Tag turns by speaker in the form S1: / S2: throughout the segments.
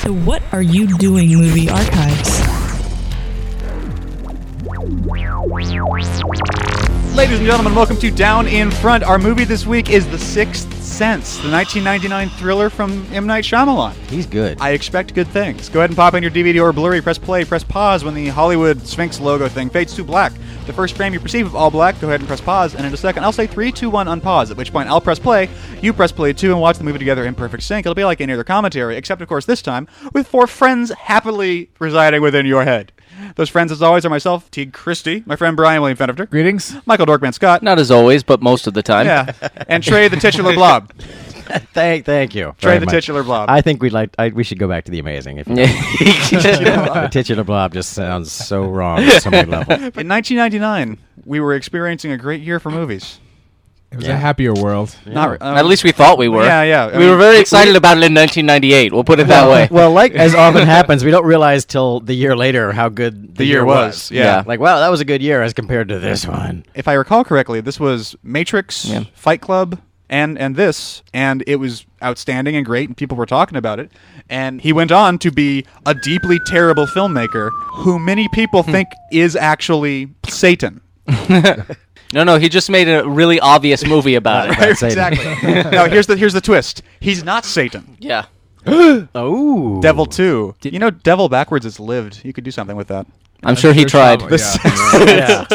S1: to What Are You Doing Movie Archives.
S2: Ladies and gentlemen, welcome to Down in Front. Our movie this week is The Sixth Sense, the 1999 thriller from M. Night Shyamalan.
S3: He's good.
S2: I expect good things. Go ahead and pop in your DVD or Blu-ray, press play, press pause when the Hollywood Sphinx logo thing fades to black. The first frame you perceive of all black, go ahead and press pause, and in a second I'll say three, two, one, unpause, at which point I'll press play, you press play too, and watch the movie together in perfect sync. It'll be like any other commentary, except of course this time, with four friends happily residing within your head. Those friends, as always, are myself, Teague Christie, my friend Brian William Fenifter,
S4: Greetings.
S2: Michael Dorkman Scott,
S5: Not as always, but most of the time.
S2: yeah, and Trey the titular blob.
S3: thank, thank you.
S2: Trey
S3: very
S2: the
S3: much.
S2: titular blob.
S3: I think we'd like. I, we should go back to the amazing. If you the titular blob just sounds so wrong on so many levels.
S2: in 1999, we were experiencing a great year for movies.
S4: It was a happier world.
S2: Not um,
S5: At least we thought we were.
S2: Yeah, yeah. I
S5: we
S2: mean,
S5: were very excited about it in 1998. We'll put it that way.
S3: Well, like as often happens, we don't realize till the year later how good the,
S2: the year was. Yeah.
S5: Yeah.
S3: Like, wow, that was a good year as compared to this one.
S2: If I recall correctly, this was Matrix, Fight Club, and and this, and it was outstanding and great, and people were talking about it. And he went on to be a deeply terrible filmmaker who many people
S3: Hmm.
S2: think is actually Satan.
S5: no, no, he just made a really obvious movie about it.
S3: That's Satan.
S2: Exactly. now here's the here's the twist. He's not Satan.
S5: Yeah.
S3: Oh,
S2: Devil too. You know, devil backwards is lived. You could do something with that.
S5: I'm sure he
S4: Oh,
S5: tried.
S3: yeah.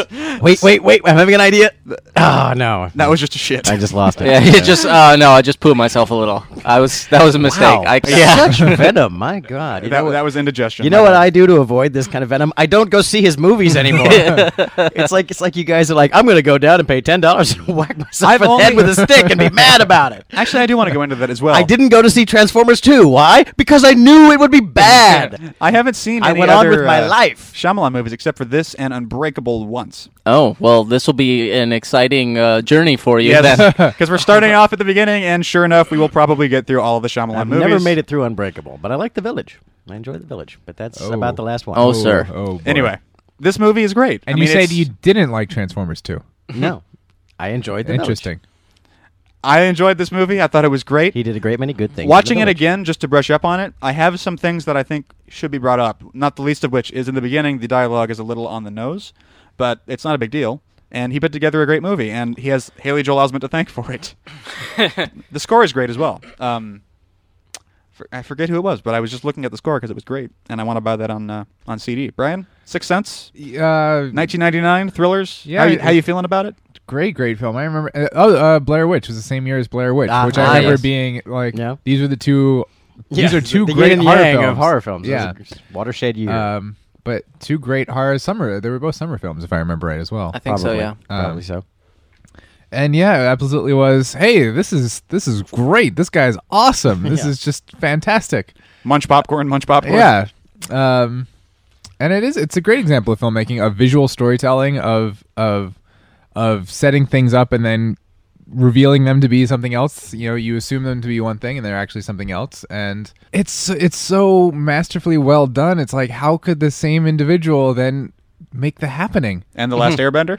S3: Wait, wait, wait! I'm having an idea. Oh no,
S2: That was just a shit.
S3: I just lost it.
S5: Yeah, he just uh, no, I just pooed myself a little. I was that was a mistake.
S3: Wow.
S5: I,
S3: yeah. Such venom. My God. You
S2: that,
S3: know what-
S2: that was indigestion.
S3: You know what I do to avoid this kind of venom? I don't go see his movies anymore. it's like it's like you guys are like, I'm going to go down and pay ten dollars and whack myself
S2: I've
S3: in the head
S2: only-
S3: with a stick and be mad about it.
S2: Actually, I do want to go into that as well.
S3: I didn't go to see Transformers 2. Why? Because I knew it would be bad.
S2: I haven't seen.
S3: I
S2: any
S3: went on
S2: other,
S3: with my
S2: uh,
S3: life.
S2: Shyamalan movies except for this and Unbreakable once.
S5: oh well, this will be an exciting uh, journey for you. then.
S2: because we're starting off at the beginning, and sure enough, we will probably get through all of the Shyamalan
S3: I've
S2: movies.
S3: never made it through Unbreakable, but I like The Village. I enjoy The Village, but that's
S4: Oh.
S3: about the last one.
S5: Oh, sir.
S4: Oh, boy.
S2: Anyway, this movie is great.
S4: And
S2: I
S4: you
S2: mean,
S4: said
S2: it's-
S4: you didn't like Transformers 2.
S3: no, I enjoyed The Village.
S4: Interesting.
S2: I enjoyed this movie. I thought it was great.
S3: He did a great many good things. in The
S2: Watching it
S3: Village.
S2: again, just to brush up on it, I have some things that I think should be brought up. Not the least of which is in the beginning, the dialogue is a little on the nose, but it's not a big deal. And he put together a great movie, and he has Haley Joel Osment to thank for it. the score is great as well. Um, for, I forget who it was, but I was just looking at the score because it was great, and I want to buy that on uh, on CD. Brian, Sixth Sense,
S4: Uh,
S2: 1999 thrillers.
S4: Yeah,
S2: how you,
S4: it-
S2: how you feeling about it?
S4: great, great film. I remember. Uh, oh, uh, Blair Witch was the same year as Blair Witch,
S3: Ah,
S4: which
S3: ah,
S4: I remember
S5: yes.
S4: being like,
S3: Yeah.
S4: these are the two.
S3: Yeah,
S4: these are two
S3: the
S4: great
S3: yin and
S4: horror
S3: yang
S4: films.
S3: of horror films. It was
S4: Yeah.
S3: a Watershed year.
S4: Um, but two great horror summer. They were both summer films, if I remember right, as well.
S5: I think so.
S3: Probably.
S5: Yeah.
S3: Probably so.
S4: and yeah, it absolutely was. Hey, this is this is great. This guy's awesome. This
S3: Yeah.
S4: is just fantastic.
S2: Munch popcorn, munch popcorn.
S4: Yeah. Um, and it is it's a great example of filmmaking of visual storytelling of of of setting things up and then revealing them to be something else you know you assume them to be one thing and they're actually something else and it's it's so masterfully well done it's like how could the same individual then make the happening
S2: and the Last Airbender.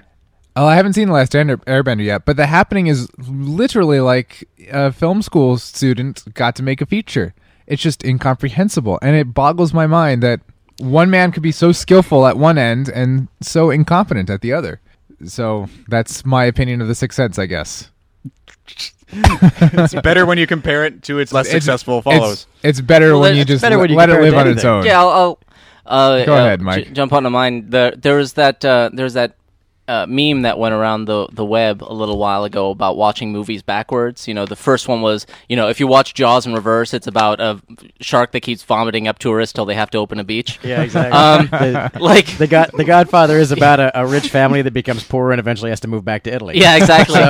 S4: Oh, I haven't seen the last Air- Airbender yet, but the happening is literally like a film school student got to make a feature. It's just incomprehensible, and it boggles my mind that one man could be so skillful at one end and so incompetent at the other. So that's my opinion of the Sixth Sense, I guess.
S2: It's better when you compare it to its less
S4: It's-
S2: successful
S4: it's-
S2: follows.
S4: It's, better
S5: Well,
S4: when
S5: it-
S4: you
S5: it's
S4: just
S3: better when you
S4: let it
S3: compare it
S4: live
S3: to
S4: on its
S3: anything.
S4: own.
S5: Yeah, I'll, I'll uh,
S4: Go
S5: uh,
S4: ahead,
S5: j-
S4: Mike.
S5: jump onto mine. There, there was that. Uh, there's that uh, meme that went around the the web a little while ago about watching movies backwards. You know, the first one was, you know, if you watch Jaws in reverse, it's about a shark that keeps vomiting up tourists till they have to open a beach.
S3: Yeah, exactly.
S5: Um,
S3: the,
S5: Like,
S3: the God, the Godfather is about a, a rich family that becomes poor and eventually has to move back to Italy.
S5: yeah, exactly. so,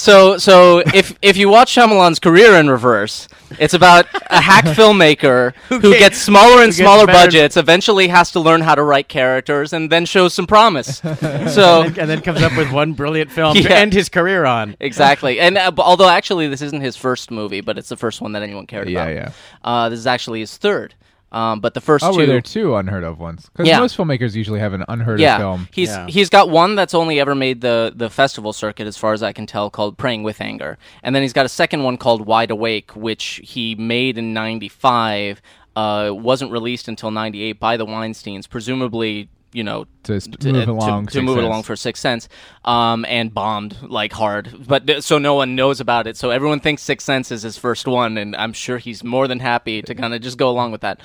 S5: uh, so, if if you watch Shyamalan's career in reverse, it's about a hack filmmaker who,
S3: get-
S5: gets smaller and
S3: gets
S5: smaller
S3: better-
S5: budgets, eventually has to learn how to write characters, and then shows some promise. so
S3: and, and then comes up with one brilliant film to
S5: Yeah.
S3: end his career on.
S5: Exactly, and uh, b- although actually this isn't his first movie, but it's the first one that anyone cared
S4: Yeah,
S5: about.
S4: yeah.
S5: Uh, this is actually his third, um, but the first
S4: Oh,
S5: two.
S4: were there two unheard of ones? Because
S5: Yeah.
S4: most filmmakers usually have an unheard
S5: yeah,
S4: of film.
S5: he's
S3: Yeah.
S5: he's got one that's only ever made the the festival circuit, as far as I can tell, called "Praying with Anger," and then he's got a second one called "Wide Awake," which he made in '95. Uh, it wasn't released until '98 by the Weinstein's, presumably, you know,
S4: To st- move along
S5: to, move it
S4: Sixth
S5: along
S4: Sense.
S5: for Sixth Sense, um, and bombed like hard. But th- so no one knows about it. So everyone thinks Sixth Sense is his first one, and I'm sure he's more than happy to kind of just go along with that.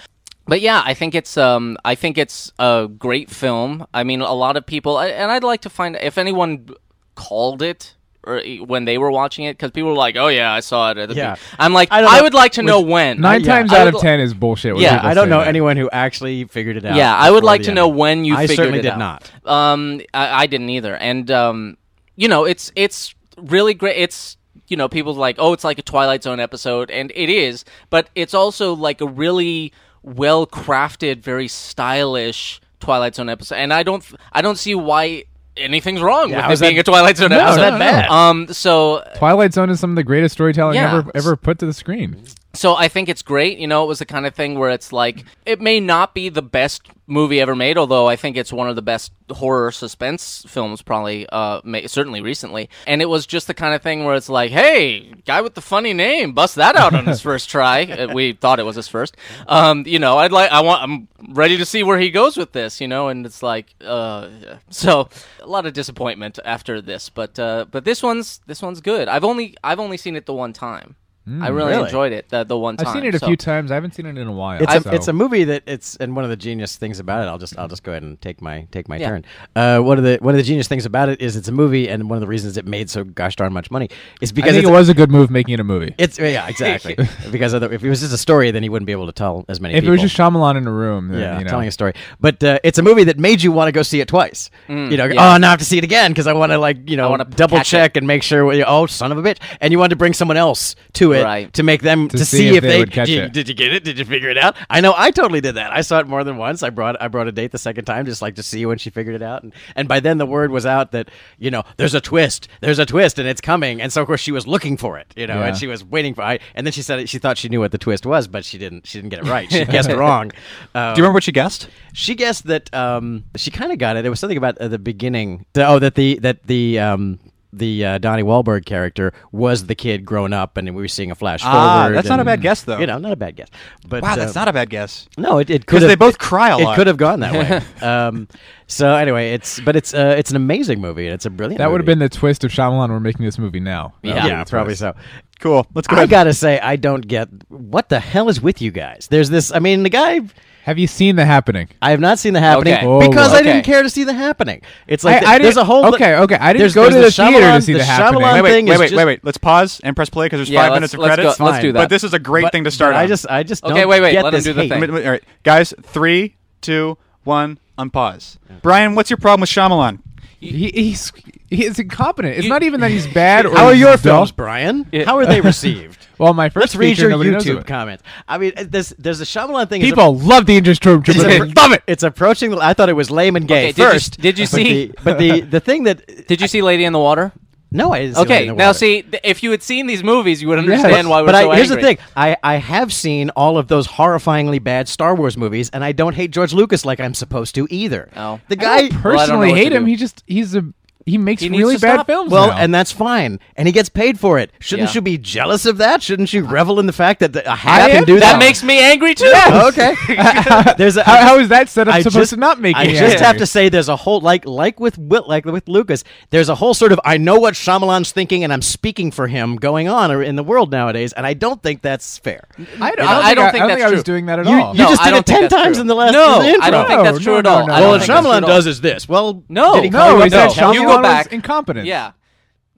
S5: But yeah, I think it's um, I think it's a great film. I mean, a lot of people, I- and I'd like to find if anyone called it. Or e- when they were watching it, because people were like, "Oh yeah, I saw it." At the
S3: Yeah.
S5: yeah. I'm like,
S3: I
S5: I,
S3: don't know.
S5: would like to know when.
S4: Nine
S5: I-
S4: times
S5: I
S4: out
S5: would
S4: of
S5: li-
S4: ten is bullshit. when
S5: Yeah,
S4: people
S3: I don't
S4: say
S3: know
S4: that.
S3: anyone who actually figured it out.
S5: Yeah, I would
S3: before
S5: like
S3: the
S5: to
S3: end.
S5: know when you
S3: I
S5: figured
S3: certainly
S5: it
S3: did
S5: out.
S3: not.
S5: Um, I, I didn't either. And um, you know, it's it's really great. It's you know, people's like, oh, it's like a Twilight Zone episode, and it is, but it's also like a really well crafted, very stylish Twilight Zone episode. And I don't, I don't see why anything's wrong
S3: Yeah,
S5: with
S3: I
S5: it
S3: was
S5: being
S3: at-
S5: a Twilight Zone
S3: No,
S5: episode.
S3: not bad.
S5: Um, so
S4: Twilight Zone is some of the greatest storytelling
S5: Yeah.
S4: ever ever put to the screen.
S5: So I think it's great. You know, it was the kind of thing where it's like it may not be the best movie ever made, although I think it's one of the best horror suspense films probably, uh, ma- certainly recently. And it was just the kind of thing where it's like, hey, guy with the funny name, bust that out on his first try. Uh, we thought it was his first. Um, you know, I'd like, I want, I'm ready to see where he goes with this. You know, and it's like, uh, yeah. so a lot of disappointment after this, but uh, but this one's this one's good. I've only I've only seen it the one time. I really,
S3: really?
S5: enjoyed it the, the one time.
S4: I've seen it a
S5: so-
S4: few times. I haven't seen it in a while.
S3: It's
S4: so-
S3: a, it's a movie that it's and one of the genius things about it. I'll just I'll just go ahead and take my take my
S5: Yeah.
S3: turn. Uh, one of the one of the genius things about it is it's a movie, and one of the reasons it made so gosh darn much money is
S4: I
S3: because
S4: think
S3: it's
S4: it was a good move making it a movie.
S3: It's yeah, exactly. because other, if it was just a story, then he wouldn't be able to tell as many.
S4: if it
S3: people.
S4: was just Shyamalan in a room, then,
S3: yeah,
S4: you know,
S3: telling a story. But uh, it's a movie that made you want to go see it twice. you know,
S5: Mm, yeah.
S3: oh, now I have to see it again because I want to like you know
S5: wanna
S3: double
S5: catch
S3: check and make sure. we- Oh, son of a bitch! And you wanted to bring someone else to it
S5: Right.
S3: to make them to, see, if, they,
S4: would catch
S3: did,
S4: it.
S3: did you get it? Did you figure it out? I know I totally did that. I saw it more than once. I brought I brought a date the second time just like to see when she figured it out. And and by then the word was out that you know there's a twist, there's a twist, and it's coming. And so of course she was looking for it, you know,
S4: Yeah.
S3: and she was waiting for. I, and then she said it, she thought she knew what the twist was, but she didn't. She didn't get it right. She guessed wrong. Um,
S2: Do you remember what you guessed?
S3: she guessed that um, she kind of got it. It was something about uh, the beginning. The- oh, that the that the um, the uh, Donnie Wahlberg character was the kid grown up, and we were seeing a flash
S2: Ah,
S3: forward.
S2: that's not a
S3: and-
S2: bad guess, though.
S3: You know, not a bad guess. But
S2: Wow,
S3: uh,
S2: that's not a bad guess.
S3: no, it, it could
S2: 'Cause
S3: have-
S2: they both cry a
S3: it-
S2: lot.
S3: It could have gone that way. um, so anyway, it's but it's uh, it's an amazing movie and it's a brilliant.
S4: that would have
S3: movie.
S4: been the twist of Shyamalan. We're making this movie now. That
S3: yeah,
S4: would've been the
S3: probably
S4: twist.
S3: so.
S2: Cool. Let's go
S3: I
S2: ahead.
S3: gotta say, I don't get what the hell is with you guys. There's this. I mean, the guy.
S4: Have you seen The Happening?
S3: I have not seen the happening
S5: Okay.
S4: Oh,
S3: because I
S5: wow.
S3: didn't
S5: Okay.
S3: care to see the happening. It's like
S4: I, I
S3: there's
S4: didn't-
S3: a whole
S4: Okay, okay. I didn't
S3: there's-
S4: go to the,
S3: there's
S4: theater
S3: Shyamalan-
S4: to see
S3: the
S4: The Happening.
S3: Shyamalan
S2: wait, wait,
S3: thing
S2: wait,
S3: is
S2: wait,
S3: just-
S2: wait, wait. Let's pause and press play because there's
S5: Yeah,
S2: five
S5: let's-
S2: minutes of
S5: let's go-
S2: credits.
S5: let's do
S2: But
S5: that.
S2: this is a great
S3: But-
S2: thing to start
S3: but I
S2: on.
S3: just, I just.
S5: Okay,
S3: don't
S5: wait, wait,
S3: Get
S5: let him
S3: this
S5: do the
S3: hate.
S5: thing.
S2: Wait, wait, All right, guys. Three, two, one. Unpause. Brian, what's your problem with Shyamalan?
S4: He, he's he's incompetent. It's
S5: You-
S4: not even that he's bad. Or
S3: How are
S4: he's
S3: your
S4: dumb.
S3: films, Brian? How are they received?
S4: Well, my
S3: Let's
S4: first
S3: read
S4: feature,
S3: your
S4: nobody knows
S3: YouTube
S4: about.
S3: comments. I mean, uh, there's there's a Shyamalan thing. is a-
S4: People love the English
S3: It's
S4: Stormtrooper.
S3: a- love it. It's approaching. the- I thought it was lame and gay
S5: Okay, did you-
S3: first.
S5: did you
S3: but
S5: see-
S3: The, but the the thing that
S5: Did you see Lady in the Water?
S3: no, I didn't see Lady
S5: Okay,
S3: in the
S5: now
S3: Water.
S5: see, th- if you had seen these movies, you would understand why we're
S3: but
S5: so
S3: I, here's the
S5: angry.
S3: thing: I, I have seen all of those horrifyingly bad Star Wars movies, and I don't hate George Lucas like I'm supposed to either.
S5: Oh.
S3: the
S4: I
S3: guy
S5: Well, I don't
S4: don't
S5: know
S4: personally
S5: what
S4: hate
S5: to
S4: him.
S5: do.
S4: He just he's a he makes
S5: He needs
S4: really
S5: to
S4: bad
S5: stop.
S4: films.
S3: Well,
S4: now.
S3: and that's fine, and he gets paid for it. Shouldn't
S5: Yeah.
S3: you be jealous of that? Shouldn't you revel in the fact that the, a hack can
S4: am.
S3: do that?
S5: That makes me angry too.
S3: okay. There's a,
S4: how, how is that set up
S3: I
S4: supposed
S3: just,
S4: to not make?
S3: I
S4: me
S3: just
S4: angry?
S3: have to say, there's a whole like like with Will, like with Lucas. There's a whole sort of I know what Shyamalan's thinking, and I'm speaking for him going on in the world nowadays, and I don't think that's fair.
S4: I don't,
S5: I
S4: I don't think
S5: that's
S4: I, don't think I was
S5: true.
S4: doing that at
S3: You-
S4: all.
S3: you
S5: No,
S3: just
S5: I
S3: did
S5: don't
S3: it
S5: think
S3: 10
S5: that's
S3: times
S5: true.
S3: in the last-
S5: No,
S3: in the
S5: I
S3: intro.
S5: don't think that's
S4: No,
S5: true
S4: no,
S5: at all.
S4: no,
S5: I don't
S4: no.
S3: Well,
S5: think that's true
S3: Shyamalan
S5: at all.
S3: does is this. Well,
S5: No.
S3: did he call
S4: No,
S3: you
S4: he
S3: up
S4: said
S3: to tell
S5: you
S4: Shyamalan
S5: go
S4: was
S5: back.
S4: incompetent.
S5: Yeah,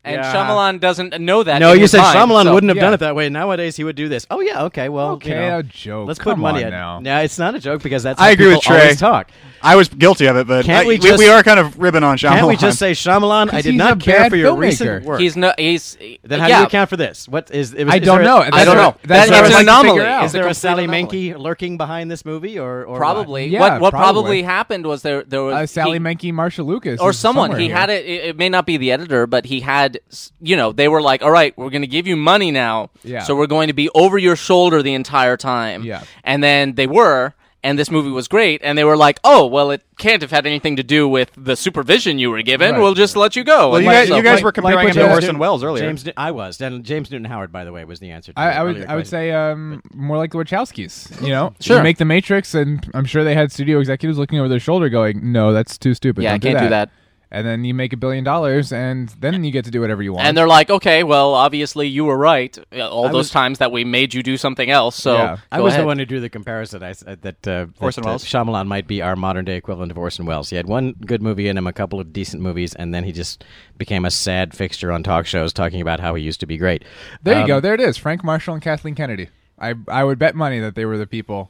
S5: and
S4: Yeah.
S5: Shyamalan doesn't know that.
S3: No,
S5: in
S3: you
S5: his
S3: said
S5: mind,
S3: Shyamalan
S5: so-
S3: wouldn't have done
S4: Yeah.
S3: it that way. Now Nowadays, he would do this. Oh yeah, okay, well,
S4: Okay,
S3: you know,
S4: a joke.
S3: Let's put
S4: Come
S3: money
S4: on
S3: in.
S4: now.
S3: No, it's not a joke because that's
S2: I
S3: how
S2: agree with
S3: people
S2: Trey.
S3: always talk.
S2: I was guilty of it, but
S3: Can't
S2: I-
S3: we just-
S2: we are kind of ribbing on Shyamalan.
S3: Can't we just say Shyamalan? I
S4: 'Cause
S3: did
S4: he's
S3: not
S4: a
S3: care
S4: bad
S3: for your
S4: filmmaker.
S3: recent work.
S5: He's no. He's
S3: then how
S5: yeah.
S3: do you account for this? What is? it was-
S4: I
S3: is
S4: don't
S3: there a-
S4: know.
S5: I
S4: That's
S5: don't
S4: what-
S5: know.
S4: that's
S5: That,
S4: what I
S5: it's
S4: was
S5: an
S4: like to figure
S5: anomaly.
S4: out.
S5: It's
S3: Is there
S5: a
S3: a Sally
S5: complete anomaly.
S3: Menke lurking behind this movie, or, or
S5: Probably.
S4: Yeah,
S5: what what
S4: probably.
S5: probably happened was there there was
S4: Uh, Sally
S5: he-
S4: Menke, Marsha Lucas,
S5: or
S4: is
S5: someone
S4: somewhere
S5: he
S4: here.
S5: had it, it it may not be the editor but he had s- you know they were like all right we're going to give you money now
S4: Yeah.
S5: so we're going to be over your shoulder the entire time
S4: Yeah.
S5: and then they were and this movie was great, and they were like, oh, well, it can't have had anything to do with the supervision you were given.
S4: Right.
S5: We'll just let you go.
S2: Well,
S5: And
S2: you guys,
S5: so-
S2: you guys
S3: Like-
S2: were comparing
S3: like what
S2: him to
S3: James
S2: Orson
S3: Newton-
S2: Welles earlier.
S3: James, New- I was. And James Newton Howard, by the way, was the answer. To
S4: I, I
S3: your
S4: would
S3: earlier
S4: I
S3: question.
S4: would say um, more like the Wachowskis. You know,
S5: Sure.
S4: You make the Matrix, and I'm sure they had studio executives looking over their shoulder, going, "No, that's too stupid.
S5: Yeah, I
S4: Don't
S5: can't do that.
S4: And then you make a billion dollars, and then you get to do whatever you want.
S5: and they're like, okay, well, obviously you were right uh, all those
S3: was-
S5: times that we made you do something else. So
S4: Yeah.
S3: I
S5: go
S3: was
S5: ahead.
S3: the one who drew the comparison. I said that uh,
S2: Orson
S3: that, uh,
S2: Welles?
S3: Shyamalan might be our modern day equivalent of Orson Welles. He had one good movie in him, a couple of decent movies, and then he just became a sad fixture on talk shows, talking about how he used to be great.
S4: there you
S3: Um,
S4: go. There it is. Frank Marshall and Kathleen Kennedy. I I would bet money that they were the people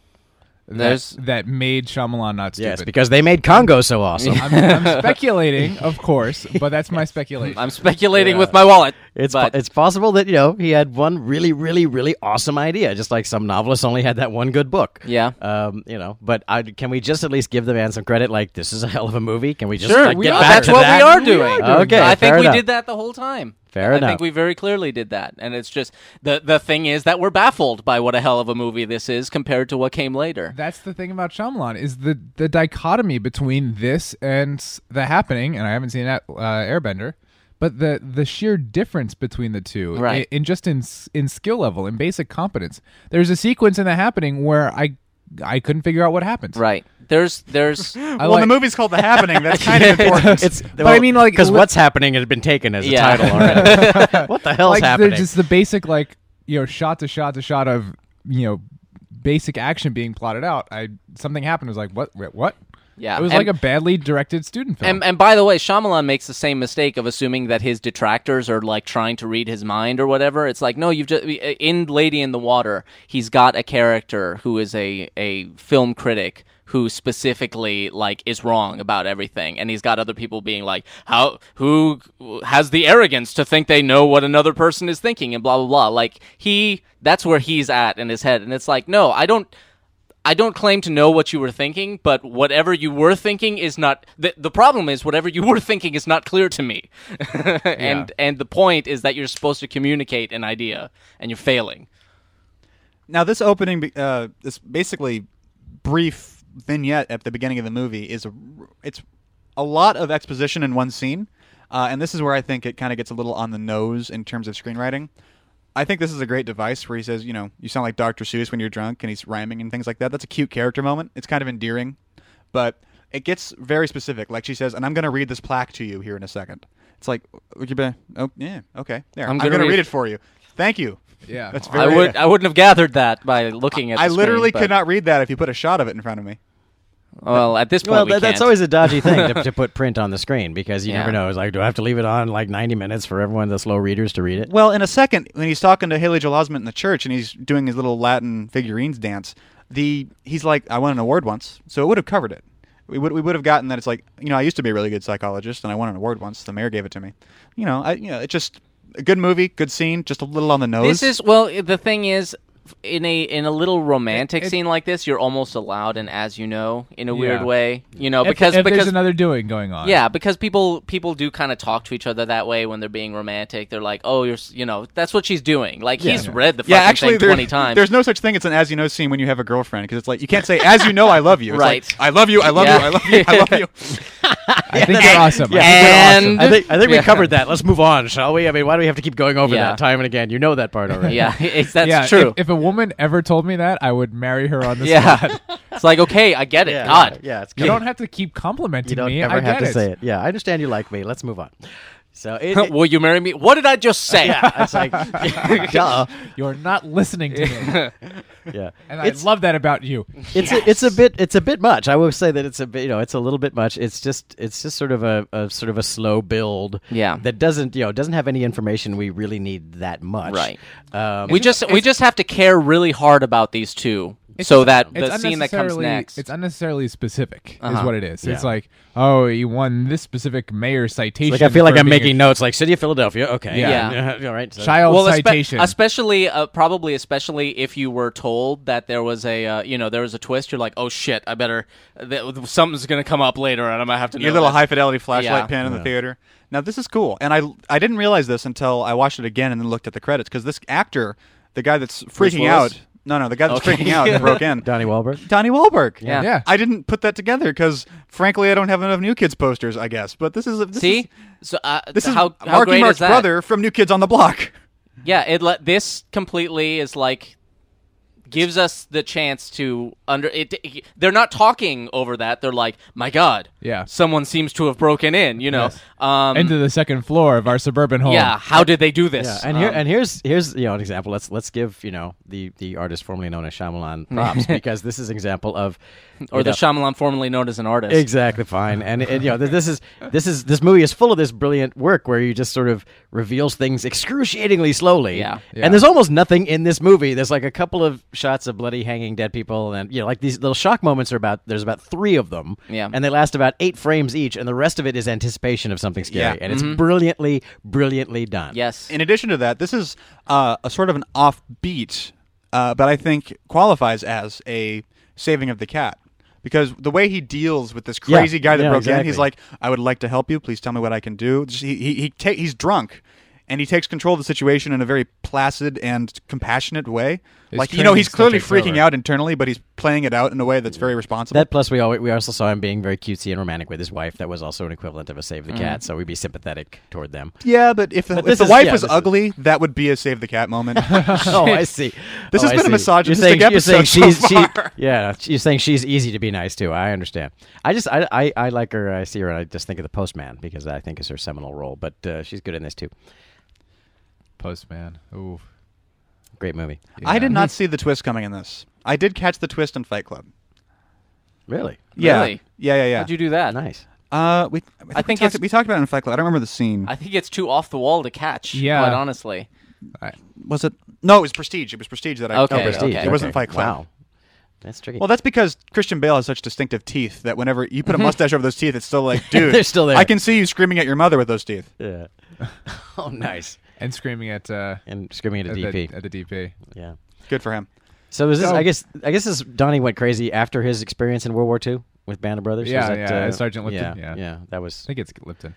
S4: that,
S5: There's-
S4: that made Shyamalan not stupid.
S3: Yes, because they made Congo so awesome.
S4: I'm, I'm speculating, of course, but that's my speculation.
S5: I'm speculating with my wallet.
S3: It's
S5: but
S3: po- it's possible that you know he had one really really really awesome idea, just like some novelists only had that one good book.
S5: Yeah.
S3: um, you know. But I, can we just at least give the man some credit? Like this is a hell of a movie. Can we just
S5: sure,
S3: like,
S5: we
S3: get
S5: are.
S3: back
S5: that's
S3: to
S5: what
S3: that?
S5: we are doing.
S3: Okay,
S5: I think
S3: fair
S5: we
S3: enough.
S5: did that the whole time.
S3: Fair
S5: I
S3: enough.
S5: think we very clearly did that, and it's just the the thing is that we're baffled by what a hell of a movie this is compared to what came later.
S4: That's the thing about Shyamalan is the the dichotomy between this and The Happening, and I haven't seen that uh, Airbender, but the the sheer difference between the two,
S5: Right.
S4: In, in just in s- in skill level, in basic competence. There's a sequence in The Happening where I I couldn't figure out what happened.
S5: Right? There's there's
S4: I
S2: well,
S4: like,
S2: the movie's called The Happening. That's kind of important.
S3: It's
S4: But I mean, like,
S3: because
S4: li-
S3: what's happening has been taken as a
S5: Yeah.
S3: title already. what the hell's
S4: like they're
S3: happening?
S4: just the basic like you know shot to shot to shot of you know basic action being plotted out. I something happened. I was like what Wait, what.
S5: Yeah,
S4: it was
S5: and-
S4: like a badly directed student film.
S5: And, and by the way, Shyamalan makes the same mistake of assuming that his detractors are like trying to read his mind or whatever. It's like, no, you've just in Lady in the Water, he's got a character who is a a film critic who specifically like is wrong about everything and he's got other people being like how who has the arrogance to think they know what another person is thinking and blah blah blah like he that's where he's at in his head and it's like no i don't I don't claim to know what you were thinking, but whatever you were thinking is not the, the problem is whatever you were thinking is not clear to me. and and the point is that you're supposed to communicate an idea and you're failing.
S2: Now, this opening, be- uh, this basically brief vignette at the beginning of the movie is a, it's a lot of exposition in one scene, uh, and this is where I think it kind of gets a little on the nose in terms of screenwriting. I think this is a great device where he says, you know, you sound like Dr. Seuss when you're drunk, and he's rhyming and things like that. That's a cute character moment. It's kind of endearing, but it gets very specific. Like she says, and I'm going to read this plaque to you here in a second. It's like, would you be, oh yeah, okay, there. I'm
S5: I'm
S2: going
S5: gonna
S2: to
S5: read-
S2: read it for you. Thank you.
S4: Yeah.
S2: that's very.
S5: I would I wouldn't have gathered that by looking at.
S2: I
S5: the
S2: literally
S5: screen,
S2: could
S5: but-
S2: not read that if you put a shot of it in front of me.
S5: Well, at this point,
S3: well,
S5: we
S3: that, that's
S5: can't.
S3: always a dodgy thing to, to put print on the screen because you
S5: Yeah.
S3: never know. It's like, do I have to leave it on like 90 minutes for everyone, the slow readers, to read it?
S2: Well, in a second, when he's talking to Haley Joel Osment in the church and he's doing his little Latin figurines dance, the he's like, I won an award once, so it would have covered it. We would we would have gotten that. It's like you know, I used to be a really good psychologist and I won an award once. The mayor gave it to me. You know, I you know, it's just a good movie, good scene, just a little on the nose.
S5: This is well. i- The thing is, f- in a in a little romantic
S4: It- it-
S5: scene like this, you're almost allowed, and as you know, in a weird
S4: Yeah.
S5: way, you know,
S4: If-
S5: oh, because
S4: if
S5: because
S4: there's another doing going on.
S5: Yeah, because people people do kind of talk to each other that way when they're being romantic. They're like, "Oh, you're s- you know, that's what she's doing." Like he's read the fucking
S2: yeah, actually,
S5: thing
S2: there-
S5: twenty times.
S2: there's no such thing. It's an as you know scene when you have a girlfriend because it's like you can't say as you know I love you. It's
S5: Right.
S2: Like, I love you. I love
S5: Yeah.
S2: you. I love you. I love you.
S4: I think you're awesome. I think you're awesome.
S5: and
S3: I think, I think we covered that. Let's move on, shall we? I mean, why do we have to keep going over
S5: Yeah.
S3: that time and again? You know that part already.
S5: yeah, it's, that's
S4: yeah,
S5: true.
S4: If, if a woman ever told me that, I would marry her on the spot.
S5: yeah, it's like okay, I get it.
S3: Yeah,
S5: God,
S3: yeah, it's
S4: You
S3: good.
S4: don't have to keep complimenting
S3: You don't
S4: me.
S3: ever
S4: I
S3: have
S4: get
S3: to
S4: it.
S3: say it. Yeah, I understand you like me. Let's move on. So it, it-
S5: will you marry me? What did I just say?
S3: yeah, it's like, duh.
S4: You're not listening to me,
S3: Yeah,
S4: and I love that about you.
S3: It's a, it's a bit it's a bit much. I will say that it's a bit you know it's a little bit much. It's just it's just sort of a, a sort of a slow build.
S5: Yeah.
S3: that doesn't you know doesn't have any information we really need that much.
S5: Right.
S3: Um,
S5: We just we just have to care really hard about these two, so that the
S4: It's
S5: scene that comes
S4: unnecessarily-
S5: next.
S4: It's unnecessarily specific, is
S5: Uh-huh.
S4: what it is. It's
S3: Yeah.
S4: like, oh, you won this specific mayor citation.
S3: like I feel like
S4: for
S3: I'm
S4: being a
S3: making notes like city of Philadelphia. Okay.
S5: Yeah.
S3: All right. So-
S4: child
S5: espe-
S4: citation.
S5: especially uh, probably especially if you were told that there was a uh, you know there was a twist. You're like, oh shit, I better th- something's gonna come up later, and I'm gonna have to.
S2: your
S5: know
S2: little
S5: this."
S2: high fidelity flashlight
S5: Yeah.
S2: pan in the theater. Now this is cool, and I I didn't realize this until I watched it again and then looked at the credits because this actor, the guy that's freaking
S5: Willis?
S2: out, No, no, the guy that's
S5: Okay.
S2: freaking out and broke in.
S3: Donnie Wahlberg.
S2: Donnie Wahlberg.
S5: Yeah.
S4: Yeah.
S2: I didn't put that together because, frankly, I don't have enough New Kids posters, I guess. But this is this
S5: See,
S2: is-
S5: so uh,
S2: this is
S5: how, how
S2: Marky
S5: great
S2: Mark's
S5: is that?
S2: brother from New Kids on the Block.
S5: Yeah, it le- this completely is like gives us the chance to under it, it- They're not talking over that. They're like, my God,
S4: Yeah.
S5: someone seems to have broken in. You know,
S4: Yes.
S5: um,
S4: into the second floor of our suburban home.
S5: yeah. How did they do this?
S3: Yeah, and here
S5: Um,
S3: and here's here's you know an example. Let's let's give you know the the artist formerly known as Shyamalan props because this is an example of
S5: or
S3: you
S5: the
S3: know,
S5: Shyamalan formerly known as an artist.
S3: Exactly fine, and, and you know th- this is this is this movie is full of this brilliant work where you just sort of reveals things excruciatingly slowly.
S5: Yeah.
S4: Yeah.
S3: and there's almost nothing in this movie. There's like a couple of shots of bloody hanging dead people, and you know like these little shock moments are about. There's about three of them.
S5: Yeah.
S3: and they last about eight frames each, and the rest of it is anticipation of something scary,
S2: Yeah.
S3: and it's brilliantly, brilliantly done.
S5: Yes.
S2: In addition to that, this is uh, a sort of an offbeat, uh, but I think qualifies as a saving of the cat. Because the way he deals with this
S3: Yeah.
S2: crazy guy that
S3: Yeah,
S2: broke in,
S3: exactly.
S2: he's like, "I would like to help you. Please tell me what I can do." Just, he he, he ta- he's drunk, and he takes control of the situation in a very placid and compassionate way.
S4: His
S2: like you know,
S4: training
S2: he's
S4: still
S2: clearly
S4: takes
S2: freaking
S4: over.
S2: out internally, but he's playing it out in a way that's very responsible.
S3: That plus we all, we also saw him being very cutesy and romantic with his wife. That was also an equivalent of a save the cat. So we'd be sympathetic toward them.
S2: yeah, but if the,
S3: But
S2: if
S3: this
S2: the
S3: is-
S2: wife
S3: yeah,
S2: was
S3: this is-
S2: ugly, that would be a save the cat moment.
S3: oh, I see.
S2: This
S3: Oh,
S2: has
S3: I
S2: been a
S3: see.
S2: misogynistic
S3: you're saying
S2: episode
S3: she's,
S2: so
S3: she-
S2: far.
S3: yeah, you're saying she's easy to be nice to. I understand. I just I, I, I like her. I see her, and I just think of the postman because I think is her seminal role. But uh, she's good in this too.
S4: Postman. Ooh.
S3: Great movie.
S2: I did not see the twist coming in this. I did catch the twist in Fight Club.
S3: Really
S2: Yeah.
S5: Really?
S2: Yeah, yeah, yeah.
S5: How'd you do that?
S3: nice.
S2: uh, we, I think,
S5: I
S2: we,
S5: think
S2: talked,
S5: it's-
S2: we talked about it in Fight Club. I don't remember the scene.
S5: I think it's too off the wall to catch.
S4: Yeah.
S5: Quite honestly.
S2: was it? No, it was Prestige. It was Prestige that I.
S5: Okay,
S2: Oh,
S5: Prestige,
S2: It wasn't
S3: okay.
S2: Fight Club.
S3: Wow, that's tricky.
S2: Well, that's because Christian Bale has such distinctive teeth that whenever you put a mustache over those teeth, it's still like, dude,
S3: They're still there.
S2: I can see you screaming at your mother with those teeth.
S3: yeah. oh, nice.
S4: And screaming at uh,
S3: And screaming at a
S4: at,
S3: DP.
S4: The, at the DP.
S3: yeah.
S2: Good for him.
S3: So is this?
S2: Oh.
S4: So-
S3: I guess. I guess this Donnie went crazy after his experience in World War II with Band of Brothers.
S4: Yeah,
S3: Was
S4: yeah, as Sergeant Lipton,
S3: Yeah,
S4: yeah.
S3: that was.
S4: I think it's Lipton.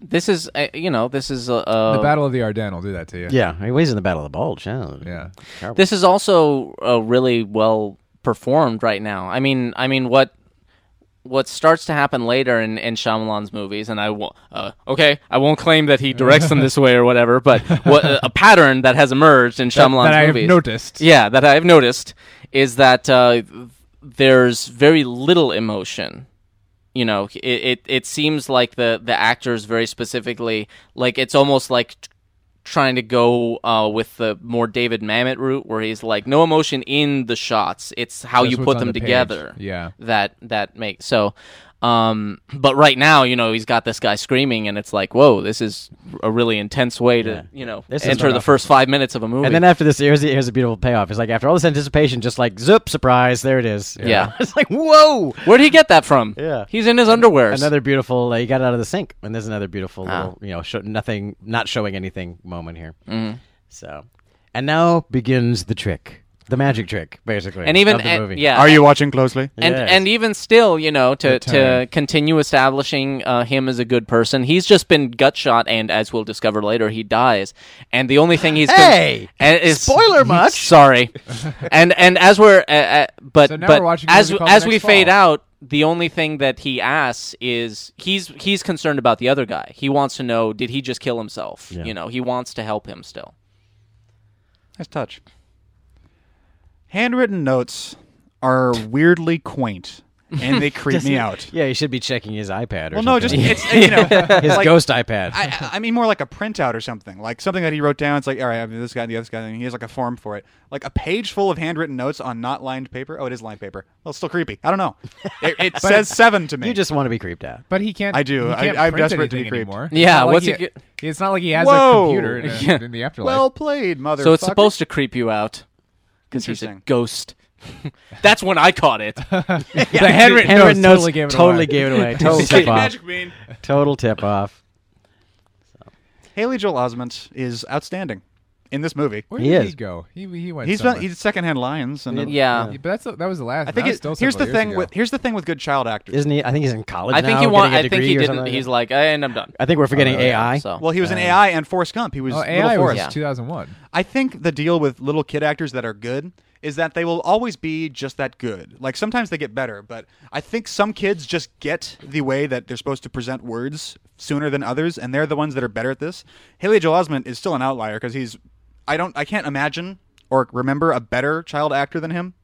S5: This is uh, you know this is a uh,
S4: the Battle of the Ardennes will do that to you.
S3: Yeah, he was in the Battle of the Bulge. Yeah,
S4: Yeah.
S3: Terrible.
S5: This is also uh, really well performed right now. I mean, I mean what what starts to happen later in, in Shyamalan's movies, and I won't. Uh, okay, I won't claim that he directs them this way or whatever, but what a a pattern that has emerged in
S4: That,
S5: Shyamalan's
S4: that I have
S5: movies.
S4: noticed.
S5: Yeah, that I've noticed is that uh, there's very little emotion. You know, it, it it seems like the the actors very specifically like it's almost like t- trying to go uh, with the more David Mamet route, where he's like no emotion in the shots. It's how
S4: That's
S5: you
S4: what's
S5: put
S4: on
S5: them
S4: the page.
S5: together.
S4: Yeah.
S5: that that makes so. Um, but right now, you know, he's got this guy screaming, and it's like, whoa, this is a really intense way to,
S3: Yeah.
S5: you know,
S3: This is
S5: enter
S3: not
S5: the
S3: up-
S5: first five minutes of a movie.
S3: and then after this, here's, here's a beautiful payoff. It's like after all this anticipation, just like zoop, surprise, there it is.
S5: Yeah.
S3: it's like whoa.
S5: Where'd he get that from?
S3: Yeah.
S5: He's in his underwear.
S3: Another beautiful. Uh, you got out of the sink, and there's another beautiful
S5: Ah.
S3: little, you know, sho nothing, not showing anything moment here.
S5: Mm-hmm.
S3: So, and now begins the trick, the magic trick, basically.
S5: And even
S3: of the
S5: and-
S3: movie.
S5: yeah.
S2: Are you watching closely?
S5: And
S3: Yes.
S5: and e even still, you know, to,
S4: Good
S5: to
S4: time.
S5: continue establishing uh, him as a good person, he's just been gut shot, and as we'll discover later, he dies. And the only thing he's con-
S3: Hey!
S5: and is-
S3: Spoiler much?
S5: Sorry, and and as we're uh, uh, but
S4: So now
S5: but
S4: we're watching a
S5: as
S4: movie called
S5: as
S4: The
S5: we
S4: Next
S5: fade
S4: Fall.
S5: out, the only thing that he asks is he's he's concerned about the other guy. He wants to know did he just kill himself?
S3: Yeah.
S5: You know, he wants to help him still.
S2: Nice touch. Handwritten notes are weirdly quaint, and they creep me out.
S3: Yeah, you should be checking his iPad. Or
S2: Well, no, just
S3: something.
S2: it's you know
S3: his
S2: like-
S3: ghost iPad.
S2: I, I mean, more like a printout or something, like something that he wrote down. It's like, all right, I have this guy and the other guy, and he has like a form for it, like a page full of handwritten notes on not lined paper. Oh, it is lined paper. Well, it's still creepy. I don't know. It, it says seven to me.
S3: you just want to be creeped out.
S4: But he can't.
S2: I do.
S4: he can't
S2: I- I'm
S4: print
S2: desperate to be
S4: anything
S2: creeped.
S4: anymore.
S5: Yeah,
S4: It's not
S5: what's
S4: like
S5: he
S4: he, It's not like he has
S2: Whoa.
S4: a computer in, a-
S5: Yeah.
S4: in the afterlife.
S2: well played, mother.
S5: So it's supposed to creep you out because he's a
S2: Interesting.
S5: ghost. That's when I caught it.
S4: the handwritten,
S3: Handwritten
S4: notes
S3: notes
S4: totally gave it away.
S3: totally gave it away. Total tip off.
S2: mean.
S3: Total tip off.
S2: Haley Joel Osment is outstanding. in this movie.
S4: Where
S3: He
S4: did
S3: is.
S4: he go? He he went.
S2: He's
S4: somewhere.
S2: done, he did secondhand lions and then-
S5: Yeah.
S4: but that's that was the last.
S2: I think
S4: that was
S2: it,
S4: still
S2: here's the
S4: several years
S2: thing
S4: ago.
S2: with here's the thing with good child actors.
S3: Isn't he? I think he's in college.
S5: I think
S3: now,
S5: he won.
S3: getting a
S5: I think
S3: degree
S5: he
S3: or
S5: didn't.
S3: something.
S5: He's like, and I'm done.
S3: I think we're forgetting AI.
S5: Oh, So
S2: well, he was in AI and Forrest Gump. He was
S4: oh,
S2: Little
S4: AI was
S2: Forrest.
S5: yeah.
S4: 2001.
S2: I think the deal with little kid actors that are good is that they will always be just that good. Like sometimes they get better, but I think some kids just get the way that they're supposed to present words sooner than others, and they're the ones that are better at this. Haley Joel Osment is still an outlier because he's I don't I can't imagine or remember a better child actor than him.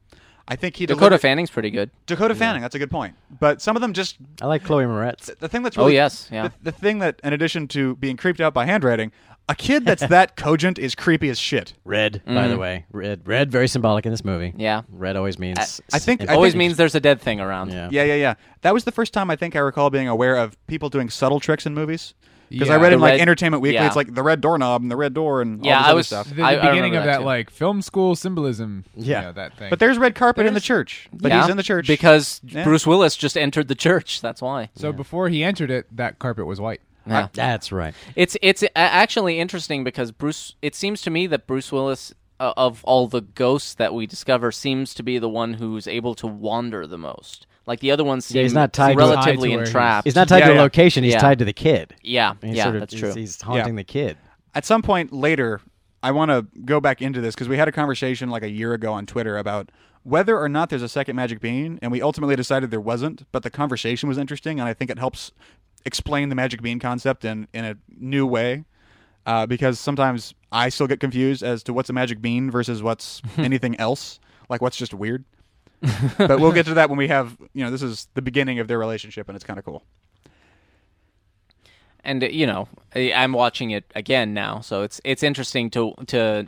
S2: I think he
S5: Dakota
S2: delivered-
S5: Fanning's pretty good.
S2: Dakota Fanning. That's a good point. But some of them just
S3: I like Chloe Moretz.
S2: the thing that's
S5: Oh,
S2: really,
S5: yes, yeah.
S2: the, the thing that in addition to being creeped out by handwriting, a kid that's that cogent is creepy as shit.
S3: Red, by the way, red, red, very symbolic in this movie.
S5: Mm. Yeah.
S3: red always means.
S2: I think-
S3: it
S2: I
S5: Always
S2: think-
S5: means there's a dead thing around.
S3: Yeah.
S2: Yeah, yeah, yeah. That was the first time I think I recall being aware of people doing subtle tricks in movies. Because I
S4: Yeah.
S2: read
S4: The
S2: in like
S5: red-
S2: Entertainment Weekly,
S5: yeah.
S2: it's like the red doorknob and the red door and
S5: Yeah,
S2: all this
S5: I
S2: other
S5: was-
S2: stuff.
S4: The, the
S5: I- I
S4: beginning
S5: remember
S4: of
S5: that
S4: that,
S5: too.
S4: like film school symbolism.
S3: Yeah.
S4: you know, that thing.
S2: But there's red carpet in the
S4: There's-
S2: church. But
S5: Yeah.
S2: he's in the church
S5: because
S2: Yeah.
S5: Bruce Willis just entered the church. That's why.
S4: so before he entered it, that carpet was white.
S5: Yeah.
S3: That's right.
S5: It's it's a- actually interesting because Bruce. It seems to me that Bruce Willis, uh, of all the ghosts that we discover, seems to be the one who's able to wander the most. Like the other ones seem
S3: Yeah, he's not tied to-
S4: Tied to
S5: relatively
S4: where he's-
S5: entrapped.
S3: He's not tied
S2: Yeah,
S3: to a
S2: yeah.
S3: location. He's
S5: Yeah.
S3: tied to the kid.
S5: Yeah,
S3: He's
S5: yeah,
S3: sort of-
S5: that's
S3: he's-
S5: true.
S3: He's haunting
S2: Yeah.
S3: the kid.
S2: at some point later, I want to go back into this because we had a conversation like a year ago on Twitter about whether or not there's a second magic bean, and we ultimately decided there wasn't. But the conversation was interesting, and I think it helps explain the magic bean concept in in a new way. Uh, because sometimes I still get confused as to what's a magic bean versus what's anything else, like what's just weird. but we'll get to that when we have, you know, this is the beginning of their relationship, and it's kind of cool.
S5: and uh, you know I- I'm watching it again now, so it's it's interesting to to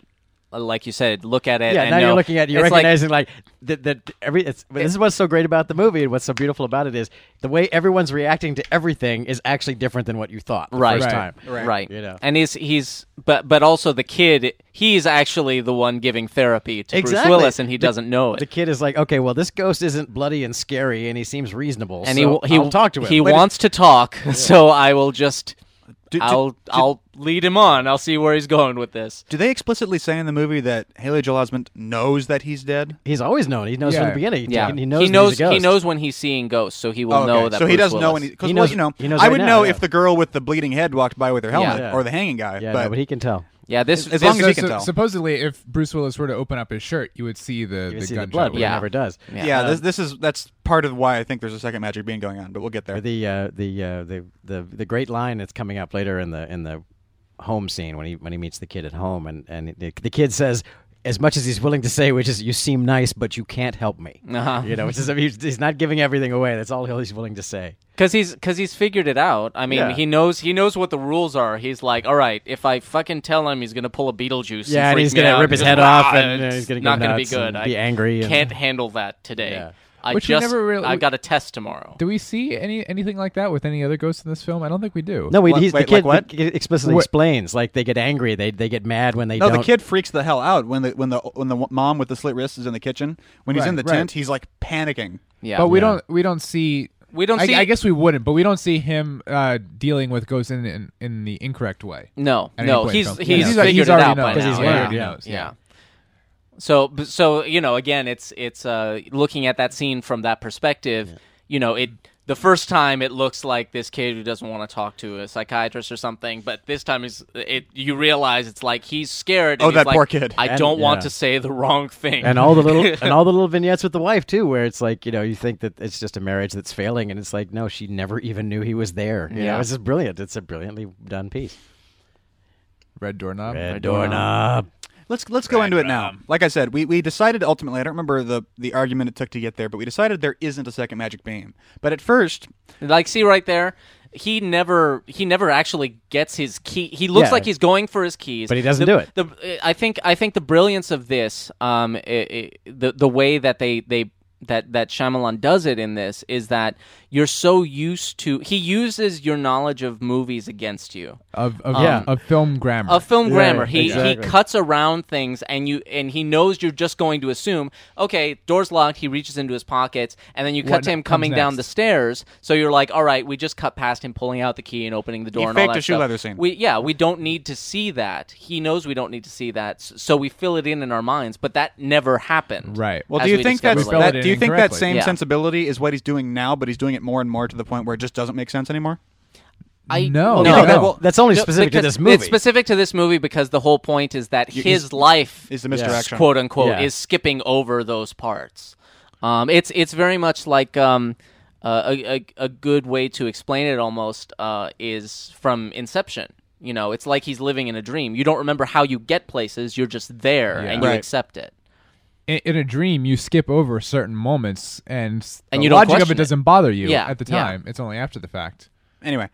S5: uh, like you said look at it.
S3: Yeah,
S5: and
S3: now
S5: know-
S3: you're looking at you're
S5: it's
S3: recognizing like, that, that every it's, but this is what's so great about the movie and what's so beautiful about it is the way everyone's reacting to everything is actually different than what you thought the
S5: Right.
S3: first
S4: Right.
S3: time.
S5: Right.
S3: You know.
S5: And he's he's but but also the kid he's actually the one giving therapy to
S3: Exactly.
S5: Bruce Willis and he
S3: The-
S5: doesn't know
S3: The
S5: it.
S3: kid is like, okay, well, this ghost isn't bloody and scary, and he seems reasonable.
S5: And
S3: so
S5: he he
S3: I'll talk to him.
S5: He
S3: Wait,
S5: wants to talk, so I will just
S2: Do- do-
S5: I'll
S2: do-
S5: I'll lead him on. I'll see where he's going with this.
S2: Do they explicitly say in the movie that Haley Joel Osment knows that he's dead?
S3: He's always known. He knows from
S4: Yeah.
S3: the beginning. He-
S5: Yeah.
S3: He knows.
S5: he
S3: that
S5: knows
S3: he's a ghost.
S5: he knows when he's seeing ghosts, so he will
S2: Oh, okay.
S5: know that
S2: so he
S5: Bruce
S2: does know
S5: Willis-
S2: when he. Cause,
S3: He
S2: well,
S3: knows-
S2: you know,
S3: he knows
S2: I
S3: right
S2: would
S3: now,
S2: know
S3: yeah.
S2: if the girl with the bleeding head walked by with her helmet
S3: Yeah.
S2: or the hanging guy.
S3: Yeah,
S2: but,
S3: no, but he can tell.
S5: Yeah, this
S2: As
S5: this-
S2: long as
S4: So-
S2: he can
S4: so-
S2: tell.
S4: Supposedly, if Bruce Willis were to open up his shirt, you would see the
S3: You
S4: the
S3: see the
S4: gunshot
S3: blood, but
S4: wound.
S3: he
S5: Yeah.
S3: never does.
S5: Yeah.
S2: yeah, this, this is that's part of why I think there's a second magic being going on. But we'll get there.
S3: The uh, the uh, the the the great line that's coming up later in the in the home scene when he when he meets the kid at home, and and the, the kid says. As much as he's willing to say, which is "you seem nice, but you can't help me,"
S5: Uh-huh.
S3: you know, which is I mean, he's, he's not giving everything away. That's all he's willing to say.
S5: Cause he's cause he's figured it out. I mean,
S3: Yeah.
S5: he knows he knows what the rules are. He's like, all right, if I fucking tell him, he's gonna pull a Beetlejuice.
S3: Yeah, and
S5: and, freak
S3: he's
S5: me
S3: gonna
S5: out.
S3: rip his
S5: Just,
S3: head
S5: "Ah,
S3: off and, uh,
S5: it's
S3: he's gonna go
S5: not gonna be
S3: nuts and
S5: good. I
S3: be angry and-
S5: Can't handle that today.
S3: Yeah.
S5: I
S4: Which we
S5: just
S4: never really-
S5: I've got a test tomorrow.
S4: Do we see any anything like that with any other ghosts in this film? I don't think we do.
S3: No, we,
S2: What-
S3: he's,
S2: wait,
S3: the kid
S2: like what?
S3: the kid explicitly
S4: What-
S3: explains like they get angry, they they get mad when they
S2: no,
S3: don't.
S2: the kid freaks the hell out when the when the when the mom with the slit wrist is in the kitchen. When he's
S4: Right,
S2: in the
S4: right.
S2: tent, he's like panicking.
S5: yeah,
S4: but we don't we don't see
S5: We don't
S4: I,
S5: see-
S4: I guess we wouldn't, but we don't see him uh, dealing with ghosts in in, in the incorrect way.
S5: No,
S4: At any
S5: no,
S4: point in
S5: he's
S4: the film.
S5: he's
S4: Yeah. He's-
S5: figured
S4: he's
S5: it
S4: already
S5: out by
S4: knows.
S5: now.
S4: He's
S5: yeah.
S4: already knows,
S5: Yeah.
S4: yeah.
S5: So, b- so you know, again, it's it's uh, looking at that scene from that perspective. You know, it the first time it looks like this kid who doesn't want to talk to a psychiatrist or something, but this time is it you realize it's like he's scared.
S2: Oh,
S5: and he's
S2: that
S5: like,
S2: poor kid.
S5: I
S3: And-
S5: don't want
S3: yeah.
S5: to say the wrong thing.
S3: and all the little and all the little vignettes with the wife too, where it's like you know you think that it's just a marriage that's failing, and it's like no, she never even knew he was there. You
S5: Yeah.
S3: know, it's just brilliant. It's a brilliantly done piece.
S4: Red
S5: Oh,
S4: doorknob.
S3: Red doorknob.
S2: Let's let's go into it now. Like I said, we, we decided ultimately. I don't remember the the argument it took to get there, but we decided there isn't a second magic bean. But at first,
S5: Like, see right there. He never, he never actually gets his key. He looks
S3: Yeah.
S5: like he's going for his keys,
S3: But he doesn't
S5: The-
S3: do it.
S5: The, I think, I think the brilliance of this, um, i i the the way that they they that that Shyamalan does it in this is that you're so used to he uses your knowledge of movies against you.
S4: of of,
S3: Yeah.
S4: of film grammar.
S5: Of film grammar, he
S3: exactly.
S5: he cuts around things, and you and he knows you're just going to assume, okay, door's locked. He reaches into his pockets, and then you cut
S4: What
S5: to him
S4: comes
S5: coming down the
S4: next?
S5: stairs. So you're like, all right, we just cut past him pulling out the key and opening the door. and all
S2: faked
S5: that
S2: a shoe
S5: stuff.
S2: leather scene.
S5: We yeah, we don't need to see that. He knows we don't need to see that, s- so we fill it in in our minds. But that never happened.
S4: Right.
S2: Well,
S5: as
S2: do you
S5: we
S2: think
S5: discovered
S2: that's,
S4: Spelled
S2: that?
S4: it
S2: Do you think that
S4: incorrectly.
S2: same
S5: Yeah.
S2: sensibility is what he's doing now, but he's doing it more and more to the point where it just doesn't make sense anymore?
S5: I
S4: No,
S3: Oh, No,
S4: no.
S3: that- well, that's only
S5: No,
S3: specific to
S5: because
S3: this movie.
S5: It's specific to this movie because the whole point is that his life
S2: is the misdirection.
S5: quote unquote,
S3: Yeah.
S5: is skipping over those parts. Um, it's it's very much like um, uh, a, a a good way to explain it almost uh, is from Inception. You know, it's like he's living in a dream. You don't remember how you get places; you're just there
S4: Yeah.
S5: and you
S2: Right.
S5: accept it.
S4: in, in a dream you skip over certain moments and s-
S5: And
S4: the
S5: you don't
S4: logic of
S5: question
S4: it
S5: it.
S4: doesn't bother you
S5: Yeah,
S4: at the
S5: yeah.
S4: time. It's only after the fact.
S2: Anyway,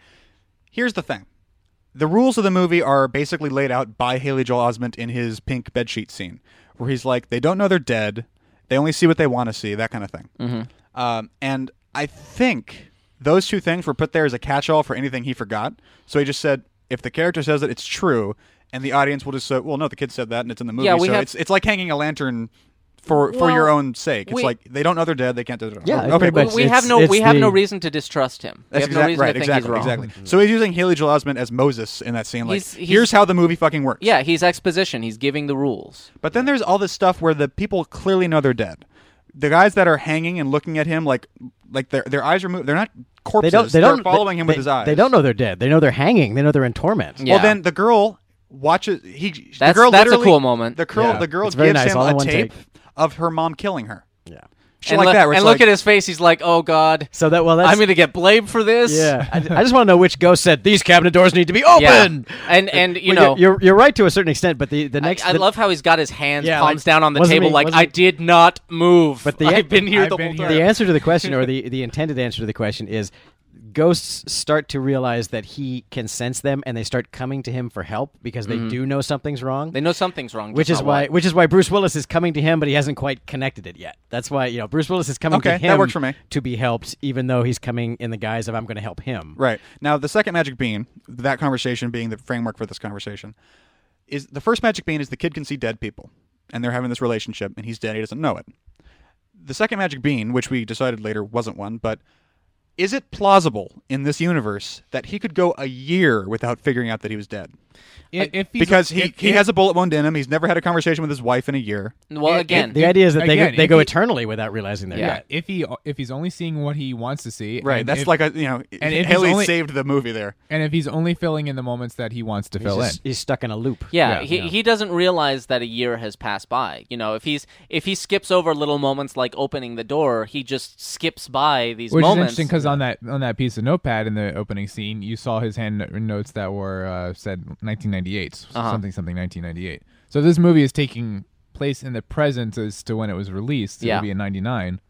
S2: here's the thing. The rules of the movie are basically laid out by Haley Joel Osment in his pink bedsheet scene, where he's like, they don't know they're dead. They only see what they want to see, that kind of thing.
S5: Mm-hmm.
S2: Um, and I think those two things were put there as a catch all for anything he forgot. So he just said, if the character says it, it's true. And the audience will just say, well, no, the kid said that and it's in the movie.
S5: Yeah, we
S2: so
S5: have-
S2: it's, it's like hanging a lantern for, for your
S5: Well,
S2: own sake. It's
S5: we-
S2: like, they don't know they're dead. They can't do it.
S3: Yeah,
S2: okay,
S3: pretty
S2: cool.
S3: much.
S5: we
S3: it's-
S5: have no
S3: it's
S5: we have no
S3: the-
S5: reason to distrust him. we
S2: That's
S5: have
S2: exactly
S5: no reason
S2: right.
S5: to think
S2: exactly,
S5: he's wrong.
S2: exactly.
S3: Mm-hmm.
S2: So he's using Haley Joel Osment as Moses in that scene. Like,
S5: He's- he's-
S2: here's how the movie fucking works.
S5: Yeah, he's exposition. He's giving the rules.
S2: But then there's all this stuff where the people clearly know they're dead. The guys that are hanging and looking at him, like, like their their eyes are moving. They're not
S3: they
S2: corpses.
S3: don't. They
S2: are
S3: don't.
S2: following him with
S3: they-
S2: his eyes.
S3: They don't know they're dead. They know they're hanging. They know they're in torment.
S5: Yeah.
S2: Well, then the girl watches. He.
S5: That's-
S2: the girl
S5: that's a
S2: literally-
S5: cool moment.
S2: The girl.
S3: Yeah.
S2: The girl
S3: It's very
S2: gives
S3: nice,
S2: him
S3: all in
S2: a
S3: one
S2: tape
S3: take.
S2: of her mom killing her.
S3: Yeah.
S2: Shit like
S5: lo-
S2: that. where it's
S5: and
S2: like-
S5: look at his face. He's like, "Oh God,
S3: So that well, that's
S5: I'm going to get blamed for this."
S3: Yeah, I, I just want to know which ghost said these cabinet doors need to be
S5: Yeah.
S3: open. Uh,
S5: And and you
S3: Well,
S5: know,
S3: you're, you're you're right to a certain extent, but the the
S5: I,
S3: next
S5: I
S3: the-
S5: love how he's got his hands
S3: Yeah,
S5: palms
S3: like,
S5: down on the
S3: wasn't
S5: table,
S3: me-
S5: like
S3: wasn't-
S5: I did not move.
S3: But the-
S5: I've been here
S4: I've
S5: the whole
S4: been here.
S5: time.
S3: the answer to the question or the the intended answer to the question is ghosts start to realize that he can sense them and they start coming to him for help because they do know something's wrong.
S5: They know something's wrong,
S3: which
S5: just
S3: is
S5: not
S3: why,
S5: what.
S3: which is why Bruce Willis is coming to him, but he hasn't quite connected it yet. That's why you know Bruce Willis is coming to
S2: Okay,
S3: him
S2: that works for me.
S3: to be helped, even though he's coming in the guise of I'm going to help him.
S2: Right. Now, the second magic bean, that conversation being the framework for this conversation, is the first magic bean is the kid can see dead people and they're having this relationship and he's dead, he doesn't know it. The second magic bean, which we decided later wasn't one, but is it plausible in this universe that he could go a year without figuring out that he was dead?
S4: I- if he's-
S2: Because he,
S4: if-
S2: he
S4: if-
S2: has a bullet wound in him. He's never had a conversation with his wife in a year.
S5: Well,
S4: it-
S5: again,
S4: it-
S3: The idea is that they
S4: Again,
S3: go, they
S4: if
S3: go
S4: he-
S3: eternally without realizing they're
S4: yeah.
S3: dead.
S4: If he if he's only seeing what he wants to see,
S2: Right.
S4: and
S2: That's
S4: if-
S2: like a, you know,
S4: and if he's
S2: Haley
S4: only-
S2: saved the movie there.
S4: and if he's only filling in the moments that he wants to
S3: He's,
S4: fill
S3: just-
S4: in.
S3: he's stuck in a loop.
S5: Yeah,
S4: Yeah,
S5: he,
S4: yeah.
S5: he doesn't realize that a year has passed by. You know, if he's if he skips over little moments like opening the door, he just skips by these
S4: Which
S5: moments.
S4: is interesting because on that on that piece of notepad in the opening scene, you saw his hand no- notes that were uh, said 1998, s-
S5: Uh-huh.
S4: something something 1998. So if this movie is taking place in the present as to when it was released. It
S5: Yeah.
S4: would be in 99.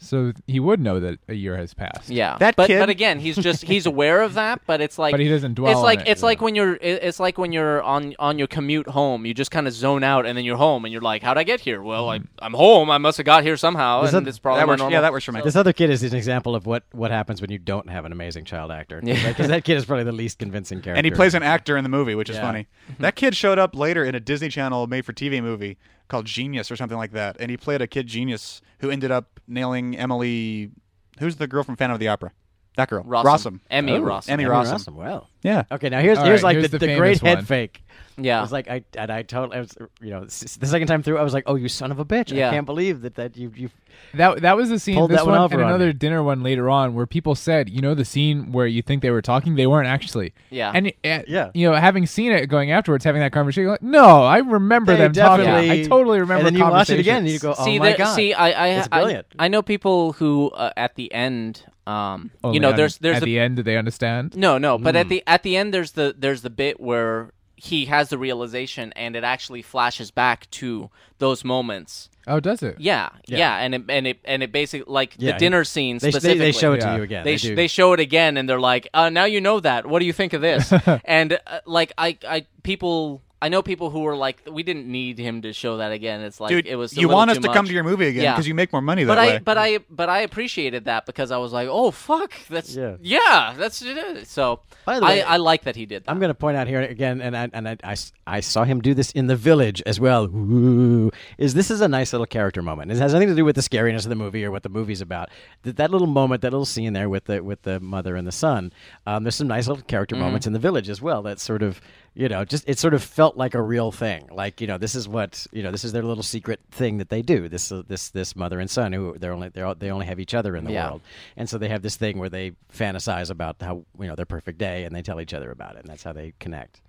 S4: So he would know that a year has passed.
S5: Yeah,
S2: That
S5: but,
S2: kid-
S5: but again, he's just he's aware of that, but it's like
S4: But he doesn't dwell
S5: It's
S4: on
S5: like
S4: it.
S5: it's like when you're it- it's like when you're on on your commute home, you just kind of zone out, and then you're home, and you're like, "How'd I get here? Well, I,
S4: Mm-hmm.
S5: I'm home. I must have got here somehow."
S3: Is
S5: And
S3: that-
S5: it's probably
S2: That
S5: my
S2: works,
S5: normal-
S2: yeah, that works for me.
S3: This other kid is an example of what, what happens when you don't have an amazing child actor. Because that kid is probably the least convincing character.
S2: and he plays an actor in the movie, which is
S3: Yeah.
S2: funny.
S5: Mm-hmm.
S2: That kid showed up later in a Disney Channel made for TV movie called Genius or something like that, and he played a kid genius who ended up nailing Emily. Who's the girl from Phantom of the Opera? That girl,
S5: Rossum. Emmy
S3: Oh,
S5: Rossum.
S2: Emmy
S3: Emmy
S2: Rossum.
S3: Rossum, Wow.
S2: Yeah,
S3: Okay, now here's
S4: All
S3: here's
S4: right,
S3: like
S4: here's
S3: the,
S4: the
S3: the great
S4: famous one.
S3: head fake.
S5: Yeah.
S3: I was like, I and I totally, I was, you know, s- the second time through, I was like, oh, you son of a bitch!
S5: Yeah.
S3: I can't believe that that you you.
S4: That that was the scene.
S3: Pulled
S4: This
S3: that one
S4: one,
S3: over
S4: and
S3: on
S4: another
S3: me.
S4: dinner one later on, where people said, you know, the scene where you think they were talking, they weren't actually.
S5: Yeah.
S4: And uh,
S3: Yeah.
S4: you know, having seen it, going afterwards, having that conversation, like, no, I remember
S3: They
S4: them talking.
S3: definitely-
S4: I totally remember.
S3: And then you watch it again, and
S4: conversations."
S3: you go, oh
S5: see,
S3: my
S5: there-
S3: god!
S5: see, I, I,
S3: It's
S5: I-
S3: brilliant.
S5: I, know people who uh, at the end, um,
S4: Only
S5: you know,
S4: on-
S5: there's there's
S4: Oh, at
S5: a,
S4: the end, do they understand?
S5: No, no. But at the at the end, there's the there's the bit where he has the realization, and it actually flashes back to those moments.
S4: Oh, does it?
S5: Yeah, yeah, and it and it and it basically like
S3: Yeah,
S5: the
S3: he-
S5: dinner scene
S3: they,
S5: specifically.
S3: they, they show it to
S4: Yeah.
S3: you again.
S5: They,
S3: They,
S5: sh-
S3: do.
S5: they show it again, and they're like, uh, "Now you know that. What do you think of this?" and uh, like I, I people I know people who were like, we didn't need him to show that again. It's like
S2: Dude,
S5: it was. a
S2: you
S5: little
S2: want us
S5: too
S2: to come
S5: much.
S2: to your movie again
S5: Yeah.
S2: because you make more money that
S5: but
S2: way.
S5: I but I but I appreciated that because I was like, oh fuck, that's
S3: Yeah.
S5: yeah, that's it. is. So
S3: By the way-
S5: I, I like that he did that.
S3: I'm going to point out here again, and I, and I, I s- I saw him do this in the village as well. Ooh, is this is a nice little character moment? It has nothing to do with the scariness of the movie or what the movie's about. That, that little moment, that little scene there with the with the mother and the son. Um, there's some nice little character moments in the village as well. That sort of you know just it sort of felt like a real thing. Like you know this is what you know this is their little secret thing that they do. This uh, this this mother and son who they're only they're all- they only have each other in the
S5: Yeah.
S3: world. And so they have this thing where they fantasize about how you know their perfect day, and they tell each other about it, and that's how they connect.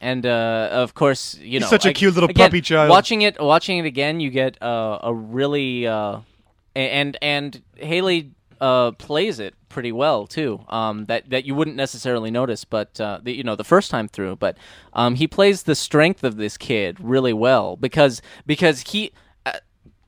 S5: and uh, of course, you know,
S2: such a
S5: ag-
S2: cute little
S5: again,
S2: puppy child.
S5: Watching it, watching it again, you get uh, a really uh, a- and and Haley uh, plays it pretty well too. Um, that that you wouldn't necessarily notice, but uh, the, you know, the first time through, but um, he plays the strength of this kid really well because because he. Uh,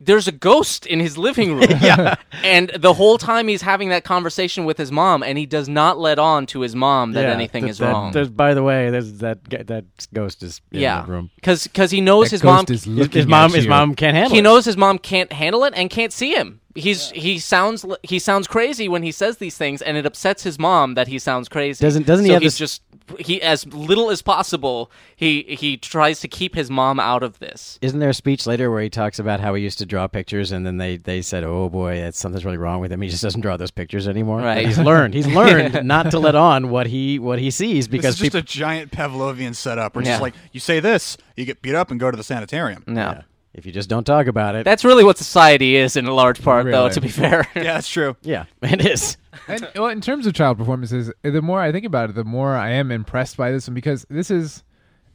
S5: there's a ghost in his living room. yeah. And the whole time he's having that conversation with his mom, and he does not let on to his mom that anything
S3: is
S5: is wrong.
S3: There's, by the way, there's that guy- that ghost is in
S5: yeah,
S3: the room.
S5: because he knows his
S4: That
S5: mom.
S4: ghost is
S3: His,
S4: looking
S3: his mom,
S4: at
S3: his
S4: you.
S3: mom can't handle.
S5: he
S3: it.
S5: knows his mom can't handle it and can't see him. He's he sounds li- he sounds crazy when he says these things, and it upsets his mom that he sounds crazy.
S3: Doesn't- doesn't he
S5: So
S3: have
S5: he's
S3: this-
S5: just he as little as possible. He he tries to keep his mom out of this.
S3: Isn't there a speech later where he talks about how he used to draw pictures, and then they, they said, "Oh boy, that's, something's really wrong with him. He just doesn't draw those pictures anymore."
S5: Right.
S3: He's learned. He's learned not to let on what he what he sees because
S2: This is just
S3: people.
S2: a giant Pavlovian setup. Where it's
S5: Yeah. Mm.
S2: just like you say this, you get beat up and go to the sanitarium.
S5: No,
S3: if you just don't talk about it,
S5: that's really what society is in a large part, though.
S4: Really.
S5: To be fair,
S2: Yeah, that's true.
S3: yeah, it is.
S4: and well, in terms of child performances, the more I think about it, the more I am impressed by this one because this is,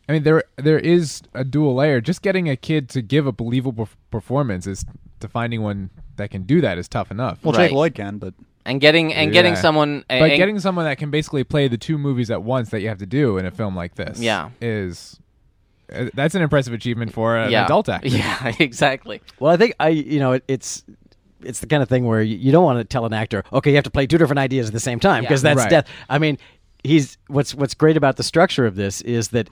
S4: I mean, there there is a dual layer. Just getting a kid to give a believable performance is to finding one that can do that is tough enough.
S2: Well,
S5: Right.
S2: Jake Lloyd can, but
S5: and getting and getting
S4: Yeah.
S5: someone
S4: but
S5: and-
S4: getting someone that can basically play the two movies at once that you have to do in a film like this,
S5: Yeah.
S4: is uh, that's an impressive achievement for an
S5: yeah.
S4: adult actor.
S5: Yeah, exactly.
S3: Well, I think I, you know, it, it's it's the kind of thing where you, you don't want to tell an actor, okay, you have to play two different ideas at the same time because
S4: Yeah.
S3: that's
S4: Right.
S3: death. I mean, he's what's what's great about the structure of this is that.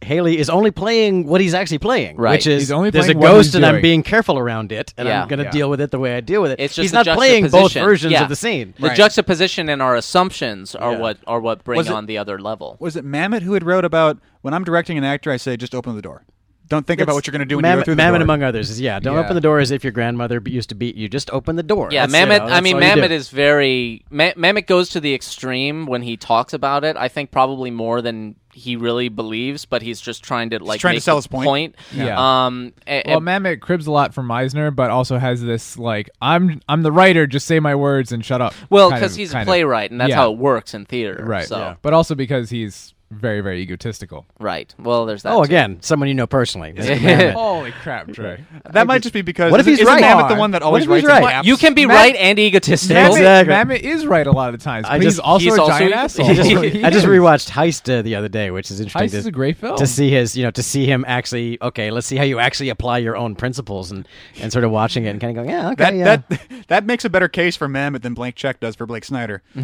S3: Haley is only playing what he's actually playing,
S5: Right.
S3: which is
S4: He's only
S3: there's a
S4: playing what he's
S3: ghost and I'm
S4: doing.
S3: being careful around it, and
S5: Yeah.
S3: I'm going to
S4: Yeah.
S3: deal with it the way I deal with it.
S5: It's just
S3: he's
S5: the
S3: not playing both
S5: juxtaposition.
S3: versions
S5: Yeah.
S3: of the scene.
S5: The juxtaposition and our assumptions are
S3: Yeah.
S5: what are what bring
S2: Was it-
S5: on the other level.
S2: was it Mamet who had wrote about when I'm directing an actor, I say just open the door. Don't think about
S3: It's
S2: what you're going to do when
S3: Mamet,
S2: you go through the
S3: Mamet
S2: door.
S3: among others, is yeah. Don't
S4: Yeah.
S3: open the door as if your grandmother be- used to beat you. Just open the door.
S5: Yeah,
S3: That's, you
S5: Mamet.
S3: know,
S5: I
S3: that's
S5: mean,
S3: all you
S5: Mamet
S3: do.
S5: is very. Ma- Mamet goes to the extreme when he talks about it. I think probably more than he really believes, but he's just trying to like
S2: trying to
S5: make
S2: sell
S5: the
S2: his point.
S5: point.
S4: Yeah.
S5: Um. a-
S4: Well,
S5: a-
S4: Mamet cribs a lot from Meisner, but also has this like I'm I'm the writer, just say my words and shut up.
S5: well,
S4: kind
S5: because
S4: of-
S5: he's a
S4: kind of-
S5: playwright, and that's
S4: Yeah.
S5: how it works in theater.
S4: right?
S5: So
S4: But also because he's very very egotistical.
S5: right. Well, there's that.
S3: Oh,
S5: too.
S3: again, someone you know personally. Mr. Mamet.
S4: Holy crap, Trey!
S2: That might just be because
S3: What if
S2: isn't-
S3: he's
S2: isn't
S3: right?
S2: Mamet the one that
S3: What
S2: always
S3: if he's
S2: writes
S3: right?
S2: in
S5: You
S2: caps?
S5: can be
S4: Mamet-
S5: right and egotistical.
S4: Mamet,
S3: Exactly.
S4: Mamet is right a lot of the times,
S3: I
S4: but he's
S3: just-
S4: also
S5: he's
S4: a
S5: also
S4: giant
S5: ego-
S4: asshole.
S3: I just,
S4: He
S3: I just
S4: is.
S3: rewatched Heist uh, the other day, which is interesting.
S4: Heist
S3: to,
S4: is a great film.
S3: To see his, you know, to see him actually. Okay, let's see how you actually apply your own principles and and sort of watching it and kind of going, yeah, okay,
S2: That,
S3: yeah,
S2: that that makes a better case for Mamet than Blank Check does for Blake Snyder.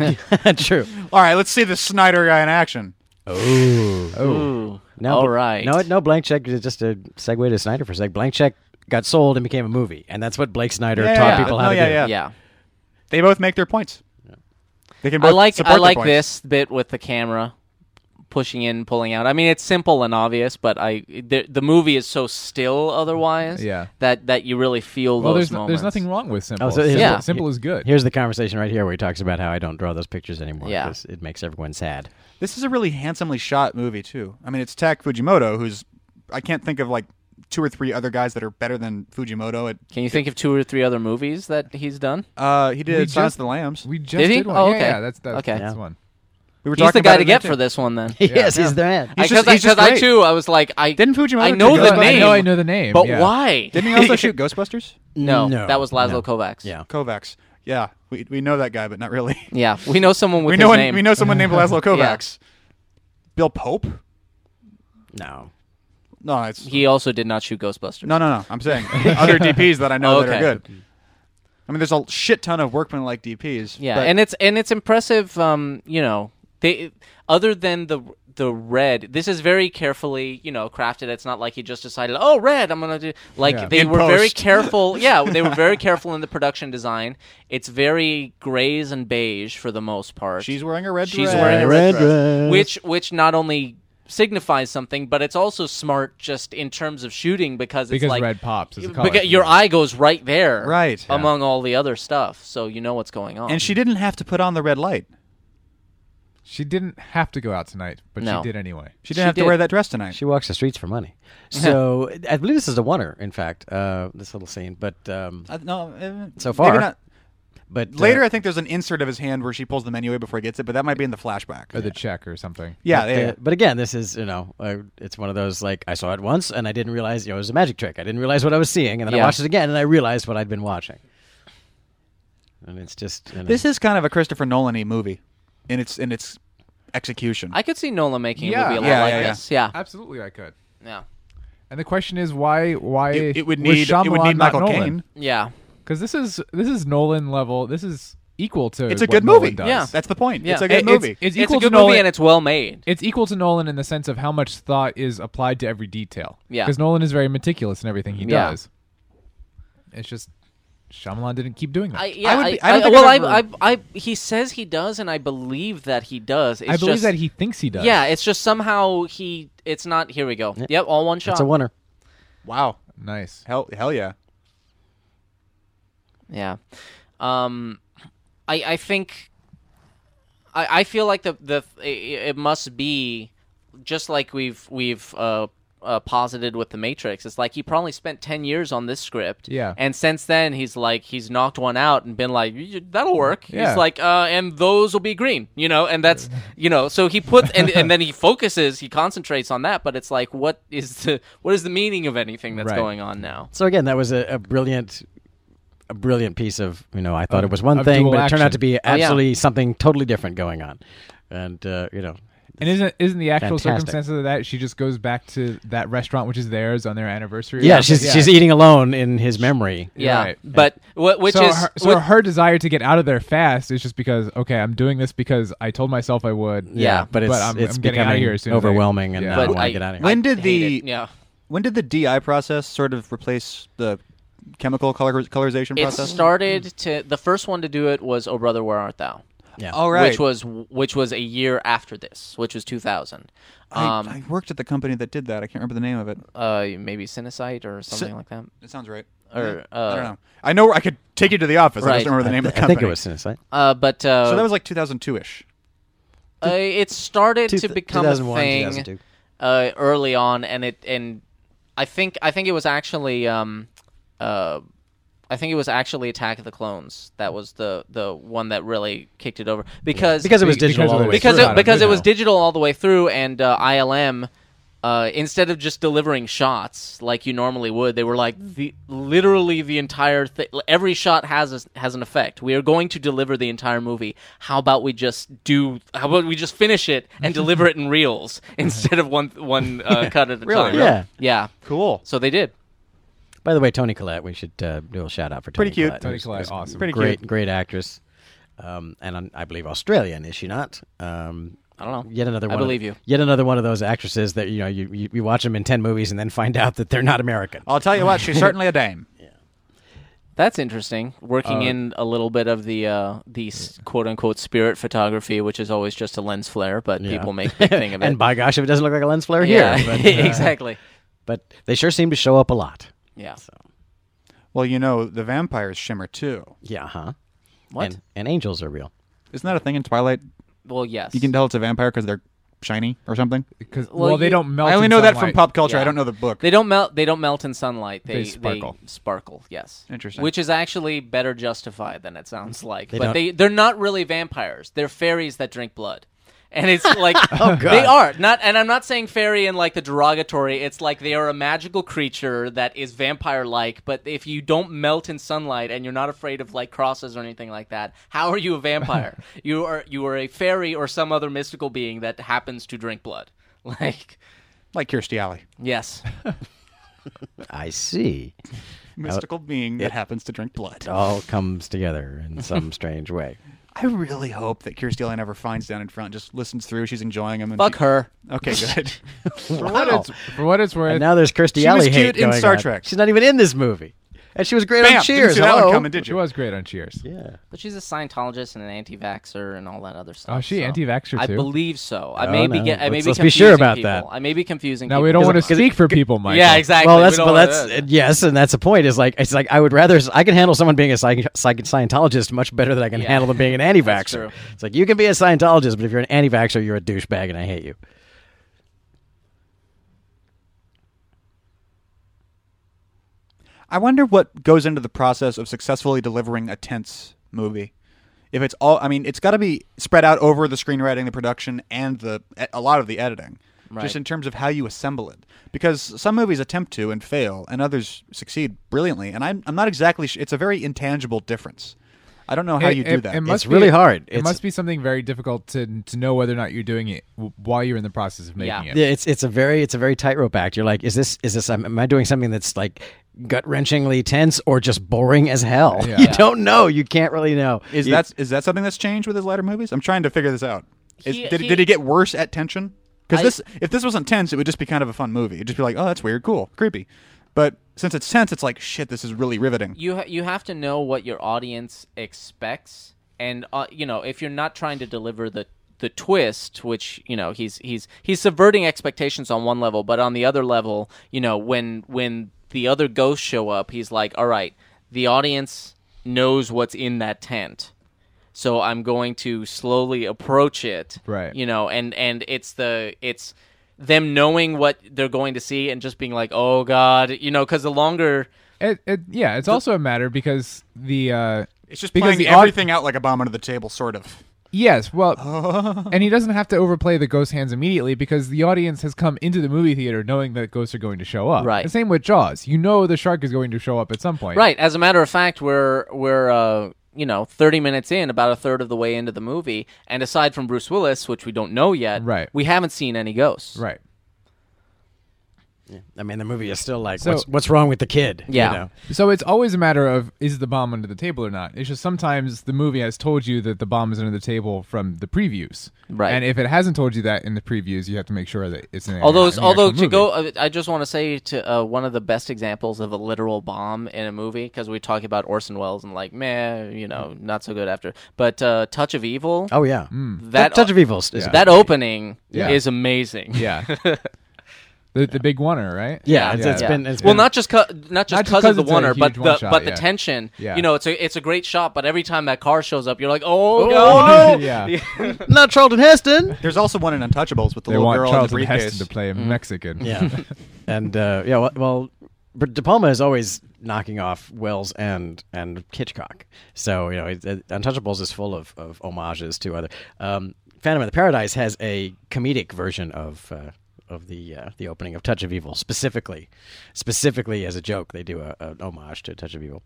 S3: true.
S2: All right, let's see the Snyder guy in action.
S5: Ooh. All right.
S3: No, no. Blank check is just a segue to Snyder for a sec. Blank check got sold and became a movie, and that's what Blake Snyder
S2: Yeah,
S3: taught
S5: yeah.
S3: people
S2: No,
S3: how to
S2: yeah,
S3: do.
S2: yeah.
S5: yeah.
S2: They both make their points. They can
S5: I
S2: both
S5: like
S2: support
S5: I
S2: their
S5: like
S2: points.
S5: this bit with the camera pushing in, pulling out. I mean, it's simple and obvious, but I the, the movie is so still otherwise
S4: Yeah.
S5: that that you really feel
S4: well,
S5: those
S4: there's no,
S5: moments.
S4: there's nothing wrong with simple.
S3: Oh, so here's
S4: simple,
S5: Yeah.
S3: the-
S4: simple is good.
S3: Here's the conversation right here where he talks about how I don't draw those pictures anymore
S5: Yeah.
S3: 'cause it makes everyone sad.
S2: This is a really handsomely shot movie too. I mean, it's Tak Fujimoto, who's I can't think of like two or three other guys that are better than Fujimoto. At,
S5: Can you think of two or three other movies that he's done?
S2: uh, he did
S4: We
S2: Silence
S4: just-
S2: of the Lambs. We,
S4: we just
S5: Did
S4: did,
S5: he?
S4: one.
S5: Oh,
S4: Yeah,
S5: okay.
S4: yeah, that's that's,
S5: Okay.
S4: that's
S3: Yeah.
S4: one.
S2: were
S5: He's
S2: talking
S5: the
S2: about
S5: guy
S2: it
S5: to
S2: in
S5: get
S2: there,
S5: for
S2: too.
S5: this one then.
S3: yes, he's the man.
S2: He's
S5: Because
S2: just-
S5: I,
S2: he's just
S5: 'cause I
S2: great.
S5: too, I was like, I
S2: Didn't Fujimoto
S5: I know
S2: do
S5: the
S2: Ghostbusters?
S5: name,
S4: I know I know the name.
S5: but
S4: yeah.
S5: why?
S2: Didn't he also shoot Ghostbusters?
S5: no,
S3: No.
S5: that was Laszlo
S3: No.
S5: Kovacs.
S3: Yeah.
S2: Kovacs. Yeah, we, we know that guy, but not really.
S5: yeah. We know someone with
S2: we
S5: his
S2: know an-
S5: name.
S2: we know someone named Laszlo Kovacs. Bill Pope?
S3: No.
S2: No, it's
S5: He also did not shoot Ghostbusters.
S2: no, no, no. I'm saying other DPs that I know that
S5: Okay.
S2: are good. I mean, there's a shit ton of workman like DPs.
S5: Yeah,
S2: but
S5: and it's and it's impressive. Um, you know, they other than the the red. This is very carefully, you know, crafted. It's not like he just decided, oh, red, I'm gonna do. Like
S4: Yeah.
S5: they
S3: In
S5: were very
S3: post.
S5: careful. yeah, they were very careful in the production design. It's very grays and beige for the most part.
S2: She's wearing a red
S5: She's
S2: dress.
S5: wearing a red,
S3: Red
S5: dress,
S3: dress.
S5: which which not only signifies something, but it's also smart just in terms of shooting because it's
S4: because
S5: like
S4: red pops is a color.
S5: because your eye goes right there,
S2: Right.
S5: among all the other stuff, so you know what's going on.
S2: And she didn't have to put on the red light.
S4: She didn't have to go out tonight, but
S5: No.
S4: she did anyway.
S2: She
S5: She
S2: didn't have to
S5: did.
S2: wear that dress tonight.
S3: She walks the streets for money. So I believe this is a oneer, in fact, uh, this little scene. But um,
S2: Uh, no, uh,
S3: So
S2: maybe
S3: far.
S2: not.
S3: but uh,
S2: Later, I think there's an insert of his hand where she pulls the menu away before he gets it, but that might be in the flashback.
S4: Or the check or something.
S2: yeah,
S3: but,
S2: yeah.
S3: the- uh, but again, this is you know, uh, it's one of those like I saw it once and I didn't realize you know it was a magic trick. I didn't realize what I was seeing, and then I
S5: Yeah.
S3: watched it again and I realized what I'd been watching. And it's just you know,
S2: This is kind of a Christopher Nolan-y movie in its in its execution.
S5: I could see Nolan making
S4: Yeah.
S5: a movie a lot
S2: Yeah,
S5: like
S2: yeah, yeah.
S5: this. Yeah,
S4: Absolutely, I could.
S5: yeah,
S4: And the question is why? Why
S2: it, it would
S4: was
S2: need it would
S4: Shyamalan
S2: need
S4: not
S2: Michael
S4: Nolan?
S2: Caine.
S5: yeah.
S4: Because this is this is Nolan level. This is equal to.
S2: It's a
S4: what
S2: good
S4: Nolan
S2: movie.
S4: Does.
S5: Yeah.
S2: That's the point.
S5: Yeah.
S2: It's a good
S4: It-
S2: movie.
S4: It's, it's
S5: It's
S4: equal
S5: a good
S4: to Nolan.
S5: movie and it's well made.
S4: it's equal to Nolan in the sense of how much thought is applied to every detail.
S5: Yeah.
S4: Because Nolan is very meticulous in everything he
S5: Yeah.
S4: does. It's just Shyamalan didn't keep doing that.
S5: I, yeah,
S2: I
S5: I
S2: would be- I
S5: I-
S2: don't think
S5: well,
S2: I've
S5: I, I, I, he says he does, and I believe that he does. It's
S4: I believe
S5: just,
S4: that he thinks he does.
S5: Yeah, it's just somehow he. It's not. Here we go. Yep, all one shot.
S3: it's a oneer.
S2: wow.
S4: Nice.
S2: Hell hell yeah.
S5: Yeah. Um, I I think I I feel like the the i- i- it must be just like we've we've uh, uh posited with the Matrix. It's like he probably spent ten years on this script.
S4: Yeah.
S5: And since then, he's like he's knocked one out and been like "Y- y- that'll work.
S4: Yeah.
S5: He's like uh and those will be green, you know. And that's you know so he puts and and then he focuses, he concentrates on that. But it's like what is the what is the meaning of anything that's
S4: Right.
S5: going on now?
S3: So again, that was a, a brilliant, a brilliant piece of you know. I thought it
S4: Of-
S3: was one
S4: of
S3: thing,
S4: dual
S3: but it turned
S4: action.
S3: out to be
S5: yeah.
S3: absolutely something totally different going on, and uh, you know,
S4: And isn't isn't the actual
S3: Fantastic.
S4: circumstances of that she just goes back to that restaurant which is theirs on their anniversary? or
S3: yeah,
S4: something?
S3: she's she's eating alone in his memory.
S5: Yeah,
S4: Right.
S5: but wh- which
S4: so
S5: is
S4: her, so
S5: which-
S4: her desire to get out of there fast is just because okay, I'm doing this because I told myself I would.
S5: Yeah,
S3: but it's
S4: I'm,
S3: it's
S4: I'm getting
S3: becoming
S4: out of here as soon as I-
S3: overwhelming, and
S4: Yeah.
S3: now I
S5: But
S3: want
S5: I-
S3: to get out of here.
S2: When did
S5: hate
S2: the
S5: it. yeah
S2: when did the DI process sort of replace the chemical color, colorization
S5: it
S2: process?
S5: started to the first one to do it was oh brother where art thou
S3: yeah.
S2: All right.
S5: which was which was a year after this which was 2000
S2: I,
S5: um
S2: I worked at the company that did that. I can't remember the name of it.
S5: uh maybe Cinecite or something like that
S2: It sounds right. Yeah.
S5: Or,
S2: I don't
S5: uh,
S2: know. I know where I could take you to the office. I just
S5: Right.
S2: don't remember the name
S3: I,
S2: of the
S3: I
S2: company.
S3: think it was Cinecite.
S5: uh but uh,
S2: So that was like 2002 ish.
S5: uh, it started
S3: Two-
S5: to become a
S3: 2001,
S5: thing
S3: 2002.
S5: uh early on and it and i think i think it was actually um uh I think it was actually Attack of the Clones that was the, the one that really kicked it over because
S3: Because it was
S4: Because
S3: digital
S4: of
S3: all the
S4: the-
S3: way
S5: because
S3: through.
S5: it, because it was digital all the way through, and uh, ILM, uh, instead of just delivering shots like you normally would, they were like the literally the entire thing. Every shot has a, has an effect. We are going to deliver the entire movie. How about we just do? How about we just finish it and deliver it in reels instead of one one uh, cut at a
S2: Really?
S5: time?
S3: Yeah.
S5: yeah.
S2: Cool.
S5: So they did.
S3: By the way, Tony Collette, we should uh, do a shout out for Tony
S2: Pretty cute.
S3: Collette,
S4: Tony
S3: who's-
S4: Collette,
S3: who's
S4: awesome.
S2: Pretty
S3: great,
S2: cute.
S3: great actress, um, and um, I believe Australian is she not? Um,
S5: I don't know.
S3: Yet another.
S5: I
S3: One
S5: believe
S3: of,
S5: you.
S3: Yet another one of those actresses that you know you, you, you watch them in ten movies and then find out that they're not American.
S2: I'll tell you what, she's certainly a dame.
S5: That's interesting. Working
S3: Uh,
S5: in a little bit of the uh, the s- quote unquote spirit photography, which is always just a lens flare, but
S3: Yeah.
S5: people make big thing of it.
S3: and by gosh, if it doesn't look like a lens flare
S5: yeah,
S3: here, but, uh,
S5: exactly.
S3: but they sure seem to show up a lot.
S5: Yeah.
S2: Well, you know, the vampires shimmer too.
S3: Yeah, huh?
S5: What?
S3: And, and angels are real.
S2: Isn't that a thing in Twilight?
S5: well, yes.
S2: You can tell it's a vampire because they're shiny or something.
S4: 'Cause- well,
S5: Well,
S4: they
S5: you-
S4: don't melt.
S2: I only
S4: in
S2: know that from
S4: sunlight.
S2: pop culture. I
S5: Yeah.
S2: don't know the book.
S5: they don't melt. They don't melt in sunlight. They,
S4: They sparkle.
S5: sparkle. Yes.
S2: Interesting.
S5: Which is actually better justified than it sounds like.
S3: They
S5: but
S3: don't-
S5: they they're not really vampires. They're fairies that drink blood. And it's like they are not, and I'm not saying fairy in like the derogatory. It's like they are a magical creature that is vampire-like. But if you don't melt in sunlight and you're not afraid of like crosses or anything like that, how are you a vampire? you are you are a fairy or some other mystical being that happens to drink blood. Like
S2: Like Kirstie Alley.
S5: yes,
S3: I see.
S2: Mystical being that happens to drink blood.
S3: It all comes together in some strange way.
S2: I really hope that Kirstie Alley never finds down in front. Just listens through. She's enjoying him. And
S5: Fuck her.
S2: Okay, good.
S4: For what it's for what it's worth,
S3: And now there's Kirstie
S2: She was
S3: Alley hate
S2: cute in
S3: going
S2: Star
S3: on.
S2: Trek.
S3: She's not even in this movie, and she was great
S2: Bam!
S3: on
S2: Didn't
S3: Cheers.
S2: see that
S3: Hello.
S2: one coming, did
S4: she
S2: you?
S4: was great on Cheers.
S3: Yeah.
S5: But she's a Scientologist and an anti-vaxer and all that other stuff.
S4: Oh, is she
S5: so-
S4: anti-vaxxer
S5: I
S4: too?
S5: believe so. I
S3: Oh,
S5: may be.
S3: no.
S5: Get, I may
S3: Let's-
S5: be
S3: let's be sure
S5: confusing
S3: about
S5: people.
S3: that.
S5: I may be confusing.
S4: Now
S5: people.
S4: we don't want to
S3: Because-
S4: speak for people, Michael.
S5: Yeah, exactly.
S3: Well,
S5: We
S3: that's
S5: don't
S3: but
S5: wanna
S3: that's
S5: do that.
S3: yes, and that's the point. Is like it's like I would rather I can handle someone being a psych, psych Scientologist much better than I can
S5: Yeah.
S3: handle them being an anti-vaxxer.
S5: true.
S3: It's like you can be a Scientologist, but if you're an anti-vaxxer, you're a douchebag, and I hate you.
S2: I wonder what goes into the process of successfully delivering a tense movie. If it's all, I mean, it's got to be spread out over the screenwriting, the production, and the e, a lot of the editing.
S5: Right.
S2: Just in terms of how you assemble it, because some movies attempt to and fail, and others succeed brilliantly. And I'm, I'm not exactly. Sh- it's a very intangible difference. I don't know how
S4: It-
S2: you
S4: it-
S2: do that.
S4: It must
S3: It's really
S4: be-
S3: hard.
S4: It
S3: It's-
S4: must be something very difficult to to know whether or not you're doing it w- while you're in the process of making
S5: Yeah.
S4: it.
S3: Yeah, it's it's a very it's a very tightrope act. You're like, is this is this am I doing something that's like gut wrenchingly tense or just boring as hell?
S4: Yeah.
S3: You
S4: Yeah.
S3: don't know. You can't really know.
S2: Is
S3: You-
S2: that is that something that's changed with his latter movies? I'm trying to figure this out. Is,
S5: He-
S2: did,
S5: he-
S2: did he get worse at tension? Because
S5: I-
S2: this, if this wasn't tense, it would just be kind of a fun movie. It'd just be like, oh, that's weird, cool, creepy. But since it's tense, it's like, shit, this is really riveting.
S5: you ha- you have to know what your audience expects and uh, you know if you're not trying to deliver the the twist which you know he's he's he's subverting expectations on one level but on the other level you know when when the other ghosts show up he's like all right the audience knows what's in that tent so i'm going to slowly approach it
S4: Right.
S5: you know and and it's the it's them knowing what they're going to see and just being like oh god you know because the longer
S4: It, it, yeah, it's also a matter because the uh,
S2: It's just
S4: because
S2: playing
S4: the aud-
S2: everything out like a bomb under the table, sort of.
S4: yes,
S3: Oh.
S4: well, and he doesn't have to overplay the ghost hands immediately because the audience has come into the movie theater knowing that ghosts are going to show up.
S5: Right.
S4: The same with Jaws. You know the shark is going to show up at some point.
S5: Right. As a matter of fact, we're we're uh, you know thirty minutes in, about a third of the way into the movie, and aside from Bruce Willis, which we don't know yet,
S4: Right.
S5: we haven't seen any ghosts.
S4: Right.
S3: I mean, the movie is still like,
S4: So-
S3: what's what's wrong with the kid?
S5: Yeah.
S3: You know?
S4: So it's always a matter of is the bomb under the table or not. It's just sometimes the movie has told you that the bomb is under the table from the previews.
S5: Right.
S4: And if it hasn't told you that in the previews, you have to make sure that it's in.
S5: Although,
S4: in the
S5: although
S4: actual
S5: to
S4: movie.
S5: go, uh, I just want to say to uh, one of the best examples of a literal bomb in a movie because we talk about Orson Welles and like, meh, you know, not so good after. But uh, Touch of Evil,
S3: Oh yeah.
S5: that
S3: Touch of Evil is
S4: Yeah.
S5: that opening
S4: Yeah.
S5: is amazing.
S4: Yeah. the, the big oneer, right?
S3: Yeah, it's- it's been- it's
S5: well,
S3: been-
S5: not just cu- not just
S4: just
S5: because of
S4: 'cause
S5: the
S4: it's a
S5: winner, but
S4: huge
S5: the
S4: one shot,
S5: but
S4: yeah.
S5: the tension.
S4: Yeah.
S5: You know, it's a it's a great shot, but every time that car shows up, you're like, oh, god.
S4: yeah.
S3: not Charlton Heston.
S2: There's also one in Untouchables with the
S4: They
S2: little
S4: want
S2: girl
S4: Charlton
S2: in the briefcase.
S4: Heston to play a
S5: Mm-hmm.
S4: Mexican.
S3: Yeah. and uh, yeah, well, well, but De Palma is always knocking off Wells and and Hitchcock. So you know, it, it- Untouchables is full of, of homages to other. Um, Phantom of the Paradise has a comedic version of. Uh, of the uh, the opening of Touch of Evil specifically, specifically as a joke, they do a, an homage to Touch of Evil.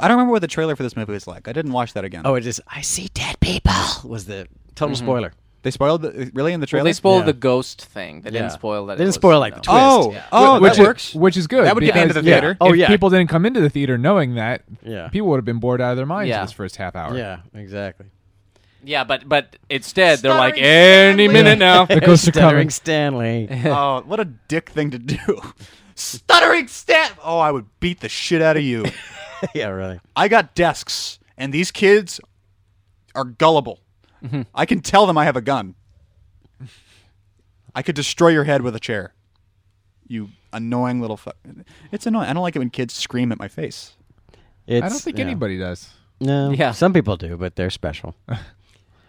S2: I don't remember what the trailer for this movie was like. I didn't watch that again.
S3: Oh, it is I see dead people was the total spoiler.
S2: they spoiled the, really in the trailer.
S5: They spoiled
S3: Yeah.
S5: the ghost thing. They
S3: Yeah.
S5: didn't spoil that.
S3: They
S5: it
S3: didn't
S5: was,
S3: spoil, like,
S5: you
S3: the
S5: know.
S3: twist.
S2: Oh,
S3: Yeah.
S2: oh,
S4: which
S2: that
S4: is,
S2: works.
S4: Which is good.
S2: That would get me
S4: because
S2: into the theater.
S4: Yeah,
S3: Oh,
S4: if
S3: yeah.
S4: people didn't come into the theater knowing that.
S3: Yeah.
S4: People would have been bored out of their minds
S5: Yeah.
S4: for this first half hour.
S3: Yeah, exactly.
S5: Yeah, but but instead they're like,
S2: Starring
S5: any minute now.
S4: The ghosts are
S3: Stuttering
S4: coming.
S3: Stanley.
S2: oh, what a dick thing to do. Stuttering step. Oh, I would beat the shit out of you.
S3: yeah, really.
S2: I got desks, and these kids are gullible.
S5: Mm-hmm.
S2: I can tell them I have a gun. I could destroy your head with a chair. You annoying little fuck. It's annoying. I don't like it when kids scream at my face.
S3: It's,
S4: I don't think
S3: yeah.
S4: anybody does.
S3: No.
S5: Yeah.
S3: Some people do, but they're special.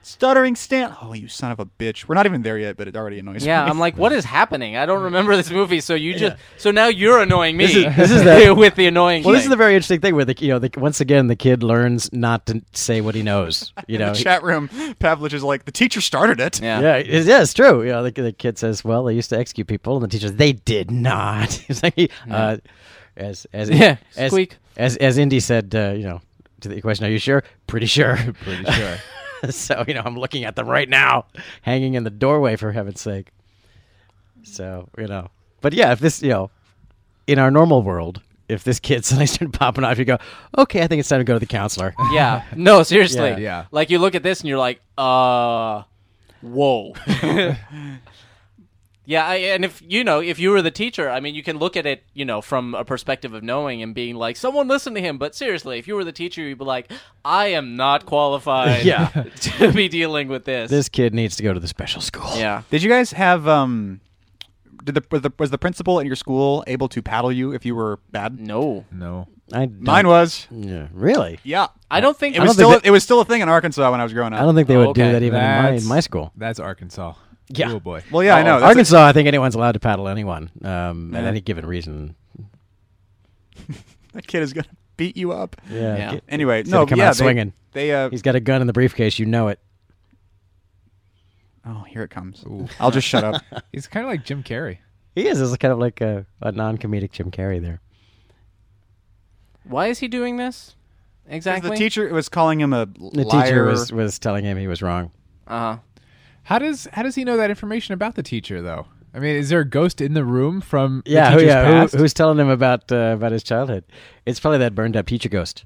S2: Stuttering Stan. Oh, you son of a bitch. We're not even there yet, but it already annoys
S5: Yeah,
S2: me.
S5: I'm like, what is happening? I don't remember this movie. So you just so now you're annoying me.
S3: This is- this is the-
S5: with the annoying.
S3: Well, this is
S5: thing.
S3: the very interesting thing where the you know the, once again the kid learns not to say what he knows. You
S2: In
S3: know,
S2: the chat room, Pavlich is like, the teacher started it.
S5: yeah.
S3: yeah, it, yeah, it's true. You know, the, the kid says, "Well, they used to execute people," and the teacher, "They did not." it's like, uh, as as
S5: Yeah,
S3: as,
S5: squeak.
S3: as as Indy said, uh, you know, to the question, "Are you sure?" Pretty sure. Pretty
S4: Sure.
S3: so you know, I'm looking at them right now, hanging in the doorway for heaven's sake. So you know, but yeah, if this you know, in our normal world, if this kid suddenly started popping off, you go, okay, I think it's time to go to the counselor.
S5: Yeah. No, seriously.
S3: Yeah.
S4: Yeah.
S5: Like you look at this and you're like, uh, whoa. yeah, I, and if you know, if you were the teacher, I mean, you can look at it, you know, from a perspective of knowing and being like, someone listen to him. But seriously, if you were the teacher, you'd be like, I am not qualified.
S3: Yeah.
S5: to be dealing with this.
S3: this kid needs to go to the special school.
S5: Yeah.
S2: Did you guys have um? Did the was, the was the principal at your school able to paddle you if you were bad?
S5: No.
S4: No.
S3: I don't-
S2: Mine was.
S3: Yeah, really?
S2: Yeah,
S5: I don't think.
S2: it was
S3: don't think
S2: still
S3: that-
S2: it was still a thing in Arkansas when I was growing up.
S3: I don't think they would
S5: Okay,
S3: do that even in my,
S4: That's-
S3: in my school.
S4: That's Arkansas.
S3: Yeah.
S4: Oh boy.
S2: well, yeah, I know. That's a-
S3: Arkansas, I think anyone's allowed to paddle anyone um, at any given reason.
S2: that kid is gonna beat you up.
S3: Yeah.
S5: Yeah.
S3: Get-
S2: Anyway,
S3: He's
S2: no,
S3: gonna come
S2: yeah,
S3: out
S2: they,
S3: swinging.
S2: They uh,
S3: He's got a gun in the briefcase. You know it.
S2: oh, here it comes. I'll just shut up.
S4: He's kind of like Jim Carrey.
S3: He is. It's kind of like a, a non-comedic Jim Carrey there.
S5: Why is he doing this? Exactly.
S2: The teacher was calling him a
S3: The
S2: liar.
S3: teacher was, was telling him he was wrong.
S5: Uh-huh.
S4: How does how does he know that information about the teacher though? I mean, is there a ghost in the room from
S3: Yeah,
S4: the
S3: who,
S4: teacher's
S3: yeah.
S4: past?
S3: Who, who's telling him about uh, about his childhood? It's probably that burned up teacher ghost.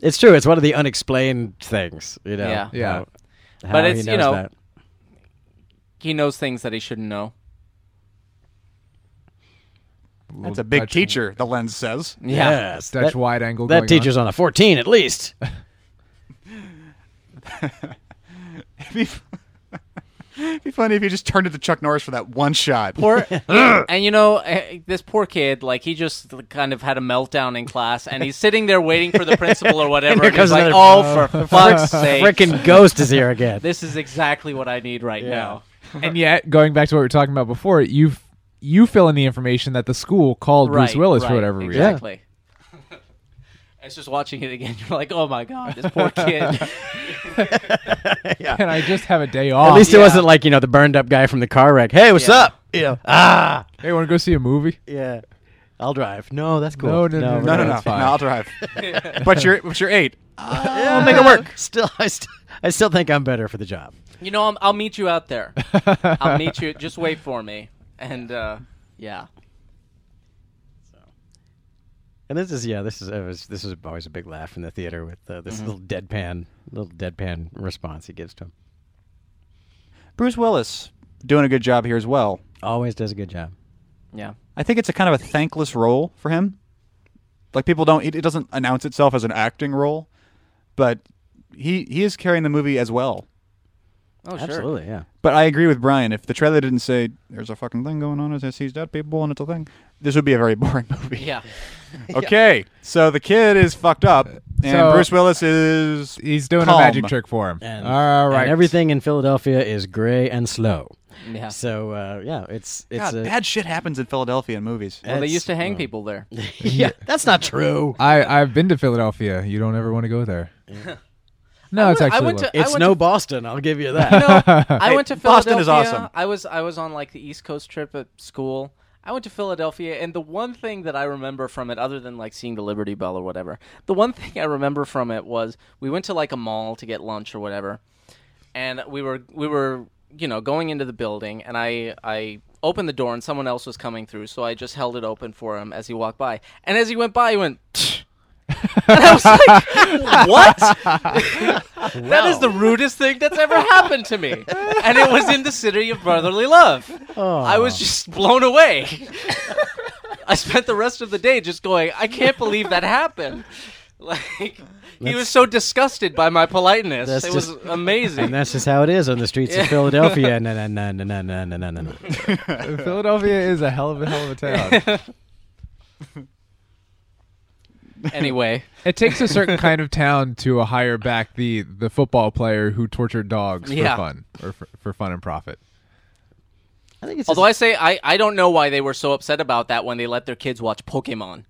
S3: it's true. It's one of the unexplained things. You know.
S5: Yeah.
S4: Yeah.
S3: how
S5: But
S3: he
S5: it's, you
S3: knows
S5: know,
S3: that.
S5: He knows things that he shouldn't know.
S2: That's a big
S4: Dutch-
S2: teacher. The lens says.
S3: Yes,
S4: Dutch
S3: that,
S4: wide angle.
S3: that
S4: going
S3: teacher's on. a fourteen at least.
S2: It'd be, f- it'd be funny if you just turned it to Chuck Norris for that one shot.
S5: poor and you know eh, this poor kid like he just kind of had a meltdown in class and he's sitting there waiting for the principal or whatever
S3: here
S5: and he's
S3: comes
S5: like
S3: another-
S5: oh for fuck's sake
S3: Frickin' ghost is here again.
S5: this is exactly what i need right now
S4: on. And yet, going back to what we were talking about before, you f- you fill in the information that the school called
S5: right
S4: Bruce Willis
S5: right,
S4: for whatever reason.
S5: exactly it's just watching it again you're like oh my god this poor kid
S4: And I just have a day off.
S3: At least it
S5: yeah.
S3: wasn't like you know the burned up guy from the car wreck. Hey, what's
S5: Yeah.
S3: up? You know, ah,
S4: hey, want to go see a movie?
S3: yeah. I'll drive. No, that's cool.
S4: No, no,
S2: No,
S4: no,
S2: no, no,
S4: That's
S2: no.
S4: fine.
S2: I'll drive. but you're but you're eight.
S3: I'll make it work. Still, I, st- I still think I'm better for the job.
S5: you know I'm, i'll meet you out there i'll meet you just wait for me and uh, yeah
S3: And this is yeah, this is it was, this is always a big laugh in the theater with uh, this little deadpan little deadpan response he gives to him.
S2: Bruce Willis doing a good job here as well.
S3: Always does a good job.
S5: yeah
S2: I think it's a kind of a thankless role for him. Like people don't it, it doesn't announce itself as an acting role, but he he is carrying the movie as well.
S5: oh sure
S3: Absolutely, yeah.
S2: But I agree with Brian. If the trailer didn't say there's a fucking thing going on as I sees dead people and it's a thing, this would be a very boring movie.
S5: yeah
S2: Okay. So the kid is fucked up and
S4: So-
S2: Bruce Willis is
S4: He's doing
S2: calm.
S4: a magic trick for him.
S3: And,
S4: All right.
S3: and everything in Philadelphia is gray and slow.
S5: yeah
S3: So uh, yeah, it's it's
S2: God,
S3: a,
S2: bad shit happens in Philadelphia in movies.
S5: well, they
S3: it's-
S5: used to hang people there
S3: yeah, that's not true.
S4: Oh. I I've been to Philadelphia. You don't ever want to go there. no, it's
S5: went- I
S4: actually.
S5: went
S4: lo-
S5: to-
S3: It's
S5: went
S3: no Boston, I'll give you that.
S5: No, I went to Philadelphia.
S2: Boston is awesome.
S5: I was I was on like the East Coast trip at school. I went to Philadelphia, and the one thing that I remember from it, other than like seeing the Liberty Bell or whatever, the one thing I remember from it was we went to like a mall to get lunch or whatever, and we were we were you know going into the building, and I I opened the door and someone else was coming through, so I just held it open for him as he walked by, and as he went by, he went. "Tch." and I was like, "What?" That is the rudest thing that's ever happened to me. And it was in the city of brotherly love.
S3: Oh,
S5: I was just blown away. I spent the rest of the day just going, I can't believe that happened. Like he was so disgusted by my politeness.
S3: That's
S5: It was
S3: just-
S5: amazing.
S3: And that's just how it is on the streets
S5: Yeah.
S3: of Philadelphia. Na, na, na, na, na, na, na, na, na.
S4: Philadelphia is a hell of a hell of a town.
S5: anyway,
S4: It takes a certain kind of town to hire back the the football player who tortured dogs for
S5: Yeah.
S4: fun or for, for fun and profit.
S3: I think it's
S5: although I say I, I don't know why they were so upset about that when they let their kids watch Pokemon.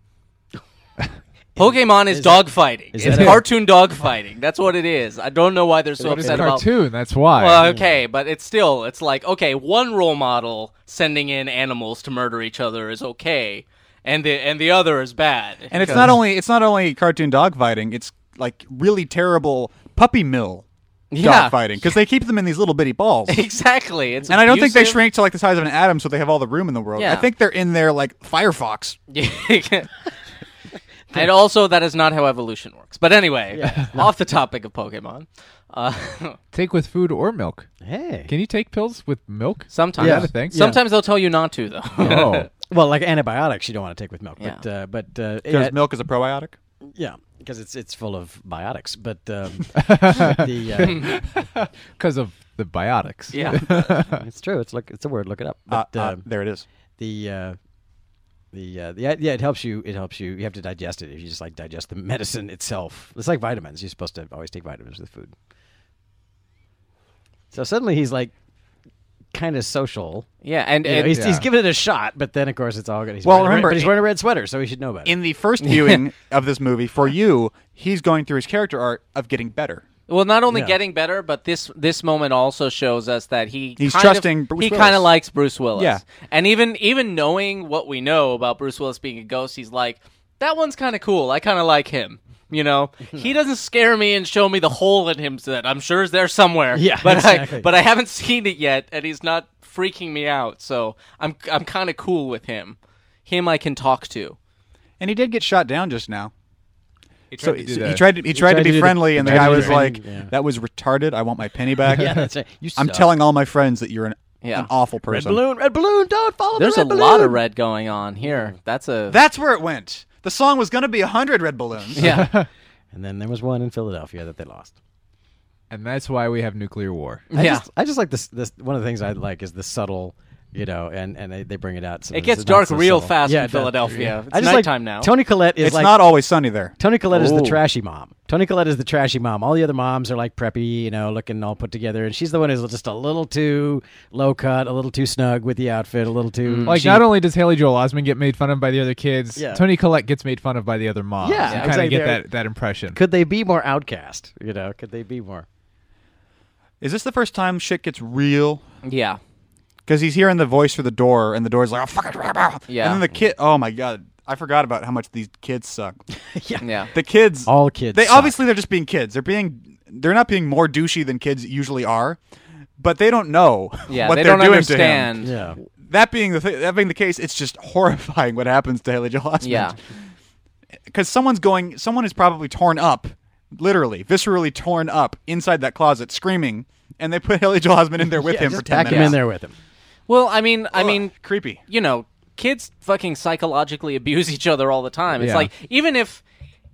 S5: Pokemon is, dog fighting.
S3: is
S5: It's
S3: that a-
S5: cartoon dog fighting. That's what it is. I don't know why they're so
S4: But it's
S5: upset about
S4: cartoon. That's why.
S5: Well, okay, but it's still it's like okay, one role model sending in animals to murder each other is okay, and the and the other is bad.
S2: And it's not only it's not only cartoon dog fighting, it's like really terrible puppy mill
S5: Yeah.
S2: dogfighting because they keep them in these little bitty balls.
S5: Exactly. It's
S2: And I don't think they
S5: abusive.
S2: shrink to like the size of an atom, so they have all the room in the world.
S5: Yeah.
S2: I think they're in there like Firefox.
S5: and also, that is not how evolution works. But anyway, off the topic of Pokemon. Uh,
S4: Take with food or milk.
S3: Hey.
S4: Can you take pills with milk?
S5: sometimes,
S4: Yeah. Is that a thing? Yeah.
S5: sometimes they'll tell you not to, though.
S4: Oh,
S3: well, like antibiotics, you don't want to take with milk, but
S5: Yeah.
S3: uh, but uh,
S2: Because
S3: yeah,
S2: milk is a probiotic.
S3: yeah, because it's it's full of biotics. But um, the
S4: because of the biotics.
S5: yeah.
S3: uh, it's true. It's like it's a word. Look it up.
S2: Uh,
S3: But
S2: uh,
S3: um,
S2: there it is.
S3: the uh, the uh, the yeah, it helps you. It helps you. You have to digest it. If you just like digest the medicine itself, it's like vitamins. You're supposed to always take vitamins with food. So suddenly he's like kind of social.
S5: Yeah, and,
S3: You know,
S5: and
S3: he's, he's
S4: Yeah.
S3: giving it a shot, but then of course it's all good. He's
S2: Well,
S3: wearing a red-
S2: remember,
S3: but he's
S2: i-
S3: wearing a red sweater, so he should know about it.
S2: In the first viewing of this movie, for you, he's going through his character art of getting better.
S5: well, not only
S3: Yeah.
S5: getting better, but this this moment also shows us that he
S2: He's
S5: kind
S2: trusting
S5: Of,
S2: Bruce
S5: he
S2: Willis.
S5: kind of likes Bruce Willis.
S2: Yeah.
S5: and even even knowing what we know about Bruce Willis being a ghost, he's like, that one's kind of cool. I kind of like him. You know, he doesn't scare me and show me the hole in him that I'm sure is there somewhere.
S3: Yeah,
S5: but I
S3: exactly.
S5: but I haven't seen it yet, and he's not freaking me out. So I'm I'm kind of cool with him. Him I can talk to.
S2: And he did get shot down just now. so
S4: to do
S2: so he
S4: that.
S2: tried to he, tried,
S3: tried
S2: to
S3: to do
S2: be
S3: the-
S2: friendly, and the
S3: tried to
S2: guy
S3: do
S2: was
S3: the
S2: like,
S3: thing, yeah.
S2: "That was retarded. I want my penny back."
S3: yeah, that's right. You
S2: I'm
S3: suck.
S2: telling all my friends that you're an,
S5: Yeah.
S2: an awful
S3: Red
S2: person.
S3: balloon, red balloon, don't follow.
S5: There's
S3: the
S5: a
S3: red
S5: lot of
S3: balloon.
S5: red going on here. That's a
S2: That's where it went. The song was going to be hundred red balloons.
S5: yeah.
S3: And then there was one in Philadelphia that they lost.
S4: and that's why we have nuclear war.
S3: I
S5: Yeah.
S3: just, I just like this. This one of the things I like is the subtle, you know, and and they, they bring it out. so
S5: It
S3: it's
S5: gets
S3: not
S5: dark
S3: so
S5: real
S3: subtle.
S5: fast
S3: Yeah,
S5: in
S3: it does.
S5: Philadelphia. It's
S3: I just
S5: nighttime
S3: like,
S5: now.
S3: Tony Collette is
S2: It's
S3: like
S2: not always sunny there.
S3: Tony Collette is the
S5: Ooh.
S3: trashy mom. Tony Collette is the trashy mom. All the other moms are like preppy, you know, looking all put together, and she's the one who's just a little too low cut, a little too snug with the outfit, a little
S5: Mm.
S3: too
S4: Like,
S3: she-
S4: not only does Haley Joel Osment get made fun of by the other kids,
S3: Yeah.
S4: Tony Collette gets made fun of by the other moms.
S3: Yeah,
S4: you kind
S3: exactly.
S4: of get
S3: They're-
S4: that, that impression.
S3: could they be more outcast? You know, could they be more?
S2: Is this the first time shit gets real?
S5: Yeah.
S2: Because he's hearing the voice through the door, and the door's like, "Oh fuck it!"
S5: Yeah.
S2: And then the kid. Oh my god, I forgot about how much these kids suck.
S5: Yeah.
S2: The kids.
S3: All kids
S2: They
S3: suck.
S2: obviously they're just being kids. They're being. They're not being more douchey than kids usually are, but they don't know
S5: Yeah,
S2: what
S5: they
S2: they're
S5: don't
S2: doing to
S5: understand.
S2: him.
S3: Yeah.
S2: That being the th- that being the case, it's just horrifying what happens to Haley Joel Osment.
S5: Yeah.
S2: because someone's going. Someone is probably torn up, literally, viscerally torn up inside that closet, screaming, and they put Haley Joel Osment in there with
S3: Yeah,
S2: him
S3: just
S2: for ten
S3: pack
S2: minutes.
S3: him in there with him.
S5: Well, I mean, I
S2: Ugh,
S5: mean,
S2: creepy.
S5: you know, kids fucking psychologically abuse each other all the time. It's
S4: Yeah.
S5: like even if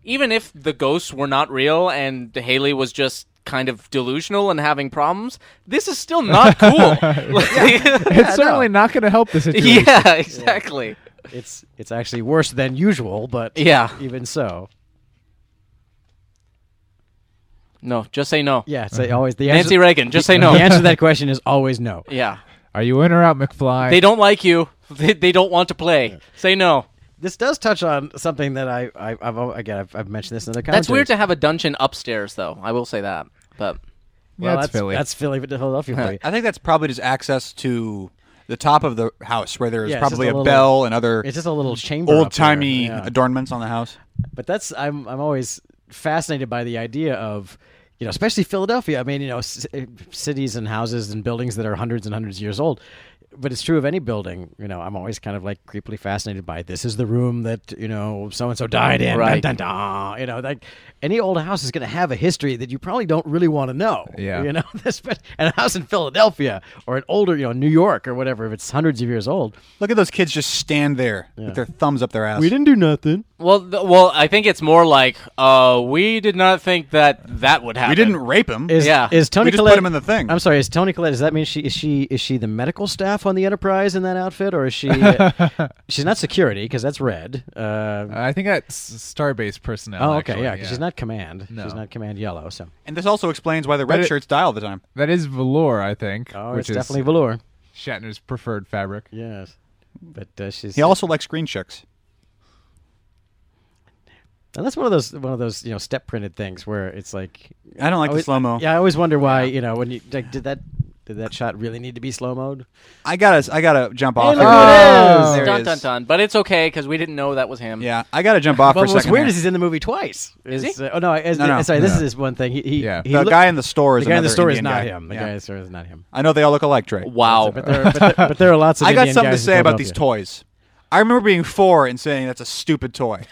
S5: even if the ghosts were not real and Haley was just kind of delusional and having problems, this is still not cool.
S4: it's
S5: yeah,
S4: certainly not going to help the situation.
S5: exactly.
S3: It's it's actually worse than usual, but
S5: Yeah.
S3: even so,
S5: No, just say no.
S3: yeah. It's like always the
S5: Nancy
S3: answer,
S5: Reagan, just say
S3: The
S5: no.
S3: answer to that question is always no.
S5: Yeah.
S4: Are you in or out, McFly?
S5: They don't like you. They, they don't want to play. Say no.
S3: This does touch on something that I, I I've al- again I've, I've mentioned this in the
S5: That's weird to have a dungeon upstairs, though. I will say that. But
S4: Yeah, it's
S3: that's
S4: Philly.
S3: That's Philly, but Philadelphia. for you.
S2: I think that's probably just access to the top of the house where there's
S3: Yeah, it's just
S2: probably
S3: a
S2: a,
S3: little-
S2: bell and other
S3: It's just a little chamber, up there,
S2: old timey
S3: yeah.
S2: adornments on the house.
S3: But that's I'm I'm always fascinated by the idea of. You know, especially Philadelphia. I mean, you know, c- eh, cities and houses and buildings that are hundreds and hundreds of years old. But it's true of any building. You know, I'm always kind of like creepily fascinated by this is the room that you know so and so died in. Dun,
S5: Right.
S3: dun, dun. You know, like any old house is going to have a history that you probably don't really want to know.
S4: Yeah.
S3: You know, This- but- and a house in Philadelphia or an older, you know, New York or whatever, if it's hundreds of years old.
S2: Look at those kids just stand there with their thumbs up their ass.
S3: We didn't do nothing.
S5: Well, th- well, I think it's more like uh, we did not think that that would happen.
S2: we didn't rape him.
S3: Is,
S5: Yeah.
S3: Is Tony
S2: We just put
S3: Collette,
S2: him in the thing.
S3: I'm sorry. Is Tony Collette? Does that mean she is she is she the medical staff on the Enterprise in that outfit, or is she? uh, she's not security because that's red. Uh,
S4: I think that's Starbase personnel.
S3: oh, okay,
S4: actually,
S3: yeah. 'cause she's not command.
S4: No.
S3: She's not command yellow. So
S2: and this also explains why the red
S4: it-
S2: shirts die all the time.
S4: That is velour, I think,
S3: oh,
S4: which
S3: it's
S4: is
S3: definitely velour.
S4: Shatner's preferred fabric.
S3: Yes, but uh, she's
S2: He also likes green chicks.
S3: and that's one of those one of those you know step printed things where it's like
S2: I don't like
S3: always-
S2: the slow mo.
S3: Yeah, I always wonder why you know when you like, did that Did that shot really need to be slow mode?
S2: I gotta, I gotta jump off.
S3: look
S2: here.
S3: who it is.
S2: There he
S5: dun
S2: is.
S5: dun dun. But it's okay because we didn't know that was him.
S2: Yeah, I gotta jump off
S3: But
S2: for a
S3: what's
S2: second.
S3: weird
S2: here.
S3: is he's in the movie twice. Is
S5: he?
S3: uh, oh no, is,
S2: No, no,
S3: sorry. This
S4: no.
S3: is his one thing. He, he
S4: Yeah.
S3: he
S2: the
S3: look-
S2: guy in the store is
S3: the guy in the
S2: another
S3: store is
S2: Indian guy.
S3: not him. The
S2: Yeah.
S3: guy in the store is not him.
S2: I know they all look alike, Drake.
S5: Wow.
S3: But there, but, there, but there are lots of.
S2: I got
S3: Indian
S2: something to
S3: guys in
S2: say about these
S3: Philadelphia.
S2: toys. I remember being four and saying that's a stupid toy.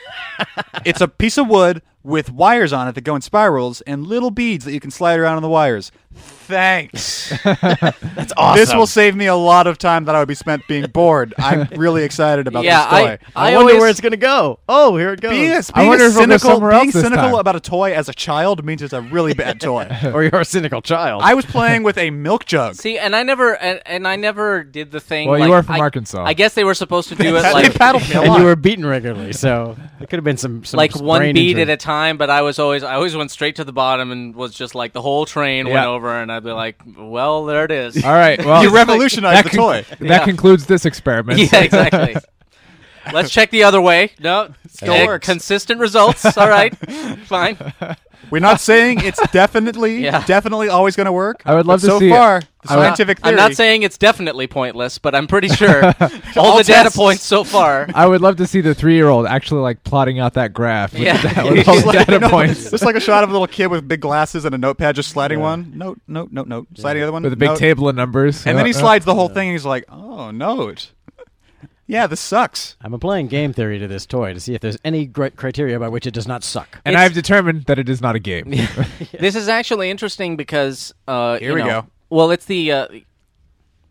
S2: it's a piece of wood with wires on it that go in spirals and little beads that you can slide around on the wires. Thanks.
S3: That's awesome.
S2: This will save me a lot of time that I would be spent being bored. I'm really excited about
S5: Yeah,
S2: this toy.
S3: I,
S5: I
S3: wonder
S5: always-
S3: where it's gonna go. Oh, here it goes.
S2: being a,
S4: I
S2: being
S4: wonder
S2: a
S4: if it'll go
S2: cynical,
S4: somewhere
S2: being
S4: else this
S2: cynical
S4: time.
S2: about a toy as a child means it's a really bad toy.
S3: or you're a cynical child.
S2: I was playing with a milk jug.
S5: See, and I never and, and I never did the thing.
S4: Well, you
S5: like,
S4: are from
S5: I-
S4: Arkansas.
S5: I guess they were supposed to do it
S2: They
S5: like
S2: paddled me a
S3: and
S2: lot.
S3: you were beaten regularly, so it could have been some, some
S5: like one
S3: brain
S5: beat
S3: injury.
S5: at a time. But I was always I always went straight to the bottom and was just like the whole train
S3: Yeah.
S5: went over, and I'd be like, well, there it is.
S4: All right. Well,
S2: you revolutionized
S4: that,
S2: the
S4: con-
S2: toy.
S4: that concludes this experiment.
S5: yeah, exactly. Let's check the other way. No,
S2: Still
S5: eh,
S2: works.
S5: Consistent results. All right, fine.
S2: We're not saying it's definitely,
S5: Yeah.
S2: definitely always going to work.
S4: I would love
S2: but
S4: to
S2: so
S4: see it.
S2: far, the
S4: I would-
S2: scientific
S5: I'm
S2: theory.
S5: not saying it's definitely pointless, but I'm pretty sure all,
S2: All
S5: the data
S2: tests.
S5: points so far.
S4: I would love to see the three-year-old actually like plotting out that graph. With
S5: Yeah.
S4: the, da- with
S2: It's
S4: all
S2: just
S4: the
S2: like,
S4: data
S2: you know,
S4: points.
S2: Just like a shot of a little kid with big glasses and a notepad, just sliding one note, note, note, note, sliding the other one
S4: With a big
S2: note.
S4: table of numbers.
S2: and then he
S4: Uh, uh.
S2: slides the whole thing. and He's like, "Oh, note. Yeah, this sucks."
S3: I'm applying game theory to this toy to see if there's any gri- criteria by which it does not suck.
S4: And
S5: It's-
S4: I've determined that it is not a game.
S5: This is actually interesting because uh,
S2: Here
S5: you
S2: we
S5: know-
S2: go.
S5: Well, it's the uh,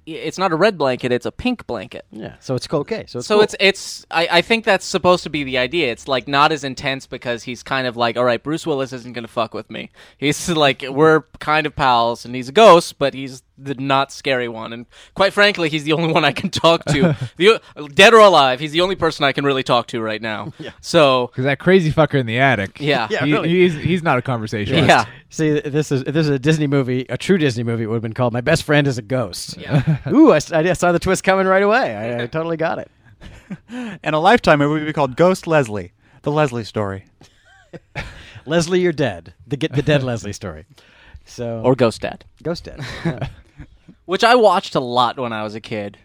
S5: it's not a red blanket; it's a pink blanket.
S3: Yeah, so it's okay. So it's
S5: So
S3: cool.
S5: it's it's I, I think that's supposed to be the idea. It's like not as intense because he's kind of like, all right, Bruce Willis isn't gonna fuck with me. He's like we're kind of pals, and he's a ghost, but he's the not scary one. And quite frankly, he's the only one I can talk to, the, dead or alive. He's the only person I can really talk to right now. So
S4: Because that crazy fucker in the attic.
S5: Yeah. Yeah,
S4: he-
S3: really.
S4: he's, he's not a conversationalist.
S5: yeah,
S3: See, th- this is if this is a Disney movie, a true Disney movie. It would have been called "My Best Friend Is a Ghost."
S5: Yeah.
S3: Ooh, I, s- I saw the twist coming right away. I, I totally got it.
S2: And a lifetime it would be called Ghost Leslie, the Leslie story.
S3: Leslie, you're dead. The get the dead Leslie story. So
S5: or Ghost Dad,
S3: ghost dead. Yeah.
S5: which I watched a lot when I was a kid.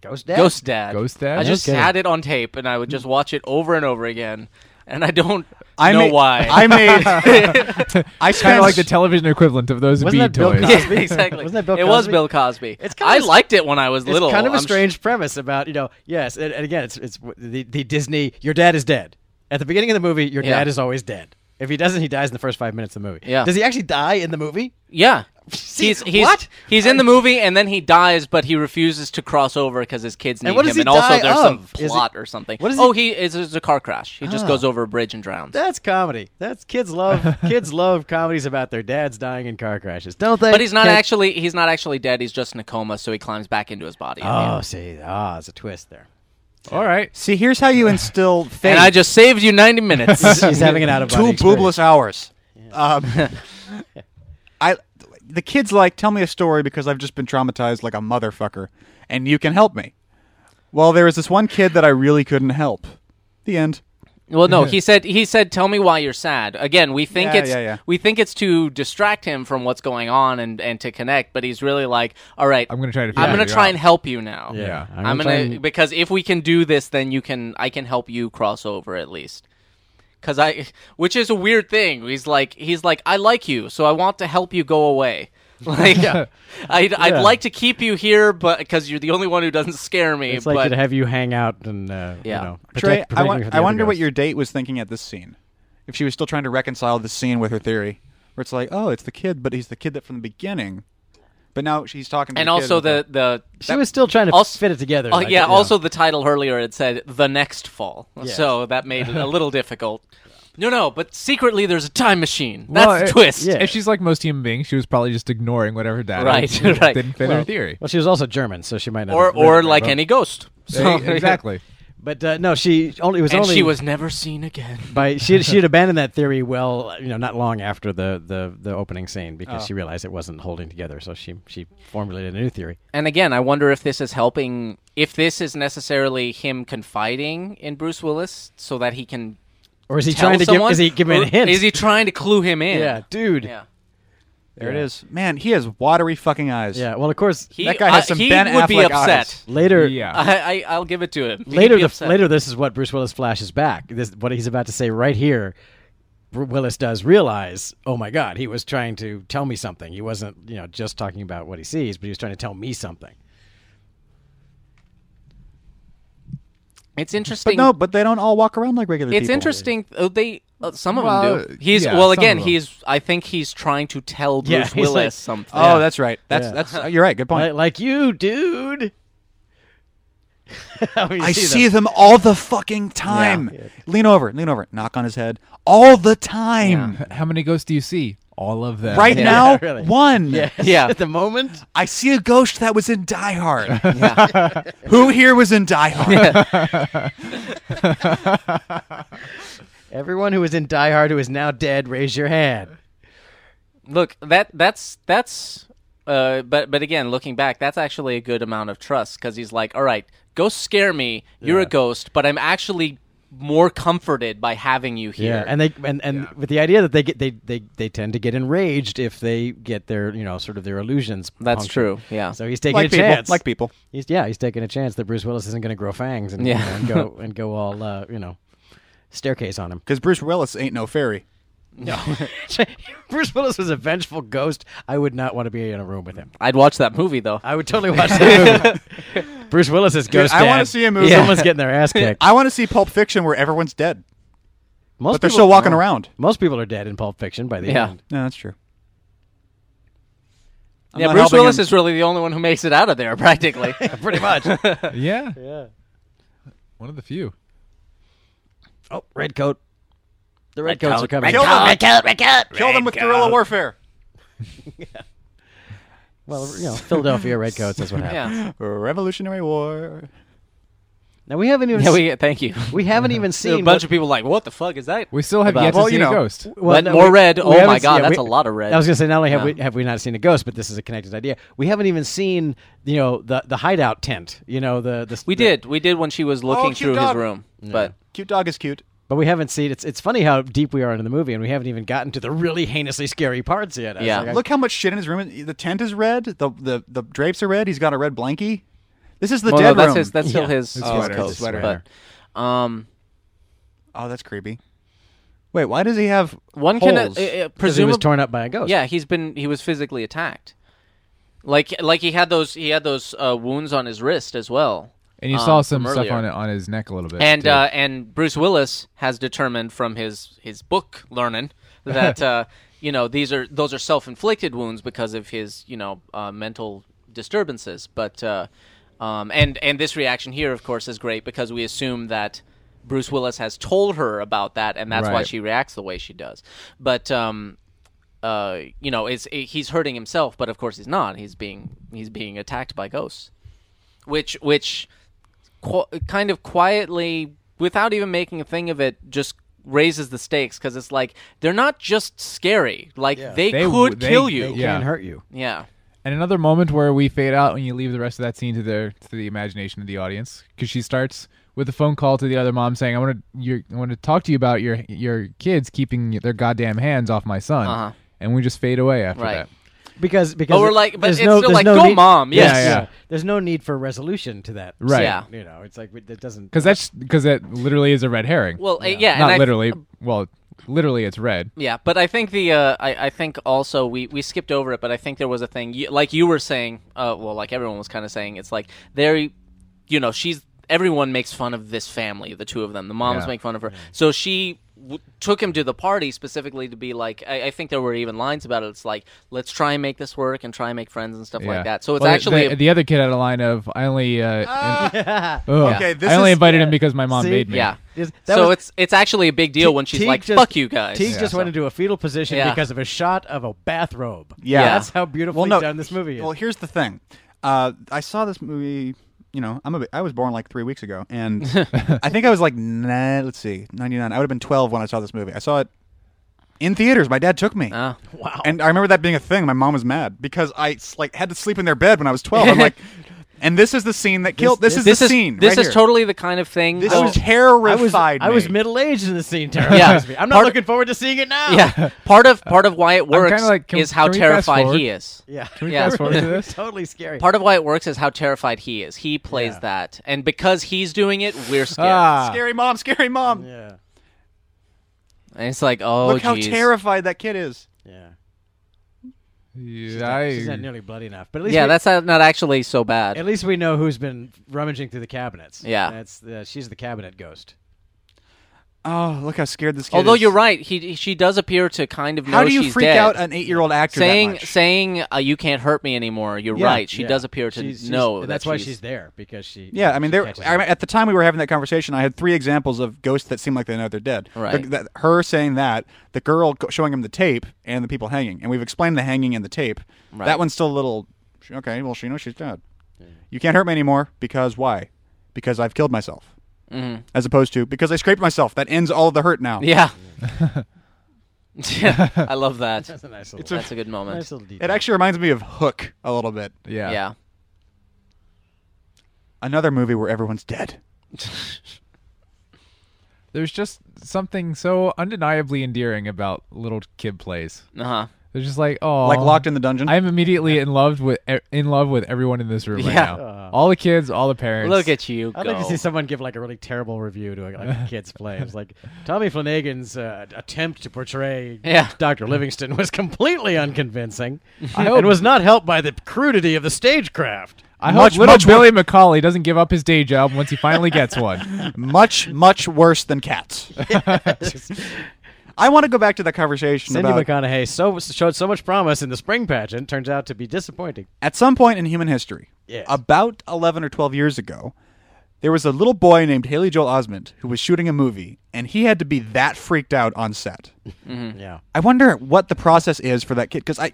S3: Ghost dead.
S5: Ghost Dad.
S4: Ghost Dad?
S5: I just
S3: Okay.
S5: had it on tape, and I would just watch it over and over again. And I don't
S2: I
S5: know
S2: ma-
S5: why.
S2: I made. I
S4: Kind
S2: spent
S4: of like the television equivalent of those
S3: Wasn't
S4: bead
S3: that Bill
S4: toys.
S3: Cosby?
S5: yeah, exactly.
S3: Wasn't that Bill
S5: it was
S3: Cosby?
S5: Bill Cosby.
S3: It's kind
S5: I
S3: of a-
S5: liked it when I was
S3: It's
S5: little.
S3: kind of a
S5: I'm
S3: strange premise about you know yes, and, and again it's it's w- the the Disney. Your dad is dead. At the beginning of the movie, your
S5: Yeah.
S3: dad is always dead. If he doesn't, he dies in the first five minutes of the movie.
S5: Yeah.
S3: Does he actually die in the movie?
S5: Yeah.
S3: See,
S5: he's, he's,
S3: what?
S5: He's in the movie, and then he dies, but he refuses to cross over because his kids need
S3: And what
S5: him.
S3: does he
S5: and also,
S3: die
S5: there's some
S3: of? Is it-
S5: plot or something.
S3: What Ah. is
S5: oh, he is it's a car crash. He just goes over a bridge and drowns.
S3: That's comedy. That's kids love kids love comedies about their dads dying in car crashes, don't they?
S5: but he's not
S3: Kids-
S5: actually he's not actually dead. He's just in a coma, so he climbs back into his body.
S3: Oh, see, ah, there's a twist there.
S4: All right.
S2: See, here's how you instill faith.
S5: and I just saved you 90 minutes.
S3: He's, he's having it out of
S2: two boobless hours. Um, I the kids like tell me a story because I've just been traumatized like a motherfucker, and you can help me. Well, there was this one kid that I really couldn't help. The end.
S5: Well, no, he said he said, "Tell me why you're sad." Again, we think
S2: Yeah,
S5: it's
S2: yeah, yeah.
S5: we think it's to distract him from what's going on and and to connect, but he's really like, "All right,
S4: I'm gonna try to
S5: I'm
S4: figure
S5: gonna
S4: it
S5: try
S4: out."
S5: and help you now.
S3: Yeah, I'm
S5: I'm,
S3: gonna
S5: gonna,
S3: try and-
S5: because if we can do this, then you can I can help you cross over at least." Cause I, which is a weird thing. He's like, he's like, I like you, so I want to help you go away. Like, I'd, I'd
S3: Yeah.
S5: like to keep you here, but because you're the only one who doesn't scare me.
S3: It's like
S5: but
S3: to have you hang out and uh,
S5: Yeah.
S3: you know. Protect,
S2: Trey, I,
S3: protect
S2: wa-
S3: me from the
S2: I
S3: other
S2: wonder what
S3: ghosts.
S2: your date was thinking at this scene. If she was still trying to reconcile this scene with her theory, where it's like, oh, it's the kid, but he's the kid that from the beginning. But now she's talking to
S5: and
S2: the kid
S5: also
S2: with
S5: the the
S3: She was still trying to
S5: Also-
S3: fit it together.
S5: Oh
S3: like,
S5: yeah.
S3: you know.
S5: Also, the title earlier it said the next fall, so that made it a little difficult. No, no, but secretly there's a time machine. That's
S4: Well,
S5: the
S4: it-
S5: twist.
S3: yeah.
S4: If she's like most human beings, she was probably just ignoring whatever data
S5: Right,
S4: she
S5: right.
S4: didn't fit
S3: well,
S4: her theory.
S3: Well, she was also German, so she might not.
S5: Or
S3: have really
S5: or
S3: been
S5: like
S3: wrong.
S5: any ghost. So-
S4: Hey, Eh, exactly.
S3: But uh, no, she only it was
S5: And
S3: only
S5: she was never seen again.
S3: by she she had abandoned that theory. Well, you know, not long after the the, the opening scene because
S5: Oh.
S3: she realized it wasn't holding together. So she she formulated a new theory.
S5: And again, I wonder if this is helping. If this is necessarily him confiding in Bruce Willis so that he can
S3: Or is he
S5: tell
S3: trying to
S5: someone.
S3: give? Is he giving
S5: Or
S3: a hint?
S5: Is he trying to clue him in?
S3: yeah, dude.
S5: Yeah.
S2: There it is. Man, he has watery fucking eyes.
S3: Yeah. Well, of course,
S5: He,
S2: That guy has
S5: I-
S2: some
S5: he
S2: Ben
S5: would be
S2: Affleck
S5: upset.
S2: eyes.
S3: later.
S4: Yeah.
S5: I, I I'll give it to him. He'd
S3: Later,
S5: be
S3: the,
S5: upset.
S3: later, this is what Bruce Willis flashes back. This what he's about to say right here. Bru- Willis does realize, oh my God, he was trying to tell me something. He wasn't, you know, just talking about what he sees, but he was trying to tell me something.
S5: It's interesting.
S2: But no, but they don't all walk around like regular
S5: it's
S2: people.
S5: interesting. uh, They uh, some of
S4: Well,
S5: them do. He's
S4: yeah,
S5: well.
S4: some
S5: Again,
S4: of them.
S5: he's. I think he's trying to tell
S3: Yeah,
S5: Bruce
S3: he's
S5: Willis
S3: like-
S5: something.
S2: Oh,
S3: Yeah.
S2: that's right. That's
S3: Yeah.
S2: that's oh, you're right. Good
S3: Like,
S2: point.
S3: like you, dude. I mean, you
S2: I
S3: them.
S2: see them all the fucking time. Lean over, lean over, knock on his head all the time.
S4: How many ghosts do you see? All of them.
S2: Right
S3: Yeah,
S2: now,
S3: really.
S2: one.
S3: Yeah.
S5: Yeah.
S3: At the moment,
S2: I see a ghost that was in Die Hard.
S5: Yeah.
S2: Who here was in Die Hard?
S3: everyone who was in Die Hard who is now dead, raise your hand.
S5: Look, that that's that's. Uh, but but again, looking back, that's actually a good amount of trust because he's like, all right, ghosts scare me. You're a ghost, but I'm actually more comforted by having you here.
S3: Yeah, and they and, and with the idea that they get they, they they tend to get enraged if they get their you know sort of their illusions.
S5: That's
S3: punctured.
S5: true, yeah.
S3: So he's taking
S2: like
S3: a
S2: people.
S3: chance.
S2: Like people.
S3: He's yeah, he's taking a chance that Bruce Willis isn't going to grow fangs and,
S5: Yeah.
S3: and go and go all uh, you know staircase on him.
S2: Because Bruce Willis ain't no fairy.
S3: Bruce Willis was a vengeful ghost. I would not want to be in a room with him.
S5: I'd watch that movie though.
S3: I would totally watch that movie. Bruce Willis is ghost.
S2: I wanna
S3: dad.
S2: see a movie.
S3: Someone's getting their ass kicked.
S2: I want to see Pulp Fiction where everyone's dead,
S3: Most
S2: but they're
S3: people-
S2: still walking around.
S3: Most people are dead in Pulp Fiction by the
S5: Yeah.
S3: end.
S2: No, that's true. I'm
S5: yeah,
S2: not
S5: Bruce
S2: helping
S5: Willis
S2: him.
S5: is really the only one who makes it out of there practically.
S3: Pretty much.
S4: Yeah. Yeah. One of the few.
S3: oh, red coat. The red, coats are coming.
S2: Kill them, with- Kill them with guerrilla warfare.
S3: Well, you know, Philadelphia redcoats. That's what happened.
S5: yeah.
S2: Revolutionary War.
S3: Now we haven't even
S5: Yeah.
S3: se-
S5: We thank you.
S3: we, haven't even
S5: There are
S3: seen
S5: a bunch
S3: what-
S5: of people like, what the fuck is that?
S4: We still have
S5: About-
S4: yet to
S2: Well,
S4: see
S2: you know,
S4: a ghost.
S5: But more red, oh my
S3: haven't
S5: God, that's a lot of red.
S3: I was gonna say not only have we
S5: Yeah.
S3: have we not seen a ghost, but this is a connected idea. We haven't even seen you know the the hideout tent. You know the the
S5: We
S3: the-
S5: did. We did when she was looking
S2: Oh, cute
S5: through his
S2: dog.
S5: room. But
S2: Cute dog is cute.
S3: but we haven't seen. It's it's funny how deep we are into the movie, and we haven't even gotten to the really heinously scary parts yet. I was
S5: Yeah.
S3: like, I-
S2: Look how much shit in his room. The tent is red. The the, the drapes are red. He's got a red blankie. This is the
S5: well, no,
S2: dead
S5: that's
S2: room.
S5: his. That's still
S3: Yeah.
S5: his,
S4: His
S5: uh,
S4: sweater,
S5: coat.
S4: his
S3: sweater.
S5: But um,
S2: oh, that's creepy. Wait, why does he have
S5: one can uh,
S2: holes?
S5: uh,
S3: 'cause he was
S5: presume.
S3: torn up by a ghost.
S5: yeah, he's been. He was physically attacked. Like like he had those he had those uh, wounds on his wrist as well.
S4: And you
S5: um,
S4: saw some
S5: from
S4: stuff
S5: earlier.
S4: on it on his neck a little bit.
S5: And
S4: too.
S5: uh, and Bruce Willis has determined from his his book learning that uh, you know these are those are self inflicted wounds because of his you know uh, mental disturbances. But uh, um, and and this reaction here, of course, is great because we assume that Bruce Willis has told her about that, and that's why
S4: Right.
S5: she reacts the way she does. But um, uh, you know, it's he's hurting himself, but of course he's not. He's being he's being attacked by ghosts, which which qu- kind of quietly, without even making a thing of it, just raises the stakes because it's like they're not just scary; like they,
S4: They w-
S5: could
S4: they-
S5: kill
S4: they
S5: you.
S4: Yeah.
S3: can hurt you.
S5: yeah.
S4: And another moment where we fade out when you leave the rest of that scene to the to the imagination of the audience because she starts with a phone call to the other mom saying, "I want to you I want to talk to you about your your kids keeping their goddamn hands off my son,"
S5: Uh-huh.
S4: and we just fade away after
S5: Right.
S4: that.
S3: because because
S5: Oh, we're
S3: it-
S5: like- but
S3: there's
S5: it's
S3: no,
S5: still
S3: there's
S5: like,
S3: no
S5: "Go,
S3: need-
S5: Mom, yes."
S4: Yeah, yeah.
S3: There's no need for resolution to that.
S4: Right.
S5: Yeah.
S3: You know, it's like it doesn't.
S4: Because that's because that literally is a red herring.
S5: Well, uh, yeah, and
S4: not
S5: I-
S4: literally. well, literally, it's red.
S5: Yeah, but I think the uh, I, I think also we, we skipped over it, but I think there was a thing you, like you were saying, uh, well, like everyone was kind of saying, it's like they, you know, she's everyone makes fun of this family, the two of them, the moms
S4: Yeah.
S5: make fun of her, so she w- took him to the party specifically to be like, I, I think there were even lines about it. It's like let's try and make this work and try and make friends and stuff
S4: Yeah.
S5: like that. So it's
S4: Well, the-
S5: actually
S4: the,
S5: a-
S4: the other kid had a line of, "I only." Uh, Ugh.
S2: Okay, this
S4: I only
S2: is-
S4: invited him because my mom
S3: Ah. See?
S4: made me.
S5: yeah.
S3: Yes, that
S5: So
S3: was-
S5: it's it's actually a big deal when she's
S3: Teague
S5: like,
S3: just-
S5: fuck you guys.
S3: Teague
S5: Yeah.
S3: just went into a fetal position
S5: Yeah.
S3: because of a shot of a bathrobe.
S2: Yeah.
S5: Yeah.
S3: that's how beautifully
S2: well, no,
S3: done this movie is.
S2: Well, here's the thing. Uh, I saw this movie. You know, I'm a bit, I was born like three weeks ago, and I think I was like, nah, let's see, 99. I would have been 12 when I saw this movie. I saw it in theaters. My dad took me.
S5: Ah.
S3: wow.
S2: And I remember that being a thing. My mom was mad because I s- like had to sleep in their bed when I was 12. I'm like, And this is the scene that killed. This,
S3: This-
S2: is
S5: this
S2: the
S5: is
S2: scene.
S5: this
S2: right
S5: is
S2: here.
S5: totally the kind of thing.
S2: This
S5: that-
S2: is
S3: I was,
S2: terrified.
S3: I was
S2: me.
S3: middle aged in the scene. Terrifies
S5: Yeah.
S3: me. I'm not
S5: Part-
S3: looking forward to seeing it now.
S5: yeah, part of part of why it works
S4: kinda like, can-
S5: is how
S4: can we fast
S5: terrified
S4: forward?
S5: he is.
S3: yeah.
S4: Can we
S5: Yeah.
S4: fast forward to
S3: It's
S4: this?
S3: totally scary.
S5: Part of why it works is how terrified he is. He plays that, and because he's doing it, we're scared.
S4: Ah.
S2: Scary mom, scary mom.
S3: yeah.
S5: And it's like, oh,
S2: Look how
S5: geez.
S2: terrified that kid is.
S3: Yeah.
S4: Yeah,
S3: She's not
S4: I-
S3: nearly bloody enough. But at least
S5: Yeah,
S3: we,
S5: that's not, not actually so bad.
S3: at least we know who's been rummaging through the cabinets.
S5: Yeah.
S3: That's the, she's the cabinet ghost.
S2: Oh, look how scared this kid
S5: Although
S2: is.
S5: you're right, he she does appear to kind of know
S2: How do you
S5: she's
S2: freak
S5: dead.
S2: out an eight-year-old actor? that
S5: saying
S2: much?
S5: saying uh, you can't hurt me anymore. You're
S2: Yeah,
S5: right. She
S3: Yeah.
S5: does appear to
S3: She's- she's-
S5: know.
S3: and
S5: that
S3: that's why she's there because she.
S2: Yeah, I mean,
S3: she
S2: there.
S3: catches
S2: I
S3: on.
S2: mean, at the time we were having that conversation, I had three examples of ghosts that seem like they know they're dead.
S5: Right.
S2: The- that- her saying that, the girl go- showing him the tape, and the people hanging, and we've explained the hanging and the tape. That one's still a little. sh- Okay, well, she knows she's dead. You can't hurt me anymore because why? Because I've killed myself. Mm-hmm. As opposed to because I scraped myself. That ends all of the hurt now.
S5: Yeah. Yeah, I love that.
S3: That's a nice little.
S5: That's a good moment.
S3: nice little detail.
S2: It actually reminds me of Hook a little bit.
S4: yeah.
S5: Yeah.
S2: Another movie where everyone's dead.
S4: There's just something so undeniably endearing about little kid plays.
S5: Uh huh.
S4: They're just like, oh,
S2: Like locked in the dungeon.
S4: I'm immediately in love with e- in love with everyone in this room right
S5: Yeah.
S4: now. all the kids, all the parents.
S5: Look at you
S3: I'd
S5: go.
S3: like to see someone give like a really terrible review to like a kid's play. It's like Tommy Flanagan's uh, attempt to portray
S5: Yeah.
S3: Dr. Livingston was completely unconvincing
S4: hope-
S3: and was not helped by the crudity of the stagecraft.
S4: I hope
S2: Much,
S4: little
S2: much
S4: Billy McCauley doesn't give up his day job once he finally gets one.
S2: much, much worse than cats. I want to go back to that conversation
S3: Cindy
S2: about
S3: McConaughey so showed so much promise in the spring pageant, turns out to be disappointing.
S2: at some point in human history,
S3: Yes.
S2: about 11 or 12 years ago, there was a little boy named Haley Joel Osment who was shooting a movie, and he had to be that freaked out on set.
S5: Mm.
S3: Yeah.
S2: I wonder what the process is for that kid because I,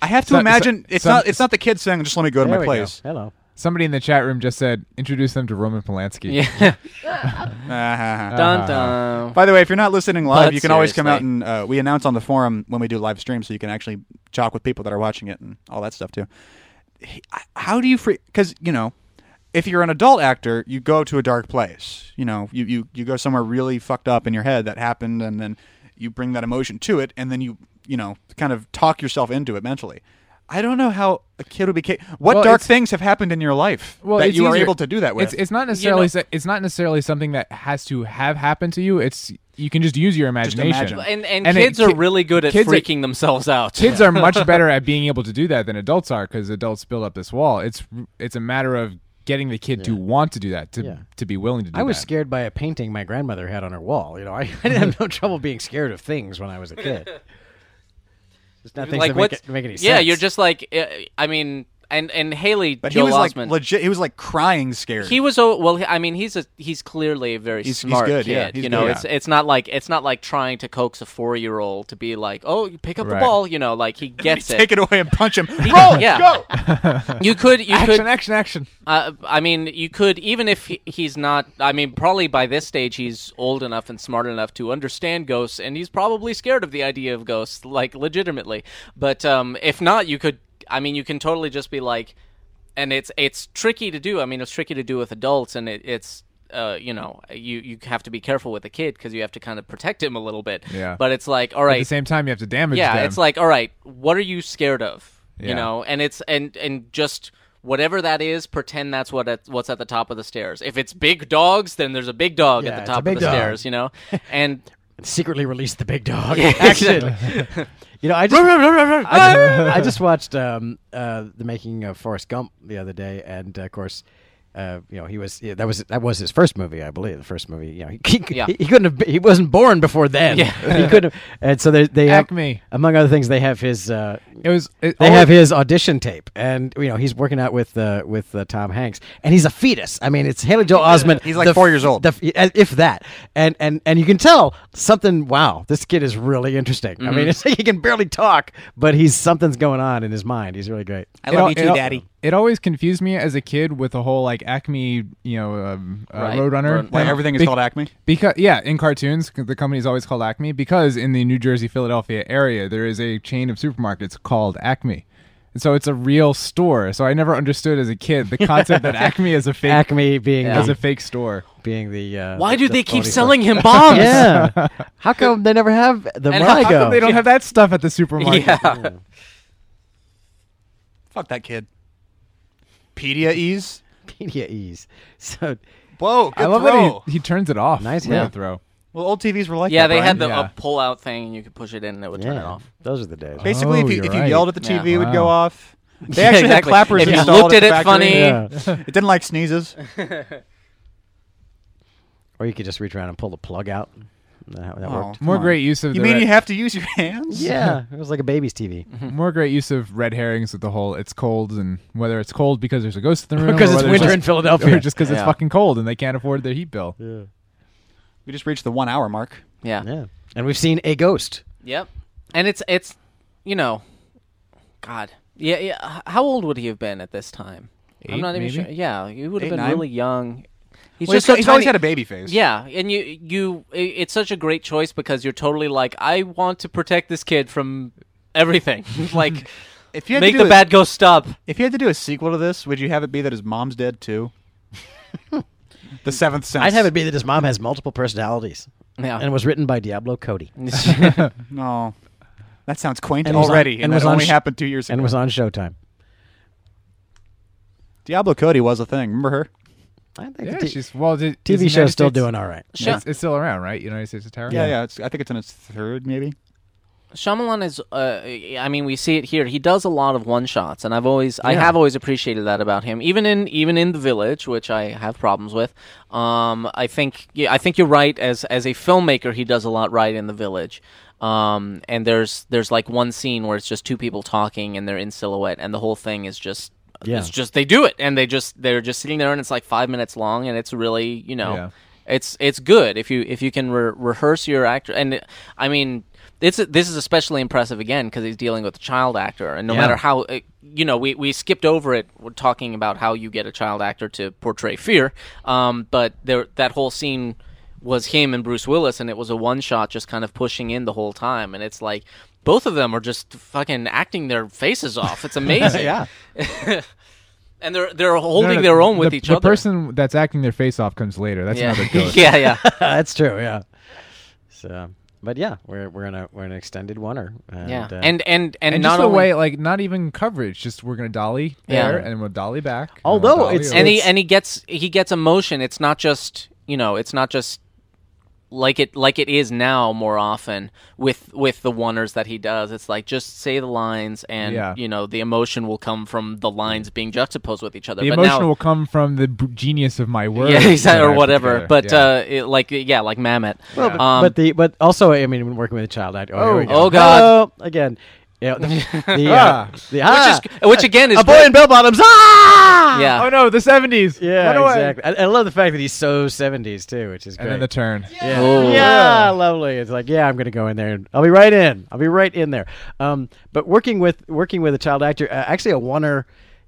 S2: I have to
S4: So- so-
S2: imagine it's
S4: some-
S2: not it's not the kid saying just let me go to
S3: There
S2: my
S3: we
S2: place.
S3: go. Hello.
S4: Somebody in the chat room just said, introduce them to Roman Polanski.
S5: Yeah.
S2: Ah.
S5: dun dun.
S2: By the way, if you're not listening live,
S5: But
S2: you can always come out and
S5: seriously.
S2: uh, we announce on the forum when we do live streams, so you can actually talk with people that are watching it and all that stuff too. He- I- How do you free? Because you know, if you're an adult actor, you go to a dark place. You know, you you you go somewhere really fucked up in your head that happened, and then you bring that emotion to it, and then you you know kind of talk yourself into it mentally. I don't know how a kid would be. Ca- what
S4: Well,
S2: dark
S4: it's-
S2: things have happened in your life that
S4: it's
S2: you are
S4: easier-
S2: able to do that with?
S4: It's, it's not necessarily se- it's not necessarily something that has to have happened to you. It's you can just use your imagination.
S2: imagine.
S5: And, and
S4: And it-
S5: kids are
S4: ki-
S5: really good at
S4: kids are-
S5: freaking themselves out.
S4: Kids are much better at being able to do that than adults are because adults build up this wall. It's it's a matter of getting the kid to want to do that, to
S3: Yeah.
S4: to be willing to do
S3: I was
S4: that.
S3: scared by a painting my grandmother had on her wall. You know, I, I didn't have no trouble being scared of things when I was a kid. Just not things
S5: like
S3: that make,
S5: what?
S3: it- make any sense.
S5: Yeah, you're just like uh, I mean, and and Haley
S2: but
S5: Joel
S2: he was
S5: Osment.
S2: like legit. He was like crying scared.
S5: He was oh well. he- I mean, he's a he's clearly a very
S2: He's- he's
S5: smart
S2: good,
S5: kid.
S2: yeah, he's
S5: you know,
S2: good.
S5: it's it's not like it's not like trying to coax a four year old to be like, oh, you pick up
S4: Right.
S5: the ball. You know, like he gets it.
S2: Take it away and punch him. Roll,
S5: yeah.
S2: go.
S5: You could you
S4: action,
S5: could.
S4: action, action.
S5: Uh, I mean, you could even if he, he's not. I mean, probably by this stage he's old enough and smart enough to understand ghosts, and he's probably scared of the idea of ghosts, like legitimately. But um, if not, you could. I mean, you can totally just be like, and it's it's tricky to do. I mean, it's tricky to do with adults, and it, it's. Uh, you know, you you have to be careful with the kid because you have to kind of protect him a little bit.
S4: Yeah.
S5: But it's like, all
S4: At the
S5: right,
S4: same time, you have to damage
S5: yeah
S4: them.
S5: it's like all right what are you scared of
S4: Yeah.
S5: you know and it's and and just whatever that is pretend that's what at, what's at the top of the stairs if it's big dogs then there's a big dog
S3: Yeah,
S5: at
S3: it's
S5: the
S3: a
S5: top of
S3: big
S5: the
S3: dog.
S5: stairs you know and
S3: secretly released the big dog.
S5: Yeah,
S3: Action. you know, I just, I just, I just watched um, uh, the making of Forrest Gump the other day, and uh, of course. Uh, you know, he was yeah, that was that was his first movie, I believe. The first movie, you know, he, he,
S5: Yeah.
S3: he couldn't have been, he wasn't born before then.
S5: Yeah.
S3: he couldn't. Have, and so they they have-
S4: Acme.
S3: among other things, they have his uh,
S4: it was. It,
S3: they
S5: Oh,
S4: all-
S3: have his audition tape, and you know he's working out with uh, with uh, Tom Hanks, and he's a fetus. I mean, it's Haley Joel Osment.
S2: He's like four years old.
S3: the f- if that, and and and you can tell something. Wow, this kid is really interesting. I
S5: Mm-hmm.
S3: mean, it's like he can barely talk, but he's something's going on in his mind. He's really great.
S2: I
S4: it al- it al- It always confused me as a kid with the whole like Acme, you know, um, uh,
S5: Right.
S4: Roadrunner.
S5: Road-
S2: Why everything is
S4: Be-
S2: called Acme?
S4: Because yeah, in cartoons, c- the company's always called Acme because in the New Jersey Philadelphia area there is a chain of supermarkets called Acme, And so it's a real store. So I never understood as a kid the concept that Acme is a fake
S3: Acme being
S4: as
S3: the,
S4: a fake store.
S3: being the uh,
S5: Why
S3: the-
S5: do
S3: the
S5: they keep
S3: phony
S5: selling him bombs?
S3: stuff. Yeah, how come they never have the
S5: And how- how
S4: How
S3: Morigo?
S4: come they don't have that stuff at the supermarket?
S5: Yeah.
S2: Fuck that kid. Pedia ease.
S3: Media ease. So
S2: Whoa, good
S4: I love
S2: throw.
S4: that he, he turns it off.
S3: Nice
S4: with
S5: hit.
S4: the throw.
S2: well, old TVs were like
S5: Yeah,
S2: that,
S5: they
S2: Brian.
S5: had the
S4: Yeah.
S5: a pull-out thing, and you could push it in, and it would turn it
S3: yeah,
S5: off.
S3: those are the days.
S2: Basically,
S4: Oh,
S2: if, you,
S4: you're
S2: if you
S4: right.
S2: yelled at the
S5: Yeah.
S2: TV, it would go
S4: Wow.
S2: off. They actually
S5: exactly.
S2: had clappers
S5: If you
S2: installed
S5: looked
S2: at, the
S5: at it
S2: factory.
S5: funny-
S3: yeah.
S2: It didn't like sneezes.
S3: or you could just reach around and pull the plug out. That, that
S2: Oh.
S3: worked.
S4: More
S2: on.
S4: great use of
S2: You
S4: the
S2: mean
S4: red,
S2: you have to use your hands?
S3: Yeah, it was like a baby's TV.
S4: more great use of red herrings with the whole it's cold and whether it's cold because there's a ghost in the room
S3: Because
S4: or
S3: it's
S4: whether
S3: winter in
S4: just,
S3: Philadelphia.
S4: or just because it's
S5: Yeah.
S4: fucking cold and they can't afford their heat bill.
S3: yeah.
S2: We just reached the one hour mark.
S5: Yeah.
S3: yeah. And we've seen a ghost.
S5: Yep. And it's it's, you know, God. Yeah. Yeah. h- How old would he have been at this time? i I'm
S4: Eight,
S5: not even
S4: maybe?
S5: sure. Yeah, he would have
S2: Eight,
S5: been
S2: nine?
S5: really young. He's
S2: Well, he's,
S5: just so
S2: he's always had
S5: tiny-
S2: a baby face.
S5: Yeah, and you you i- it's such a great choice because you're totally like I want to protect this kid from everything. like
S2: If you had
S5: make
S2: to
S5: the
S2: do a-
S5: bad ghost stop.
S2: If you had to do a sequel to this, would you have it be that his mom's dead too? the Seventh Sense.
S3: I'd have it be that his mom has multiple personalities
S5: Yeah.
S3: and was written by Diablo Cody
S2: No, Oh, that sounds quaint
S3: And was on-
S2: already.
S3: and
S2: and
S3: was
S2: that
S3: on
S2: only
S3: sh-
S2: happened two years ago.
S3: and was on Showtime.
S2: Diablo Cody was a thing. Remember her?
S3: I think
S4: Yeah,
S3: the t-
S4: she's well. The
S3: TV show's still doing all right.
S5: Sha-
S4: It's, it's still around, right? United States of Terror.
S2: Yeah, yeah. it's, I think it's in its third, maybe.
S5: Shyamalan is uh, I mean we see it here. He does a lot of one shots and I've always I have always appreciated that about him. Even in even in The Village, which I have problems with. Um I think yeah, I think you're right as as a filmmaker he does a lot right in The Village. Um and there's there's like one scene where it's just two people talking and they're in silhouette and the whole thing is just
S3: Yeah.
S5: it's just they do it and they just they're just sitting there and it's like 5 minutes long and it's really, you know,
S4: Yeah.
S5: it's it's good if you if you can re- rehearse your actor and i mean it's this is especially impressive again because he's dealing with a child actor and no
S3: Yeah.
S5: matter how uh, you know we, we skipped over it we're talking about how you get a child actor to portray fear um, but there that whole scene was him and bruce willis and it was a one shot just kind of pushing in the whole time and it's like both of them are just fucking acting their faces off it's amazing
S3: Yeah.
S5: and they're they're
S4: No, no,
S5: holding their own with
S4: the,
S5: each
S4: the
S5: other
S4: person that's acting their face off comes later. That's
S5: yeah
S4: another ghost.
S5: yeah yeah
S3: That's true. Yeah. So, but yeah, we're we're in a we're in an extended one or and,
S5: yeah,
S3: uh,
S5: and and and,
S4: And
S5: not
S4: just the
S5: only
S4: way, like, not even coverage. Just we're gonna dolly
S5: Yeah.
S4: there, and we'll dolly back. and
S3: Although
S4: we'll dolly
S3: it's-
S4: over.
S5: and he and he gets he gets emotion. It's not just you know, it's not just like it like it is now more often with with the oneers that he does. It's like just say the lines, and
S4: Yeah.
S5: you know, the emotion will come from the lines being juxtaposed with each other.
S4: the
S5: but
S4: emotion
S5: now,
S4: will come from the b- genius of my words.
S5: yeah,
S4: that I
S5: exactly, or
S4: put
S5: whatever.
S4: together.
S5: But
S4: Yeah.
S5: uh, it, like yeah, like Mamet.
S3: Well, but,
S5: um,
S3: but the but also I mean when working with a child actor. Oh, here we go.
S5: oh, God.
S3: Hello, again. Yeah, the, the,
S4: Ah.
S3: uh, the, ah,
S5: which is which again is
S3: a boy in bell bottoms. Ah,
S5: yeah.
S4: oh no, the seventies.
S3: yeah, exactly. I, I love the fact that he's so seventies too, which is great.
S4: And then the turn.
S3: Yeah.
S5: Oh.
S3: Yeah, lovely. It's like, yeah, I'm going to go in there. and I'll be right in. I'll be right in there. Um, but working with working with a child actor, uh, actually a oneer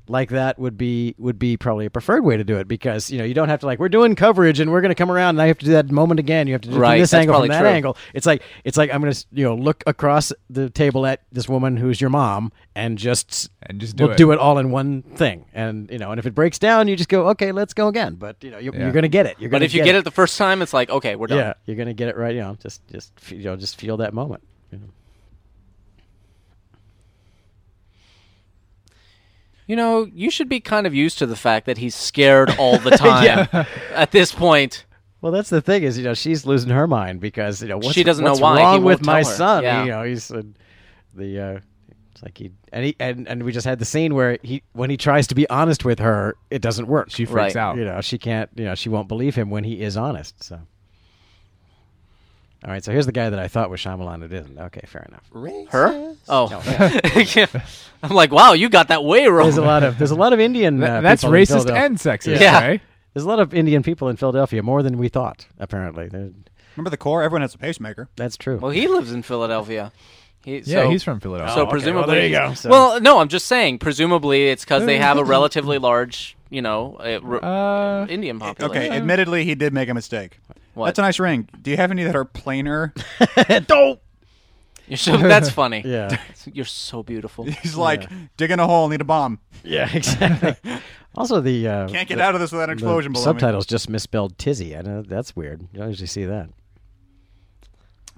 S3: like that would be would be probably a preferred way to do it because you know you don't have to like we're doing coverage and we're going to come around and I have to do that moment again. You have to do it
S5: Right,
S3: from this
S5: that's
S3: angle from
S5: probably
S3: that
S5: true.
S3: angle. It's like it's like I'm going to you know look across the table at this woman who's your mom and just
S4: And just do
S3: we'll
S4: it.
S3: do it all in one thing and you know and if it breaks down you just go okay let's go again but you know you,
S4: Yeah.
S3: you're going to get it you're
S5: but
S3: going
S5: if you get it. the first time, it's like okay, we're done.
S3: yeah, you're gonna get it right. You know, just just f- you know, just feel that moment. you know.
S5: You know, you should be kind of used to the fact that he's scared all the time. At this point,
S3: Well, that's the thing is, you know, she's losing her mind because you know what's,
S5: She doesn't know
S3: what's
S5: why. He
S3: wrong
S5: won't
S3: with
S5: tell
S3: my
S5: her.
S3: son.
S5: Yeah.
S3: You know, he's uh, the uh, it's like he and he and, and we just had the scene where he when he tries to be honest with her, it doesn't work.
S4: She freaks
S5: Right.
S4: out.
S3: you know, she can't. You know, she won't believe him when he is honest. So. All right, so here's the guy that I thought was Shyamalan. It isn't. Okay, fair enough.
S5: her. Oh, Yeah. I'm like, wow, you got that way wrong.
S3: There's a lot of there's a lot of Indian.
S4: Th-
S3: uh,
S4: that's
S3: people in
S4: racist
S3: Philadelphia.
S4: and sexist,
S5: Yeah.
S4: right?
S3: There's a lot of Indian people in Philadelphia, more than we thought. Apparently, There-
S2: Remember the core? Everyone has a pacemaker.
S3: that's true.
S5: Well, he lives in Philadelphia. He,
S4: Yeah,
S5: so,
S4: he's from Philadelphia.
S5: So
S3: Oh, well,
S5: presumably,
S3: there you go.
S5: he's-
S3: So-
S5: Well, no, I'm just saying. Presumably, it's because they have a relatively large, you know, uh, r-
S4: Uh,
S5: Indian population.
S2: Okay, admittedly, he did make a mistake.
S5: What?
S2: That's a nice ring. Do you have any that are plainer?
S3: Don't.
S5: You're so, that's funny.
S3: Yeah.
S5: You're so beautiful.
S2: He's like digging a hole, need a bomb.
S3: Yeah, exactly. also, the uh,
S2: Can't get
S3: the-
S2: out of this without an
S3: the
S2: explosion below
S3: subtitles just misspelled tizzy. I know that's weird. You don't usually see that.
S2: me.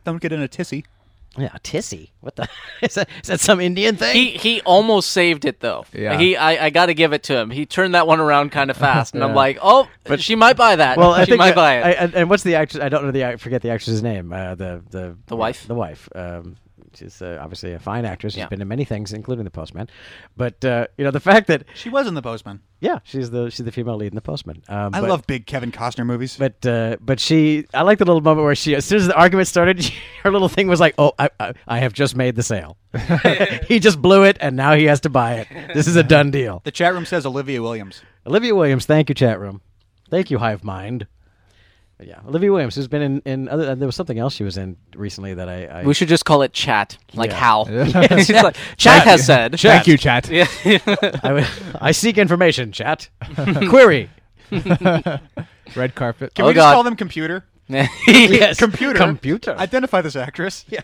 S2: Don't get in a tissy.
S3: Yeah, tizzy. What the is that? Is that some Indian thing?
S5: He he almost saved it though.
S4: Yeah.
S5: He I, I got to give it to him. He turned that one around kind of fast, and I'm like, oh, she might buy that.
S3: well,
S5: she
S3: I think
S5: might
S3: that-
S5: buy it.
S3: I- and, and what's the actress? I don't know the. act- forget the actress's name. Uh, the the
S5: The wife?
S3: The wife. Um, she's uh, obviously a fine actress. She's
S5: Yeah.
S3: been in many things, including The Postman. But uh, you know the fact that
S2: She was in The Postman.
S3: yeah, she's the she's the female lead in The Postman. Um,
S2: I
S3: but-
S2: love big Kevin Costner movies.
S3: But uh, but she, I like the little moment where she, as soon as the argument started, her little thing was like, "Oh, I, I, I have just made the sale. he just blew it, and now he has to buy it. This is a done deal."
S2: the chat room says Olivia Williams.
S3: Olivia Williams, thank you, chat room. Thank you, Hive Mind. But yeah, Olivia Williams, who's been in, in other, uh, there was something else she was in recently that I, I
S5: we should just call it chat, like
S3: Yeah.
S5: Hal.
S4: Yeah.
S5: She's like, chat has said.
S4: Thank you, chat.
S3: I, would- I seek information, chat. Query.
S4: Red carpet.
S2: Can
S5: Oh,
S2: we just
S5: God.
S2: call them computer?
S3: Yes.
S2: Computer.
S3: Computer.
S2: Identify this actress. Yeah.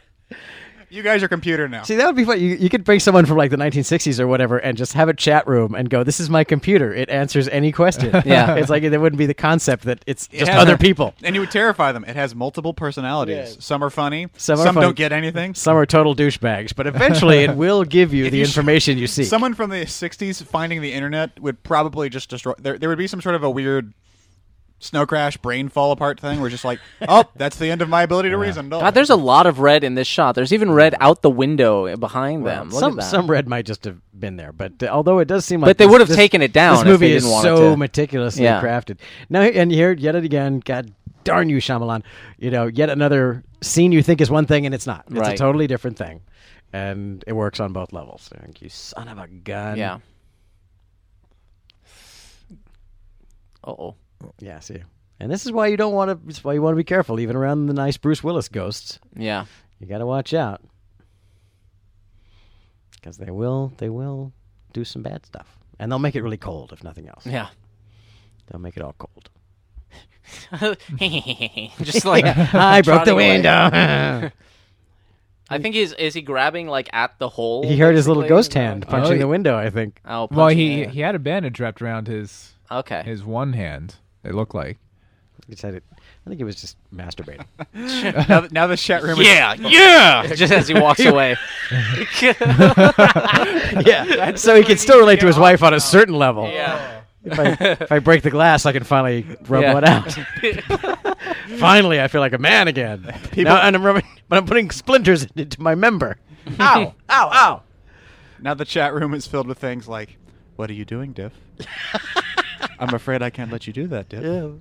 S2: You guys are computer now.
S3: See, that would be fun. You, you could bring someone from like the 1960s or whatever and just have a chat room and go, This is my computer. It answers any question.
S5: Yeah.
S3: It's like there wouldn't be the concept that it's
S2: It
S3: just
S2: has-
S3: other people.
S2: And you would terrify them. It has multiple personalities.
S3: Yes.
S2: Some are funny.
S3: Some are funny.
S2: don't get anything.
S3: Some are total douchebags, but eventually it will give you the
S2: you sh-
S3: information you seek.
S2: Someone from the '60s finding the internet would probably just destroy. There, there would be some sort of a weird snow crash, brain fall apart thing. Where it's just like, oh, that's the end of my ability to reason. No.
S5: God, there's a lot of red in this shot. There's even red out the window behind them. Look
S3: some
S5: at that.
S3: some red might just have been there, but uh, although it does seem like
S5: But they
S3: this-
S5: would have
S3: this-
S5: taken it down
S3: This
S5: if
S3: movie
S5: they
S3: is
S5: didn't want it
S3: so
S5: to.
S3: meticulously
S5: Yeah.
S3: crafted. Now and here yet again, God darn you, Shyamalan! You know, yet another scene you think is one thing and it's not. It's a
S5: Right.
S3: totally different thing, and it works on both levels. Thank you, son of a gun.
S5: yeah. Oh,
S3: yeah. See, and this is why you don't want to. It's why you want to be careful, even around the nice Bruce Willis ghosts.
S5: yeah.
S3: You got to watch out because they will. They will do some bad stuff. And they'll make it really cold, if nothing else.
S5: Yeah.
S3: They'll make it all cold.
S5: just like
S3: I broke the
S5: trotting away.
S3: window.
S5: I think he's is he grabbing like at the hole?
S3: he hurt his little
S5: basically?
S3: ghost hand punching
S4: Oh,
S3: the
S4: he-
S3: window. I think.
S5: Oh,
S4: Well,
S5: punching
S4: he
S5: it.
S4: he had a bandage wrapped around his
S5: okay.
S4: his one hand. It looked like.
S3: He said it. I think he was just masturbating.
S2: now, now the chat room. Is,
S5: yeah, yeah. Just as he walks away.
S3: yeah, so he can still relate to his wife on a certain level.
S5: yeah.
S3: If I, if I break the glass, I can finally rub
S5: Yeah.
S3: one out. finally, I feel like a man again.
S2: People-
S3: Now- and I'm rubbing, but I'm putting splinters into my member. Ow! ow! Ow!
S2: now the chat room is filled with things like, "What are you doing, Diff?" I'm afraid I can't let you do that, Diff.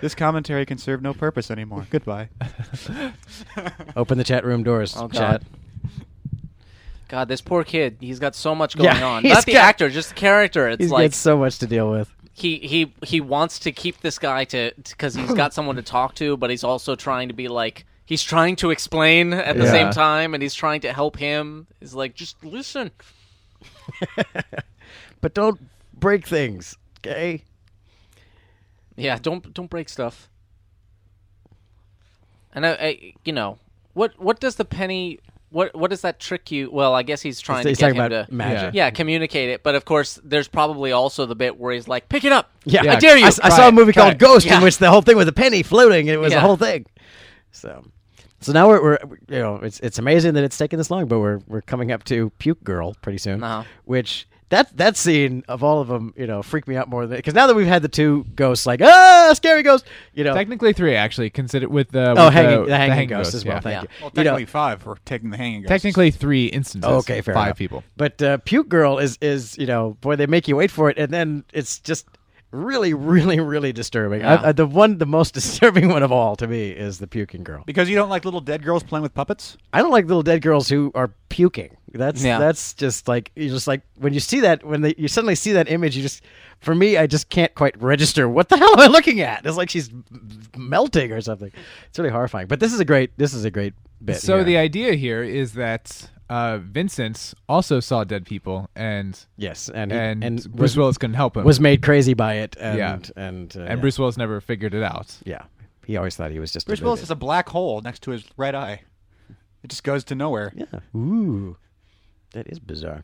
S2: This commentary can serve no purpose anymore. Goodbye.
S3: Open the chat room doors.
S5: Oh, God.
S3: chat.
S5: God, this poor kid. He's got so much going
S3: Yeah,
S5: on.
S3: he's
S5: Not the
S3: got-
S5: actor, just the character. It's
S3: He's
S5: like
S3: got so much to deal with.
S5: he he he wants to keep this guy to because he's got someone to talk to, but he's also trying to be like he's trying to explain at the
S4: Yeah.
S5: same time, and he's trying to help him. He's like, just listen.
S3: But don't break things, okay?
S5: Yeah, don't don't break stuff. And I, I you know, what what does the penny? What what does that trick you? Well, I guess he's trying
S3: he's
S5: to get
S3: talking
S5: him
S3: about
S5: to
S3: magic.
S5: Yeah, communicate it. But of course, there's probably also the bit where he's like, "Pick it up."
S3: Yeah,
S5: I dare you.
S3: I, s- I saw a movie
S4: try
S3: called
S4: it.
S3: Ghost,
S5: Yeah.
S3: in which the whole thing was a penny floating, and it was the
S5: Yeah.
S3: whole thing. So, so now we're, we're you know it's it's amazing that it's taken this long, but we're we're coming up to Puke Girl pretty soon,
S5: Uh-huh.
S3: which. That, that scene of all of them, you know, freaked me out more than because now that we've had the two ghosts, like ah, scary ghost, you know,
S4: Technically three, actually. Consider with the
S3: oh,
S4: with
S3: hanging,
S4: the,
S3: the hanging ghost, as well.
S4: yeah.
S3: Thank
S5: Yeah.
S3: you.
S2: Well,
S3: You know,
S2: technically five for taking the hanging. Ghost.
S4: Technically three instances.
S3: Oh, okay, fair
S4: Five
S3: enough.
S4: people.
S3: But uh, Puke Girl is is you know boy they make you wait for it and then it's just really really really disturbing. I,
S5: Yeah.
S3: I, the one the most disturbing one of all to me is the puking girl.
S2: because you don't like little dead girls playing with puppets.
S3: I don't like little dead girls who are puking. That's
S5: Yeah.
S3: that's just like you just like when you see that when they, you suddenly see that image you just for me I just can't quite register what the hell am I looking at? It's like she's m- melting or something. It's really horrifying. But this is a great this is a great bit.
S4: So
S3: here.
S4: the idea here is that uh, Vincent also saw dead people, and
S3: yes and he-
S4: and,
S3: and
S4: Bruce
S3: was,
S4: Willis couldn't help him.
S3: was made crazy by it and
S4: Yeah.
S3: and uh,
S4: and
S3: yeah.
S4: Bruce Willis never figured it out.
S3: Yeah. He always thought he was just
S2: Bruce
S3: a
S2: Willis
S3: villain.
S2: has a black hole next to his right eye. It just goes to nowhere.
S3: Yeah. Ooh, that is bizarre.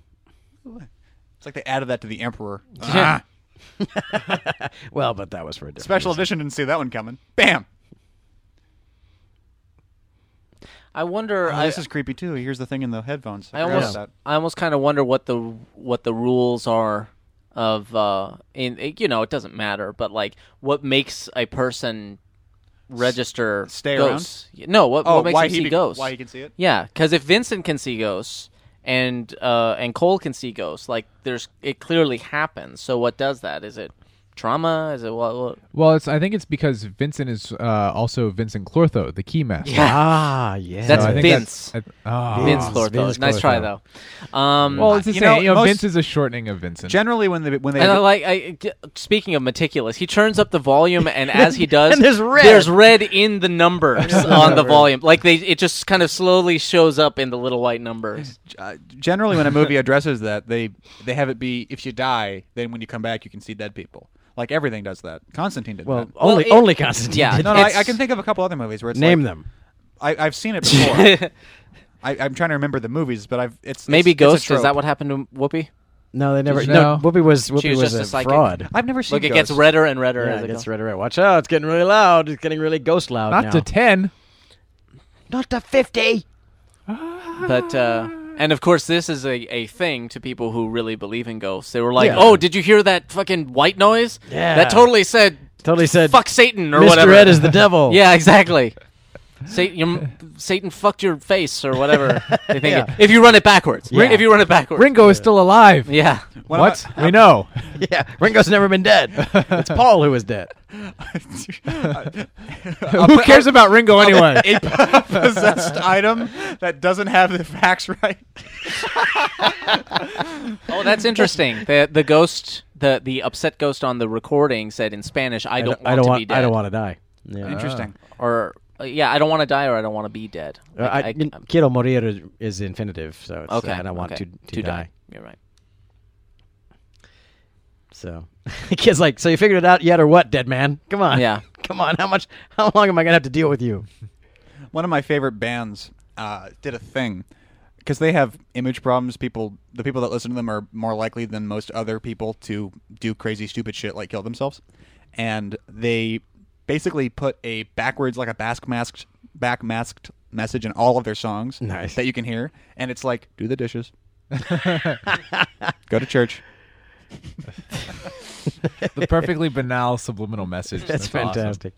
S2: It's like they added that to the Emperor. Ah.
S3: Well, but that was for a different
S2: Special
S3: reason.
S2: edition didn't see that one coming. Bam.
S5: I wonder.
S2: Oh,
S5: I,
S2: this is creepy too. Here's the thing in the headphones.
S5: I
S2: forgot
S5: almost,
S2: about
S5: I almost kind of wonder what the what the rules are of uh, in it- you know it doesn't matter, but like what makes a person register
S2: stay
S5: ghosts? Y- No, what,
S2: Oh,
S5: what makes
S2: why
S5: him
S2: he
S5: see
S2: be-
S5: ghosts?
S2: why he can see it?
S5: Yeah, because if Vincent can see ghosts and uh, and Cole can see ghosts, like there's it clearly happens. So what does that? Is it trauma? Is it what? what
S4: Well, it's I think it's because Vincent is uh, also Vincent Clortho, the key master. Yeah,
S3: Ah, yeah.
S5: That's
S4: I think
S5: Vince.
S4: That's, I- oh.
S5: Vince Lortho.
S4: Vince
S5: Nice try
S4: Clortho.
S5: though. Um,
S4: Well, it's the
S2: You
S4: same.
S2: know,
S4: you know,
S2: most-
S4: Vince is a shortening of Vincent.
S2: that. Generally, when they when they
S5: And I like I g- speaking of meticulous, he turns up the volume, and as he does,
S3: And there's red.
S5: There's red in the numbers on the volume. Like they, it just kind of slowly shows up in the little white numbers.
S2: uh, generally when a movie addresses that, they they have it be if you die, then when you come back, you can see dead people. Like everything does that. Constantine did
S3: well,
S2: that.
S3: only
S5: it-
S3: only Constantine.
S5: yeah,
S3: did
S2: No, no, I,
S5: it's-
S2: I can think of a couple other movies where it's
S3: name
S2: like-
S3: them.
S2: I, I've seen it before. I, I'm trying to remember the movies, but I've it's
S5: Maybe
S2: it's, it's a
S5: Ghost. Is
S2: trope.
S5: that what happened to Whoopi?
S3: No, they never.
S4: you
S3: No,
S4: know?
S3: Whoopi was Whoopi
S5: She was
S3: was,
S5: just a
S3: a
S5: psychic.
S3: fraud.
S2: I've never seen.
S5: Look, it
S2: Ghost.
S5: gets redder and redder
S3: Yeah,
S5: as
S3: it
S5: it
S3: gets
S5: goes.
S3: red, red. Watch out! It's getting really loud. It's getting really ghost loud.
S4: Not
S3: now.
S4: to ten.
S3: not to fifty.
S5: But uh, and of course, this is a, a thing to people who really believe in ghosts. They were like,
S3: Yeah.
S5: "Oh, did you hear that fucking white noise?
S3: Yeah.
S5: that totally said,
S3: Totally said.
S5: fuck Satan or
S3: Mr.
S5: whatever."
S3: Ed is the devil.
S5: Yeah, exactly. Satan, your, Satan fucked your face or whatever. They think
S3: Yeah.
S5: if you run it backwards,
S3: Yeah.
S5: if you run it backwards,
S4: Ringo is still alive.
S5: yeah.
S2: When
S4: what? we know.
S3: yeah. Ringo's never been dead. It's Paul who is dead.
S5: Uh,
S4: Who cares about Ringo anyway?
S2: a possessed item that doesn't have the facts right.
S5: Oh, that's interesting. the The ghost, the the upset ghost on the recording said in Spanish, "I don't, want
S3: I don't
S5: to
S3: want.
S5: be dead."
S3: I don't want to die.
S5: Ah.
S3: Yeah.
S2: Interesting.
S5: or uh, yeah, I don't want to die, or I don't want to be dead.
S3: Uh, I, quiero morir is, is infinitive, so it's,
S5: um, okay,
S3: uh, and I want
S5: okay.
S3: to, to, die.
S5: You're right.
S3: So the kid's like, so you figured it out yet or what, dead man? Come on,
S5: Yeah.
S3: come on. How much? How long am I gonna have to deal with you?
S2: One of my favorite bands uh, did a thing because they have image problems. People, the people that listen to them are more likely than most other people to do crazy, stupid shit like kill themselves. And they basically put a backwards, like a back masked, back masked message in all of their songs
S3: Nice.
S2: that you can hear. And it's like, do the dishes, go to church.
S4: the perfectly banal subliminal message.
S3: That's,
S4: awesome.
S3: fantastic.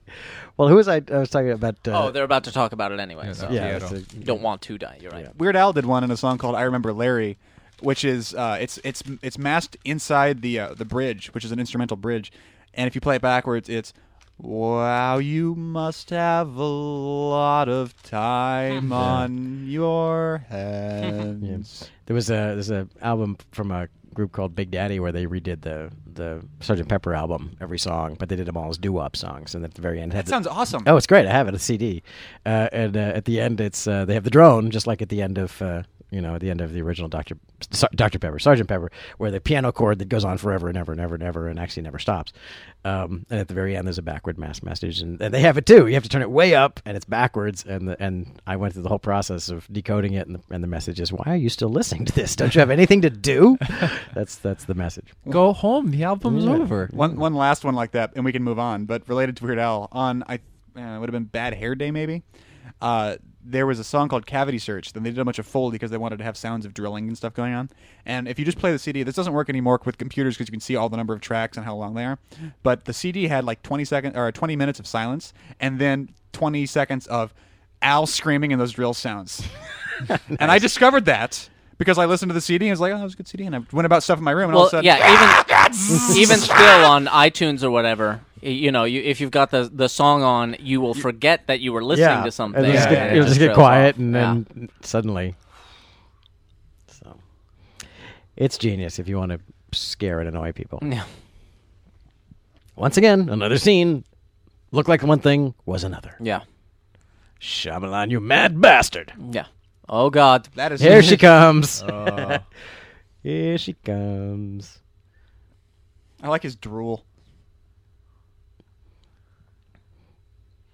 S3: Well, who was I? I was talking about. Uh,
S5: oh, they're about to talk about it anyway. so.
S3: yeah,
S4: Seattle.
S3: it's a-
S5: You don't want to die. You're right.
S2: Weird Al did one in a song called "I Remember Larry," which is uh, it's it's it's masked inside the uh, the bridge, which is an instrumental bridge, and if you play it backwards, it's "Wow, you must have a lot of time on your hands."
S3: there was a there's a album from a group called Big Daddy where they redid the the Sgt. Pepper album every song, but they did them all as doo wop songs, and at the very end, it had
S2: That
S3: the-
S2: sounds awesome.
S3: Oh, it's great. I have it a CD, uh, and uh, at the end, it's uh, they have the drone, just like at the end of uh, you know at the end of the original Doctor Doctor Pepper, Sergeant Pepper, where the piano chord that goes on forever and ever and ever and ever and actually never stops. Um, and at the very end, there's a backward mass message, and, and they have it too. You have to turn it way up, and it's backwards. And the, and I went through the whole process of decoding it, and the, and the message is, "Why are you still listening to this? Don't you have anything to do?" that's that's the message.
S4: Go home. The album's
S3: Yeah.
S4: over.
S2: One one last one like that, and we can move on. But related to Weird Al, on I uh, it would have been Bad Hair Day maybe. Uh, there was a song called Cavity Search. Then they did a bunch of Foley because they wanted to have sounds of drilling and stuff going on. And if you just play the CD, this doesn't work anymore with computers because you can see all the number of tracks and how long they are. But the CD had like 20 seconds or 20 minutes of silence, and then 20 seconds of Al screaming and those drill sounds. And I discovered that because I listened to the CD and I was like, oh, that was a good CD. And I went about stuff in my room and all
S5: Well,
S2: of a sudden,
S3: "Ah,
S5: yeah, even even still on iTunes or whatever, y- you know, you, if you've got the the song on, you will forget that you were listening to something.
S3: It'll just
S4: Yeah,
S3: get,
S4: yeah,
S3: it'll just get
S5: trails
S3: quiet,
S5: off.
S3: and
S5: Yeah.
S3: then suddenly, so it's genius if you want to scare and annoy people.
S5: Yeah.
S3: Once again, another scene looked like one thing was another.
S5: yeah,
S3: Shyamalan, you mad bastard!
S5: yeah. Oh God,
S2: that is
S3: Here she comes.
S5: Oh.
S3: Here she comes.
S2: I like his drool.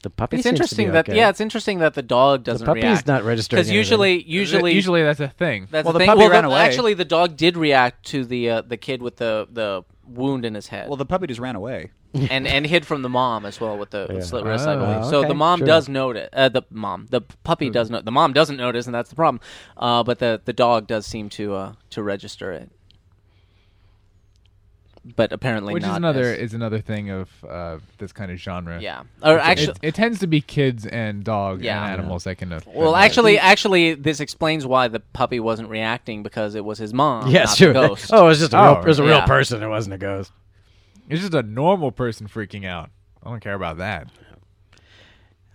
S3: the puppy.
S5: It's
S3: seems to be
S5: interesting that
S3: okay.
S5: yeah, it's interesting that the dog doesn't
S3: puppy's
S5: react.
S3: not registering Uh,
S5: because usually, usually,
S4: usually that's a thing.
S5: that's
S2: Well, the
S5: the, thing.
S2: puppy
S5: well,
S2: ran
S5: the-
S2: away.
S5: Actually, the dog did react to the uh, the kid with the the wound in his head,
S2: Well, the puppy just ran away.
S5: and and hid from the mom as well with the with slit wrist, I
S4: Oh,
S5: believe. So
S3: okay,
S5: the mom
S3: sure.
S5: does notice. Uh, the mom, the puppy does not. The mom doesn't notice, and that's the problem. Uh, but the the dog does seem to uh, to register it. But apparently
S4: which
S5: not.
S4: is another
S5: as-
S4: is another thing of uh, this kind of genre.
S5: yeah. Or
S4: It-
S5: actually,
S4: it, tends to be kids and dogs
S5: Yeah.
S4: and animals that can. uh,
S5: Well,
S4: uh,
S5: actually, actually, this explains why the puppy wasn't reacting because it was his mom,
S3: yeah,
S5: not
S3: sure.
S5: the ghost.
S3: Oh, it was just a
S4: Oh,
S3: real, it was a real
S5: yeah.
S3: person. It wasn't a ghost.
S4: it's just a normal person freaking out. I don't care about that.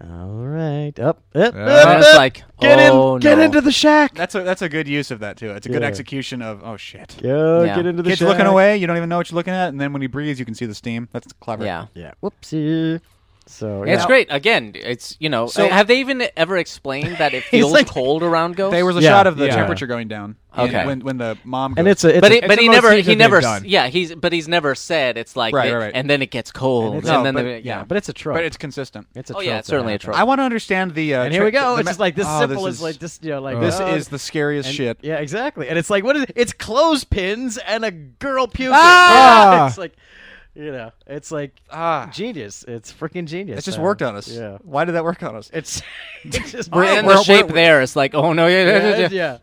S3: All right, up, up, up,
S5: And it's
S3: up.
S5: like,
S3: get in,
S5: oh,
S3: get
S5: no.
S3: into the shack.
S2: That's a that's a good use of that too. It's a good
S3: Yeah.
S2: execution of oh shit.
S3: Yo,
S5: Yeah.
S3: get into the
S2: Kid's
S3: shack.
S2: looking away. You don't even know what you're looking at, and then when he breathes, you can see the steam. That's clever.
S5: yeah.
S3: Yeah. Whoopsie. So
S5: It's
S3: yeah.
S5: great. Again, it's you know.
S2: So-
S5: have they even ever explained that it
S3: He's
S5: feels
S3: like-
S5: cold around ghosts?
S2: There was a
S3: Yeah,
S2: shot of the
S4: yeah.
S2: temperature going down. in-
S5: Okay.
S2: When, when the mom.
S3: And
S2: goes,
S3: it's a, it's
S5: but
S3: a,
S5: it, but
S4: it's
S5: he
S4: the most
S5: never
S4: things
S5: he
S4: that they've
S5: never
S4: done.
S5: yeah he's but he's never said it's like
S2: Right,
S5: it-
S2: right, right.
S5: and then it gets cold and,
S2: it's- No,
S5: then
S2: but-
S5: the, yeah.
S3: yeah, but it's a trope.
S2: but it's consistent.
S3: it's a
S5: Oh,
S3: trope
S5: yeah, it's
S3: that
S5: certainly a
S3: happens.
S5: trope.
S2: I want to understand the. Uh,
S3: And here we
S2: trick-
S3: go.
S2: the
S3: It's
S2: me-
S3: just like this
S2: Oh,
S3: simple
S2: this
S3: is, like this, you know, like
S2: This
S3: oh,
S2: is the scariest
S3: and-
S2: shit.
S3: Yeah, exactly. And it's like, what is it? It's clothespins and a girl puking.
S2: Ah!
S3: Yeah, it's like, you know, it's like
S2: Ah,
S3: genius. It's freaking genius.
S2: it just
S3: Uh,
S2: worked on us.
S3: Yeah.
S2: Why did that work on us?
S3: It's, it's just
S5: and then
S2: we're-
S5: the shape
S2: we're-
S5: there it's like oh no yeah, yeah, yeah, yeah.
S3: yeah, yeah.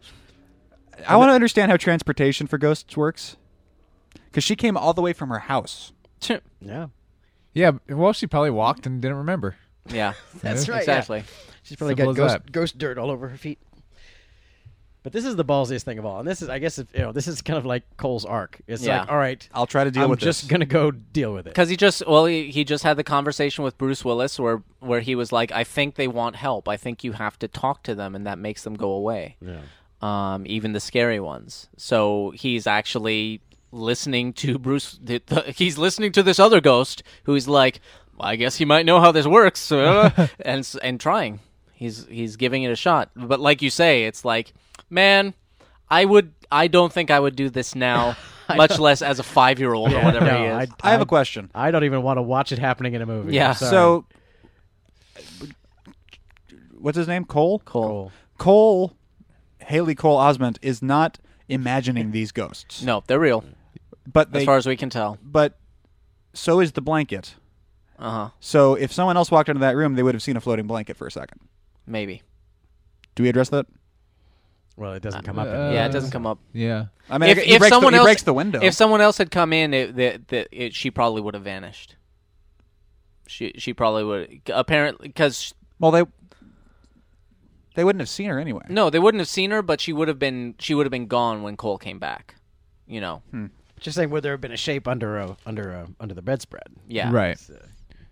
S2: I want to understand how transportation for ghosts works, because she came all the way from her house.
S3: Yeah.
S4: Yeah. Well, she probably walked and didn't remember.
S5: Yeah,
S3: That's right. yeah.
S5: exactly
S3: She's probably
S4: Simple
S3: got
S4: as
S3: ghost,
S4: that.
S3: ghost dirt all over her feet. But this is the ballsiest thing of all, and this is, I guess, if, you know, this is kind of like Cole's arc. It's
S5: Yeah.
S3: like, all right,
S2: I'll try to deal
S3: I'm
S2: with
S3: just
S2: this.
S3: gonna go deal with it.
S5: because he just well he, he just had the conversation with Bruce Willis where where he was like I think they want help I think you have to talk to them and that makes them go away
S3: Yeah.
S5: um, even the scary ones so he's actually listening to Bruce the, the, he's listening to this other ghost who's like I guess he might know how this works uh," and s- and trying he's he's giving it a shot but like you say it's like man I would I don't think I would do this now much less as a five year old or whatever
S3: No,
S5: he is.
S3: I,
S2: I have a question.
S3: I don't even want to watch it happening in a movie.
S5: Yeah.
S3: I'm sorry.
S2: So, what's his name? Cole.
S3: Cole.
S2: Cole. Haley Cole Osment is not imagining these ghosts.
S5: No, they're real,
S2: but they,
S5: as far as we can tell.
S2: but so is the blanket.
S5: Uh huh.
S2: So if someone else walked into that room, they would have seen a floating blanket for a second.
S5: Maybe.
S2: Do we address that?
S3: well, it doesn't come up.
S4: Uh,
S5: yeah, it doesn't come up.
S4: Yeah.
S2: I mean,
S5: if
S2: he
S5: if
S2: breaks
S5: someone
S2: the, he
S5: else
S2: breaks the window.
S5: if someone else had come in, it, the, the, it, she probably would have vanished. She she probably would apparently because
S2: well, they they wouldn't have seen her anyway.
S5: no, they wouldn't have seen her, but she would have been she would have been gone when Cole came back. You know.
S2: Hmm.
S3: Just saying, would there have been a shape under a under a under the bedspread?
S5: Yeah.
S4: Right.
S3: It's, uh,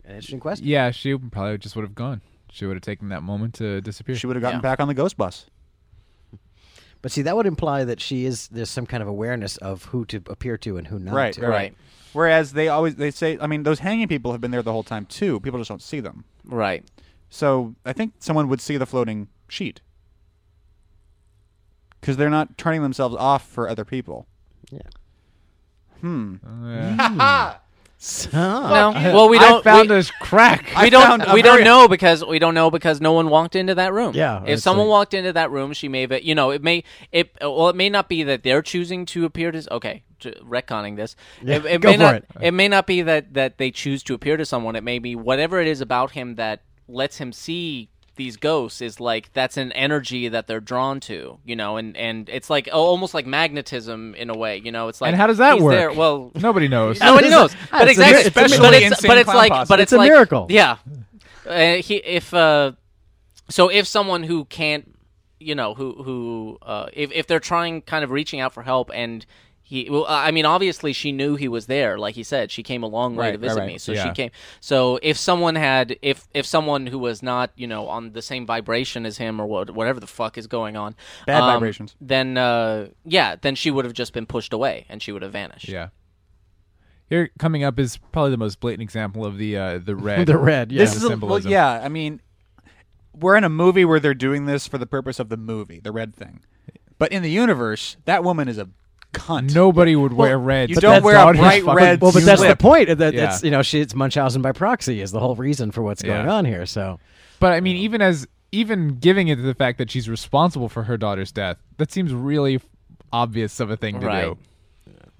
S3: an interesting question.
S4: Yeah. She probably just would have gone. She would have taken that moment to disappear.
S2: She would have gotten
S5: Yeah.
S2: back on the ghost bus.
S3: But see, that would imply that she is there's some kind of awareness of who to appear to and who not.
S2: Right,
S3: to.
S5: Right. Right.
S2: Whereas they always they say, I mean, those hanging people have been there the whole time too. People just don't see them. So I think someone would see the floating sheet because they're not turning themselves off for other people.
S3: Yeah.
S2: Hmm.
S4: Oh, yeah.
S3: So,
S5: No. Well, we don't.
S4: I found
S5: we,
S4: this crack.
S5: we
S2: found
S5: don't.
S2: a
S5: We don't
S2: very-
S5: know because we don't know because no one walked into that room.
S3: Yeah,
S5: If
S3: it's
S5: someone
S3: like-
S5: walked into that room, she may have. You know, it may. It well, it may not be that they're choosing to appear to. Okay, to, retconning this.
S3: Yeah,
S5: it, it
S3: go
S5: may
S3: for
S5: not.
S3: it.
S5: may not be that that they choose to appear to someone. It may be whatever it is about him that lets him see these ghosts is like that's an energy that they're drawn to you know and and it's like oh, almost like magnetism in a way you know it's like
S4: how does that
S5: he's
S4: work?
S5: there- well
S4: Nobody knows.
S5: Nobody
S3: It's a-
S5: knows, but
S3: it's a
S5: exactly.
S3: mir-
S2: especially
S5: but
S2: in
S5: it's
S2: San
S5: but it's
S2: Clown
S5: like
S2: Posse.
S5: but
S3: It's
S5: it's,
S3: a
S5: like,
S3: miracle.
S5: Yeah. Uh, he, if uh, so, if someone who can't, you know, who who uh, if if they're trying, kind of reaching out for help, and he, well, I mean, obviously she knew he was there. Like he said, she came a long way
S2: Right,
S5: to
S2: right,
S5: visit
S2: right.
S5: me, so
S4: Yeah.
S5: she came. So if someone had, if if someone who was not, you know, on the same vibration as him or what, whatever the fuck is going on,
S2: Bad
S5: um,
S2: vibrations.
S5: then uh, yeah, then she would have just been pushed away and she would have vanished.
S4: Yeah. Here coming up is probably the most blatant example of the uh, the red.
S3: the red. Yeah.
S2: This
S4: the
S2: is a, well,
S4: symbolism.
S2: yeah. I mean, we're in a movie where they're doing this for the purpose of the movie, the red thing. But in the universe, that woman is a cunt.
S4: Nobody would wear
S2: Well,
S4: red.
S2: you
S4: but
S2: don't
S4: that's
S2: wear a
S4: not his
S2: bright
S4: fucking
S2: red
S3: Well, but that's the
S2: Tulip.
S3: point. uh, That
S4: Yeah.
S3: that's you know, she, it's Munchausen by proxy is the whole reason for what's going
S4: Yeah.
S3: on here. So
S4: But I mean, even as even giving it to the fact that she's responsible for her daughter's death, that seems really f- obvious of a thing to
S5: Right.
S4: do.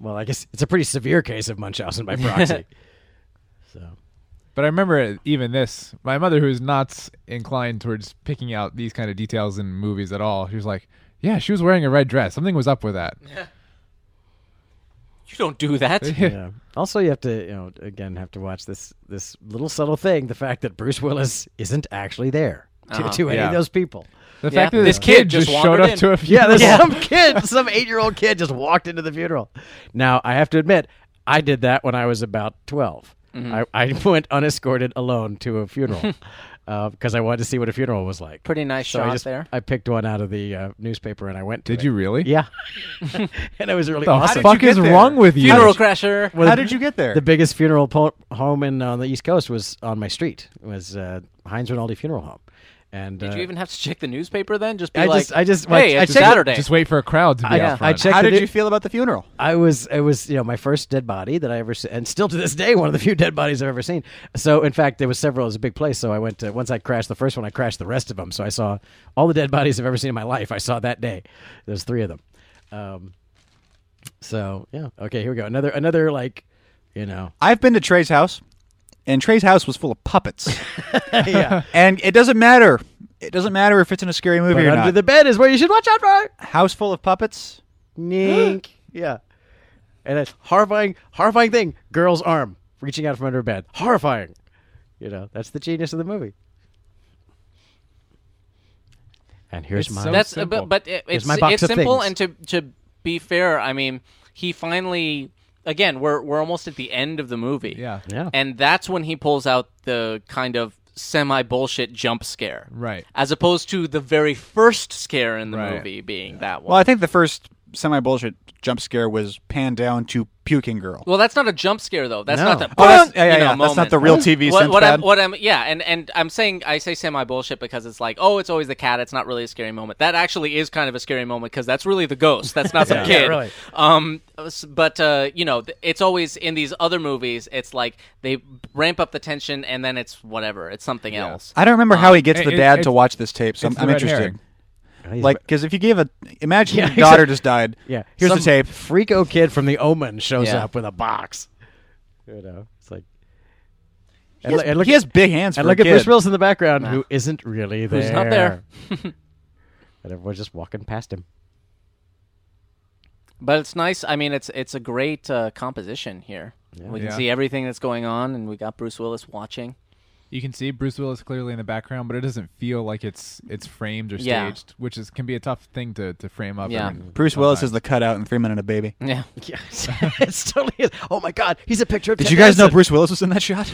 S3: Well, I guess it's a pretty severe case of Munchausen by proxy. so,
S4: But I remember even this. My mother, who is not s- inclined towards picking out these kind of details in movies at all, she was like, "Yeah, she was wearing a red dress. Something was up with that."
S5: You don't do that.
S3: yeah. Also, you have to, you know, again, have to watch this this little subtle thing: the fact that Bruce Willis isn't actually there to, to any
S4: Uh-huh. Yeah.
S3: of those people.
S4: The
S5: Yeah.
S4: fact that
S5: This
S4: this
S5: kid
S4: kid
S5: just
S4: just showed
S5: wandered
S4: up
S5: in.
S4: to a
S3: Yeah,
S4: funeral.
S3: there's some kid, some eight year old kid, just walked into the funeral. Now, I have to admit, I did that when I was about 12
S2: Mm-hmm.
S3: I, I went unescorted alone to a funeral because I wanted to see what a funeral was like.
S5: Pretty nice
S3: So I
S5: shot
S3: just-
S5: there.
S3: I picked one out of the uh, newspaper and I went. To
S4: Did
S3: it.
S4: you really?
S3: Yeah, and it was really
S4: Oh, The
S3: awesome.
S2: How did
S4: fuck
S2: you
S4: is
S2: get there?
S4: wrong with you?
S5: Funeral crasher.
S3: Well,
S2: How
S3: the-
S2: did you get there?
S3: The biggest funeral po- home in on the East Coast was on my street. It was uh, Heinz Rinaldi Funeral Home. And
S5: Did
S3: uh,
S5: you even have to check the newspaper then? Just be
S3: I
S5: like,
S3: just- I just- well, I
S5: hey, it's
S3: checked-
S5: Saturday.
S4: Just wait for a crowd to be
S3: I,
S4: out
S3: I
S4: front.
S3: checked.
S2: How
S3: the
S2: did
S3: new-
S2: you feel about the funeral?
S3: I was it was you know my first dead body that I ever se- and still to this day one of the few dead bodies I've ever seen. So in fact there was several. It was a big place. So I went to once I crashed the first one. I crashed the rest of them. So I saw all the dead bodies I've ever seen in my life. I saw that day. There's three of them. Um, so yeah. Okay. Here we go. Another another like you know
S2: I've been to Trey's house, and Trey's house was full of puppets.
S3: yeah.
S2: and it doesn't matter. It doesn't matter if it's in a scary movie
S3: But
S2: or
S3: under
S2: not.
S3: the bed is where you should watch out for.
S2: house full of puppets.
S3: Nink. yeah. And that's horrifying, horrifying thing. Girl's arm reaching out from under her bed. Horrifying. You know, that's the genius of the movie. And here's
S4: It's
S3: my
S4: so
S5: That's uh,
S4: simple.
S5: but, but it,
S3: Here's
S5: it's
S3: my box
S5: it's
S3: of
S5: simple
S3: things.
S5: and to to be fair, I mean, he finally again we're we're almost at the end of the movie.
S4: Yeah.
S3: Yeah.
S5: And that's when he pulls out the kind of semi bullshit jump scare.
S4: Right.
S5: As opposed to the very first scare in the
S4: Right.
S5: movie being that one.
S2: Well, I think the first semi bullshit jump scare was panned down to puking girl.
S5: Well, that's not a jump scare though. That's
S3: No.
S5: not the
S2: Oh, that's-
S5: first,
S2: yeah, yeah,
S5: you know,
S2: yeah. That's
S5: moment.
S2: not the real TV
S5: What, what I'm,
S2: Sinbad.
S5: what I'm, yeah, and and I'm saying I say semi bullshit because it's like, oh, it's always the cat. It's not really a scary moment. That actually is kind of a scary moment because that's really the ghost. That's not some
S3: Yeah.
S5: kid.
S3: Yeah, really.
S5: Um, s- but uh, you know, th- it's always in these other movies. It's like they ramp up the tension and then it's whatever. It's something else.
S2: I don't remember how he gets
S4: it-
S2: the
S4: it-
S2: dad to
S4: it's-
S2: watch this tape, so I'm,
S4: it's the
S2: I'm
S4: red
S2: interested.
S4: herring.
S3: He's-
S2: Like, because if you gave a imagine
S3: Yeah,
S2: your daughter
S3: exactly.
S2: just died.
S3: yeah,
S2: here's the
S3: some
S2: tape.
S3: Freako kid from The Omen shows
S5: Yeah.
S3: up with a box. You know, it's like.
S2: He has, he has big hands.
S3: And
S2: for
S3: look
S2: a
S3: at Bruce
S2: kid.
S3: Willis in the background, who isn't really there.
S5: Who's not there.
S3: and everyone's just walking past him.
S5: But it's nice. I mean, it's it's a great uh, composition here. We can
S4: Yeah.
S5: see everything that's going on, and we got Bruce Willis watching.
S4: You can see Bruce Willis clearly in the background, but it doesn't feel like it's it's framed or
S5: Yeah.
S4: staged, which is can be a tough thing to, to frame up.
S5: Yeah.
S4: and-
S2: Bruce Willis is the cutout in Three Men and a Baby.
S5: Yeah.
S3: Yeah, it's totally. Is. Oh my God, he's a picture of.
S2: Did
S3: Ted
S2: you guys know
S3: Danson.
S2: Bruce Willis was in that shot?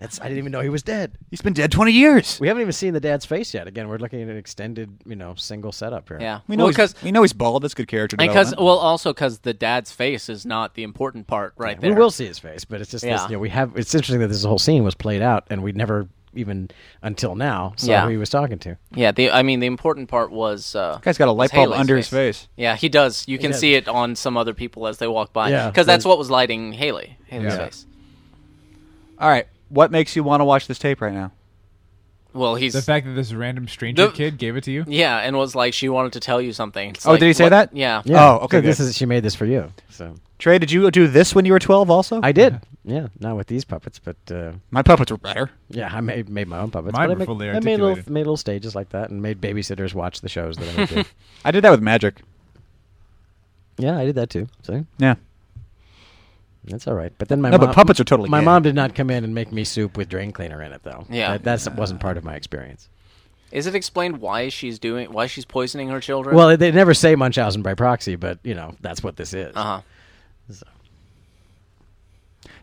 S3: That's, I didn't even know he was dead.
S2: He's been dead 20 years.
S3: We haven't even seen the dad's face yet. Again, we're looking at an extended, you know, single setup here.
S5: Yeah.
S2: We know
S5: Well,
S2: he's- we know he's bald. That's good character
S5: And because
S2: development.
S5: well, also because the dad's face is not the important part, right
S3: we
S5: there.
S3: will see his face, but it's just this,
S5: Yeah.
S3: you know, we have. It's interesting that this whole scene was played out, and we never even until now saw
S5: Yeah.
S3: who he was talking to.
S5: Yeah, the I mean, the important part was. Uh,
S2: guy's got a light
S5: was
S2: bulb
S5: Haley's
S2: under his face.
S5: Yeah, he does. You can
S3: does.
S5: see it on some other people as they walk by.
S3: Yeah.
S5: because that's what was lighting Haley, Haley's
S4: Yeah.
S5: face.
S2: All right, what makes you want to watch this tape right now?
S5: Well, he's
S4: the fact that this random stranger
S5: The-
S4: kid gave it to you.
S5: yeah, and was like she wanted to tell you something. It's
S2: Oh,
S5: like,
S2: did he say
S5: what-
S2: that?
S5: Yeah.
S3: Yeah.
S2: Oh, okay,
S3: So this
S2: good.
S3: is she made this for you. So
S2: Trey, did you do this when you were 12 also?
S3: I did. Yeah, not with these puppets, but uh,
S2: My puppets were better.
S3: yeah, I made made my own puppets.
S4: Mine
S3: but I
S4: were
S3: make-
S4: fully
S3: I made little,
S4: articulated.
S3: made little stages like that, and made babysitters watch the shows that I would do.
S2: I did that with magic.
S3: yeah, I did that too. So
S2: Yeah.
S3: That's all right. But then my
S2: No,
S3: mom,
S2: but puppets are totally
S3: My
S2: gay.
S3: mom did not come in and make me soup with drain cleaner in it, though.
S5: Yeah.
S3: that that's, wasn't part of my experience.
S5: Is it explained why she's doing why she's poisoning her children?
S3: Well, they never say Munchausen by proxy, but you know that's what this is.
S5: uh huh.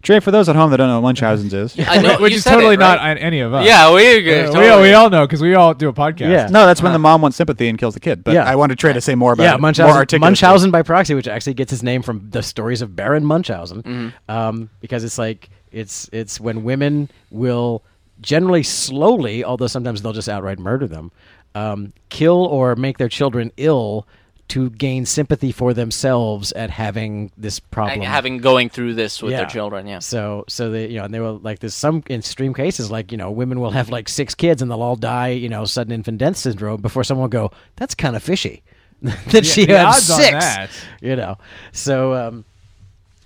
S2: Trey, for those at home that don't know what Munchausen's is.
S5: I know
S4: Which
S5: you
S4: is
S5: said
S4: totally
S5: it,
S4: not
S5: right?
S4: on any of us.
S5: Yeah, we agree.
S4: Yeah,
S5: totally.
S4: we, we all know because we all do a podcast.
S3: Yeah.
S2: No, that's when the mom wants sympathy and kills the kid. But
S3: Yeah.
S2: I wanted Trey to say more about
S3: yeah,
S2: it. More
S3: Munchausen,
S2: articulately.
S3: Munchausen by proxy, which actually gets its name from the stories of Baron Munchausen,
S5: Mm-hmm.
S3: um, because it's like it's it's when women will generally slowly, although sometimes they'll just outright murder them, um, kill or make their children ill to gain sympathy for themselves at having this problem.
S5: And having going through this with their children. Yeah.
S3: So so they you know and they will like there's some extreme cases like you know women will
S5: Mm-hmm.
S3: have like six kids and they'll all die you know sudden infant death syndrome before someone will go that's kind of fishy that she
S4: the
S3: had
S4: odds on
S3: six
S4: that.
S3: you know so um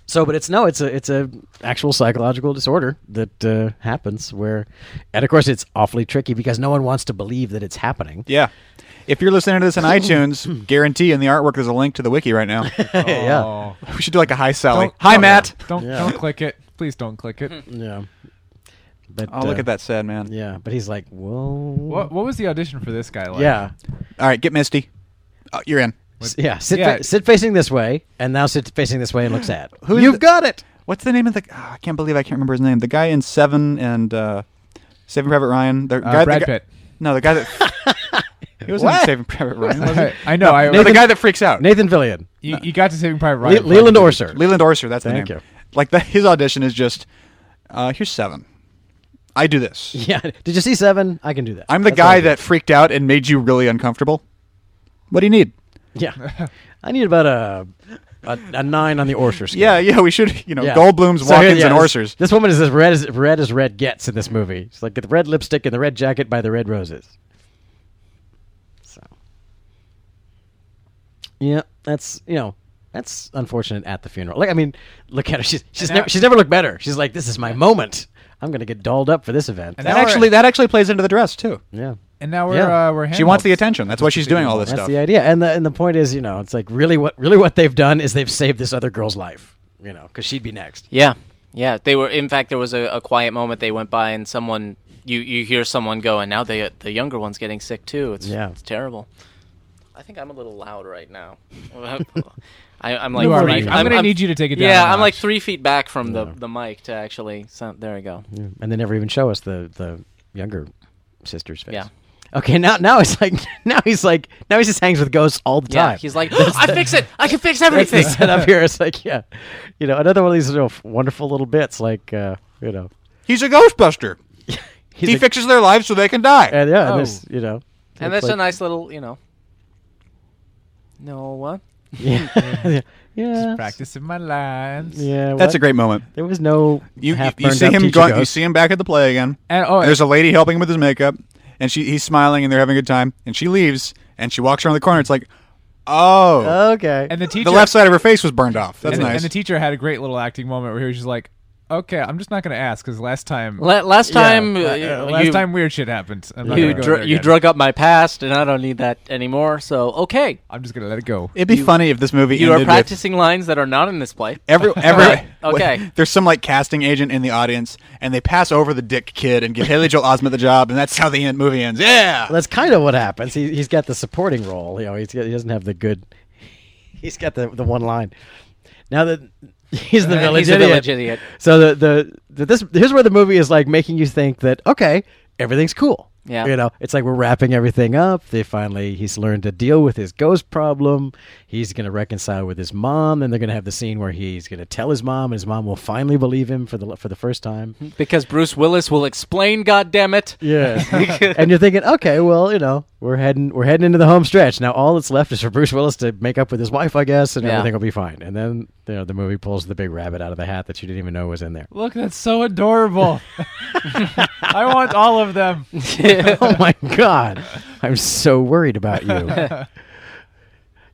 S3: so but it's no it's a it's a actual psychological disorder that uh, happens where and of course it's awfully tricky because no one wants to believe that it's happening
S2: Yeah. If you're listening to this on iTunes, guarantee in the artwork there's a link to the wiki right now.
S3: yeah
S4: Oh.
S2: we should do like a hi Sally.
S4: Don't-
S3: oh,
S2: hi
S4: don't-
S2: Matt.
S4: Don't don't click it. Please don't click it.
S5: Hmm.
S3: yeah but
S2: Oh, look
S3: uh,
S2: at that sad man.
S3: yeah but he's like whoa
S4: What what was the audition for this guy like?
S3: yeah
S2: All right, get Misty. Oh, you're in.
S3: S- yeah sit,
S4: yeah.
S3: fa- sit facing this way and now sit facing this way and look sad
S2: Who's
S3: you've
S2: the-
S3: got it
S2: What's the name of the? oh, I can't believe I can't remember his name. The guy in Seven and uh, Saving Private Ryan. The guy, the
S4: Uh, Brad
S2: guy-
S4: Pitt.
S2: No, the guy that. he was in
S3: What?
S2: Saving Private Ryan. wasn't
S4: I, I know. I,
S2: he? No, the
S3: Nathan-
S2: guy that freaks out.
S3: nathan villian
S4: you, you got to Saving Private
S3: Le-
S4: Ryan.
S3: leland orser
S2: Leland Orser. That's the
S3: Thank
S2: name.
S3: you.
S2: Like the, his audition is just. Uh, here's Seven. I do this.
S3: yeah did you see seven i can do that
S2: I'm the
S3: That's all I
S2: guy
S3: do.
S2: that freaked out and made you really uncomfortable. What do you need?
S3: yeah i need about a a, a nine on the orser scale
S2: Yeah, yeah, we should, you know,
S3: Yeah.
S2: Goldblum's,
S3: So,
S2: Watkins,
S3: yeah,
S2: and
S3: this-
S2: Orsers.
S3: This woman is as red as red as red gets in this movie. She's like the red lipstick and the red jacket by the red roses. So, yeah, that's you know that's unfortunate at the funeral. Like I mean, look at her. She's she's never she's never looked better. She's like this is my moment. I'm gonna get dolled up for this event.
S4: And
S2: That
S4: Now we're-
S2: actually, that actually plays into the dress too.
S3: yeah.
S4: And now we're
S3: Yeah.
S4: uh, we're.
S2: She wants the
S4: handheld.
S2: attention. That's why she's doing all this
S3: That's
S2: stuff.
S3: the idea. And the and the point is, you know, it's like really what really what they've done is they've saved this other girl's life. You know, because she'd be next.
S5: Yeah, yeah. They were. In fact, there was a, a quiet moment. They went by, and someone you you hear someone go, and now the the younger one's getting sick too. It's
S3: Yeah.
S5: it's terrible. I think I'm a little loud right now. I, I'm like
S4: You are
S5: three-
S4: right. I'm gonna need you to take it down
S5: Yeah,
S4: a
S5: I'm like
S4: notch.
S5: three feet back from the, the mic to actually. Sound, there we go.
S3: and they never even show us the the younger sister's face.
S5: Yeah.
S3: Okay, now now it's like now he's like now he just hangs with ghosts all the
S5: Yeah,
S3: time.
S5: he's like, "Oh, I fix it. I can fix
S3: that's the
S5: everything.
S3: setup here. It's like yeah, you know another one of these little wonderful little bits like uh, you know
S2: He's a Ghostbuster.
S3: he's
S2: he
S3: a-
S2: fixes their lives so they can die.
S3: and yeah and
S4: Oh.
S3: there's, you know
S5: And
S3: it's
S5: that's a
S3: like-
S5: nice little, you know. No what?
S3: yeah yeah yeah
S4: Practicing my lines.
S3: yeah
S2: That's a
S3: what?
S2: great moment.
S3: there was no
S2: You, you,
S3: half
S2: you
S3: burned
S2: see
S3: out
S2: him
S3: teacher
S2: going. You
S3: ghost.
S2: see him back at the play again.
S4: And oh,
S2: there's a lady helping him with his makeup, and she he's smiling and they're having a good time. And she leaves, and she walks around the corner. It's like, oh,
S3: okay
S4: and the teacher.
S2: the left side of her face was burned off. That's
S4: and,
S2: nice.
S4: and the teacher had a great little acting moment where he was just like, "Okay, I'm just not gonna ask because last time,
S5: La- last time,
S4: uh,
S5: uh,
S4: uh, last
S5: you-
S4: time weird shit happened. I'm not
S5: you,
S4: gonna go
S5: dr-
S4: there
S5: you
S4: again.
S5: drug up my past, and I don't need that anymore. So okay,
S4: I'm just gonna let it go.
S2: It'd be funny if this movie
S5: you are
S2: ended with-
S5: practicing lines that are not in this play.
S2: Every every
S5: Okay.
S2: There's some like casting agent in the audience, and they pass over the dick kid and give Haley Joel Osment the job, and that's how the end movie ends. Yeah.
S3: Well, that's kind of what happens. He, he's got the supporting role. You know, he's got, he doesn't have the good. He's got the, the one line. Now that he's the
S5: Uh,
S3: village,
S5: He's the
S3: idiot.
S5: village idiot.
S3: So the, the the this here's where the movie is like making you think that okay everything's cool.
S5: Yeah.
S3: You know, it's like we're wrapping everything up. They finally he's learned to deal with his ghost problem. He's going to reconcile with his mom, and they're going to have the scene where he's going to tell his mom, and his mom will finally believe him for the for the first time.
S5: Because Bruce Willis will explain, goddammit.
S3: Yeah. and you're thinking, okay, well, you know, we're heading we're heading into the home stretch. Now all that's left is for Bruce Willis to make up with his wife, I guess, and
S5: Yeah.
S3: everything will be fine. And then you know, the movie pulls the big rabbit out of the hat that you didn't even know was in there.
S4: Look, that's so adorable. I want all of them.
S3: oh my god. I'm so worried about you.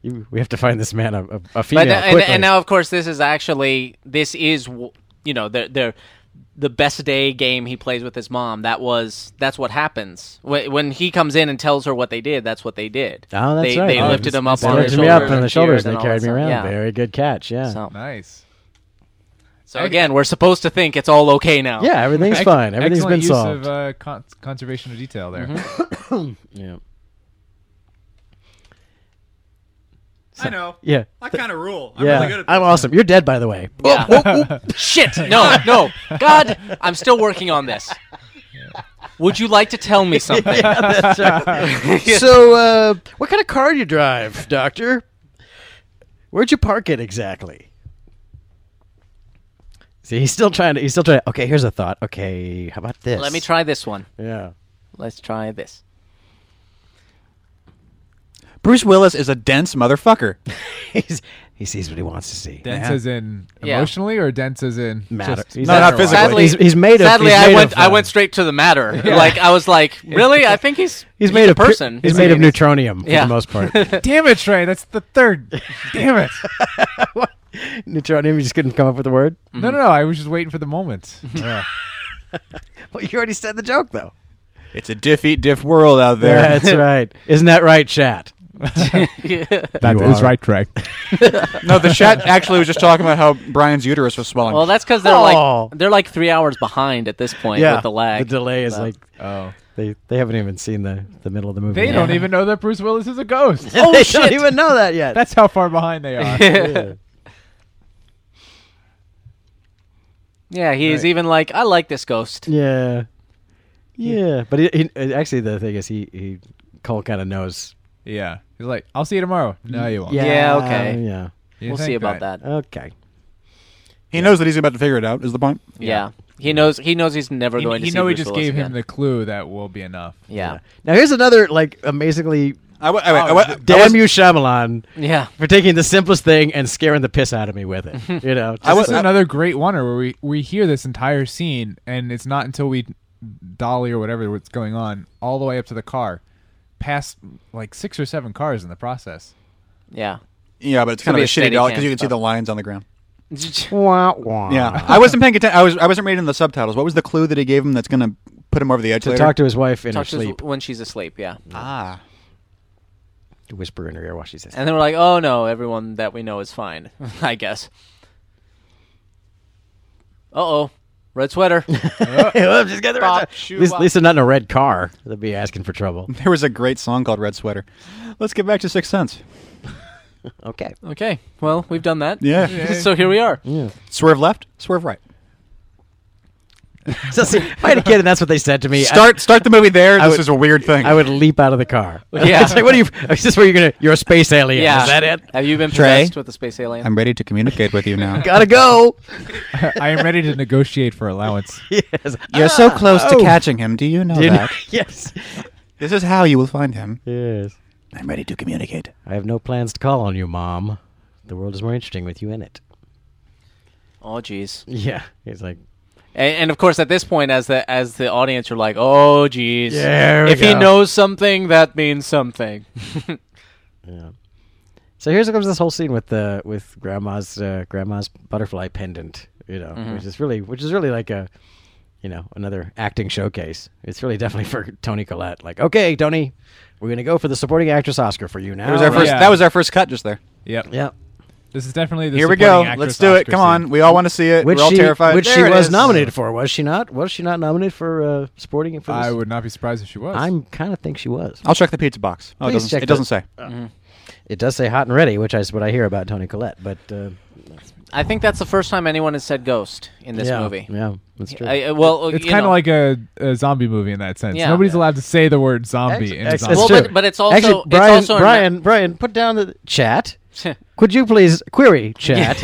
S3: you we have to find this man a, a, a female.
S5: But now- and,
S3: quickly.
S5: and now, of course, this is actually this is w- you know their their the best day game he plays with his mom. That was that's what happens when, when he comes in and tells her what they did. That's what they did.
S3: Oh, that's
S5: they,
S3: right.
S5: They
S3: Oh,
S5: lifted
S4: this-
S5: him up
S4: this
S3: they
S5: on
S4: lifted
S5: their
S3: me up
S5: shoulders
S3: on the
S5: and
S3: shoulders and
S5: cheered
S3: they
S5: all
S3: carried
S5: that
S3: me
S5: stuff.
S3: around.
S5: Yeah.
S3: Very good catch, yeah.
S5: So,
S4: Nice.
S5: so again, we're supposed to think it's all okay now.
S3: Yeah, everything's
S4: Ex-
S3: fine. Everything's
S4: excellent
S3: been
S4: use
S3: solved. Mm-hmm.
S4: Of, uh, con- conservation of detail there.
S3: yeah.
S2: I know.
S3: Yeah.
S2: I kind of rule.
S3: yeah. I'm awesome. You're dead by the way.
S5: Yeah. Shit! No, no, God, I'm still working on this. Would you like to tell me something?
S3: so, uh, what kind of car do you drive, Doctor? Where'd you park it exactly? See, he's still trying to. He's still trying. To, okay, here's a thought. Okay, how about this?
S5: Let me try this one.
S3: Yeah.
S5: Let's try this.
S2: Bruce Willis is a dense motherfucker.
S3: He's, he sees what he wants to see.
S4: Dense
S3: Yeah.
S4: as in
S5: Yeah.
S4: emotionally or dense as in
S3: matter.
S4: just-
S3: He's
S2: No, not
S3: general.
S2: physically.
S5: Sadly,
S3: he's, he's made of.
S5: sadly,
S3: he's
S5: I
S3: made
S5: went.
S3: of,
S5: I
S3: uh,
S5: went straight to the matter. Like I was like, really? I think he's
S3: He's made
S5: a
S3: of pu-
S5: person.
S3: He's
S5: I
S3: made of
S5: mean,
S3: neutronium for
S5: Yeah.
S3: the most part.
S4: Damn it, Trey. That's the third. Damn it.
S3: neutronium. You just couldn't come up with the word.
S4: No, no, no. I was just waiting for the moment. Yeah.
S3: Well, you already said the joke though.
S2: It's a diff eat diff world out there.
S3: That's right. Isn't that right, chat?
S4: that
S3: is right,
S4: Trey.
S2: no, the chat actually was just talking about how Brian's uterus was swelling.
S5: Well, that's because they're
S3: Oh.
S5: like they're like three hours behind at this point with the lag.
S3: delay is
S5: But-
S3: like
S4: Oh.
S3: they, they haven't even seen the, the middle of the movie.
S4: They
S3: yet.
S4: don't even know that Bruce Willis is a ghost.
S3: Oh, they don't even know that yet.
S4: That's how far behind they are.
S5: yeah, he's
S4: Right.
S5: even like, I like this ghost.
S3: yeah, yeah. But he, he, uh, actually, the thing is, he, he Cole kind of knows.
S4: yeah. He's like, I'll see you tomorrow. No, you won't.
S5: Mm-hmm. Yeah. okay.
S3: Um, Yeah.
S4: You
S5: we'll
S4: think
S5: see about that.
S3: Okay.
S2: he knows that he's about to figure it out. Is the point?
S5: Yeah. he knows. He knows he's never
S4: He,
S5: going to.
S4: he
S5: see
S4: know we
S5: Bruce
S4: just
S5: Willis
S4: gave him
S5: again.
S4: the clue that will be enough.
S5: Yeah,
S3: Now here's another like amazingly
S2: I, wa- I, wa- I, wa- I
S3: damn
S2: was-
S3: you, Shyamalan,
S5: yeah.
S3: for taking the simplest thing and scaring the piss out of me with it. You know.
S2: I
S4: This
S2: was-
S4: is
S5: uh,
S4: another great one where we, we hear this entire scene, and it's not until we dolly or whatever what's going on all the way up to the car, past like six or seven cars in the process.
S5: Yeah,
S2: Yeah, but it's
S5: Gonna
S2: kind of
S5: be
S2: a
S5: a
S2: shitty
S5: steady
S2: dolly
S5: cam
S2: because you can see
S5: stuff.
S2: the lines on the ground. Oh.
S3: Wah, wah.
S2: Yeah, I wasn't paying attention. I was I wasn't reading the subtitles. What was the clue that he gave him that's going to put him over the edge
S3: To
S2: later?
S3: talk to his wife in her
S5: talks to his-
S3: sleep,
S5: when she's asleep. Yeah,
S2: ah,
S3: to whisper in her ear while she says,
S5: and then we're like, oh no, everyone that we know is fine. I guess. Uh oh, red sweater.
S3: "Hey, just get the
S5: Stop,
S3: red-
S5: shoe
S3: At least, at
S5: up.
S3: least they're not in a red car. They'd be asking for trouble.
S2: there was a great song called Red Sweater. Let's get back to Sixth Sense.
S3: Okay.
S5: okay, well we've done that.
S2: Yeah,
S5: so here we are.
S2: swerve left, swerve right.
S3: So see, if I had a kid and that's what they said to me, I-
S2: Start start the movie there.
S3: I
S2: this
S3: would-
S2: is a weird thing.
S3: I, would leap out of the car.
S5: Yeah.
S3: it's like, what are you? Is this where you're gonna? You're a space alien.
S5: Yeah,
S3: Is that it?
S5: Have you been
S2: Trey?
S5: possessed with the space alien?
S2: I'm ready to communicate with you now.
S3: Gotta go.
S4: I am ready to negotiate for allowance.
S3: yes.
S2: You're so close
S3: oh.
S2: to catching him. Do you know
S3: You know-
S2: that?
S3: yes.
S2: This is how you will find him.
S3: Yes.
S2: I'm ready to communicate.
S3: I have no plans to call on you, Mom. The world is more interesting with you in it.
S5: oh jeez.
S3: Yeah. He's like,
S5: And, and of course, at this point, as the as the audience, you're like, oh jeez.
S3: There we
S5: If he
S3: go.
S5: knows something, that means something.
S3: yeah. So here's comes this whole scene with the with grandma's uh, grandma's butterfly pendant, you know,
S2: Mm-hmm.
S3: which is really which is really like a, you know, another acting showcase. It's really definitely for Tony Collette. Like, okay, Tony, we're gonna go for the supporting actress Oscar for you now.
S2: That was our
S4: Oh,
S2: first.
S4: yeah.
S2: That was our first cut just there.
S4: Yep.
S3: Yeah.
S4: This is definitely the
S2: Here we go.
S4: supporting actress
S2: Let's do it.
S4: Oscar
S2: Come on.
S4: scene.
S2: We all want to see it.
S3: Which
S2: We're all
S3: she,
S2: terrified.
S3: Which she
S2: There it
S3: was
S2: is.
S3: nominated for, was she not? Was she not nominated for uh, supporting? For this?
S4: I would not be surprised if she was.
S3: I'm kind of think she was.
S2: I'll check the pizza box. Oh, it
S3: Please
S2: doesn't,
S3: check
S2: it doesn't
S3: the- Uh,
S2: say. Mm-hmm.
S5: Mm-hmm.
S3: It does say hot and ready, which is what I hear about Tony Collette. But uh,
S5: I think that's the first time anyone has said ghost in this
S3: yeah,
S5: movie.
S3: yeah, that's true.
S5: I, I- well,
S4: It's
S5: you
S4: kind of
S5: know.
S4: like a, a zombie movie in that sense.
S5: Yeah.
S4: Nobody's
S5: Yeah.
S4: allowed to say the word zombie in a
S3: Ex-
S4: zombie.
S5: Well,
S3: it's true.
S5: but- but it's also-
S3: Actually,
S5: it's
S3: Brian.
S5: also in
S3: Brian, Brian, put down the chat. Could you please query chat?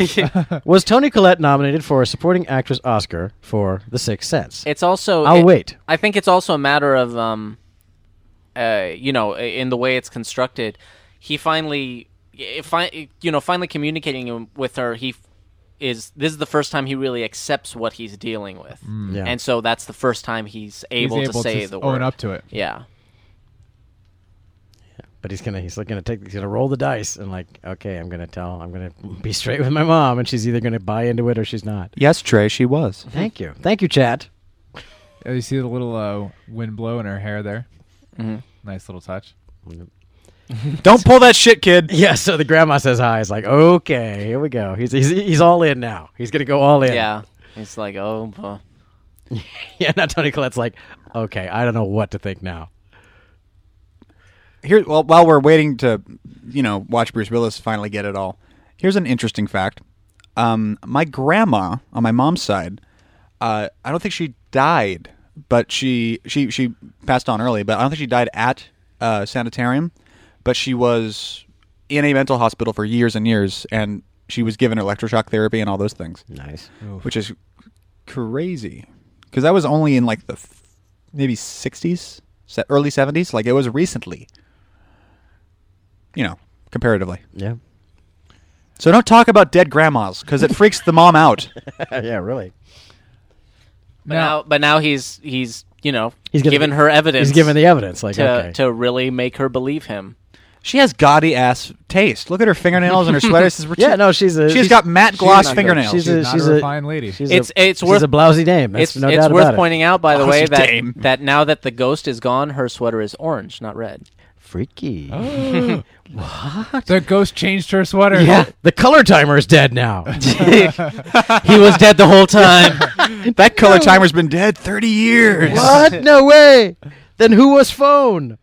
S3: was Tony Collette nominated for a supporting actress Oscar for The Sixth Sense?
S5: it's also.
S3: I'll
S5: it-
S3: wait.
S5: I think it's also a matter of, um, uh, you know, i- in the way it's constructed. He finally, i- fi- you know, finally communicating with her. He f- is. This is the first time he really accepts what he's dealing with,
S3: Mm, Yeah.
S5: and so that's the first time he's
S4: He's
S5: able, to say
S4: s-
S5: the
S4: own
S5: word.
S4: up to it.
S5: Yeah.
S3: but he's gonna he's like gonna take he's gonna roll the dice and like okay, I'm gonna tell I'm gonna be straight with my mom, and she's either gonna buy into it or she's not.
S2: Yes, Trey, she was.
S3: Thank you, thank you, chat.
S4: Uh, You see the little uh, wind blow in her hair there. Nice little touch.
S2: Don't pull that shit, kid.
S3: Yeah, so the grandma says hi. It's like, okay, here we go. He's he's, he's all in now. He's gonna go all in.
S5: Yeah. It's like, oh, uh,
S3: yeah. Now Tony Collette's like, okay, I don't know what to think now.
S2: Here, well, while we're waiting to, you know, watch Bruce Willis finally get it all, here's an interesting fact. Um, my grandma on my mom's side, uh, I don't think she died, but she she she passed on early. But I don't think she died at uh, sanitarium, but she was in a mental hospital for years and years, and she was given electroshock therapy and all those things.
S3: Nice.
S2: which is crazy because that was only in like the f- maybe 60s se- early 70s like it was recently you know, comparatively.
S3: Yeah.
S2: So don't talk about dead grandmas because it freaks the mom out.
S3: yeah, really.
S5: But
S4: No.
S5: now, but now he's he's you know
S3: He's
S5: he's
S3: giving-
S5: given her evidence.
S3: He's giving the evidence. Like,
S5: to
S3: okay.
S5: to really make her believe him.
S2: She has gaudy ass taste. Look at her fingernails and her sweater. This is ret-
S3: yeah, no, she's a.
S2: She's
S3: she's-
S2: got matte
S3: she's
S2: gloss
S3: not good.
S2: fingernails.
S3: She's a.
S4: Not
S3: She's
S4: a
S3: a.
S4: refined lady.
S3: She's
S5: It's-
S3: a,
S5: it's
S3: she's
S5: worth-
S3: a blousy name. That's
S5: It's
S3: no
S5: it's
S3: doubt
S5: worth
S3: about
S5: pointing out, by the
S2: Oh,
S5: way,
S2: she's
S5: that
S2: tame.
S5: that now that the ghost is gone, her sweater is orange, not red.
S3: it. Freaky.
S4: The ghost changed her sweater.
S3: Yeah, the color timer is dead now. he was dead the whole time.
S2: That color timer's been dead 30 years.
S3: what? No way. Then who was phone?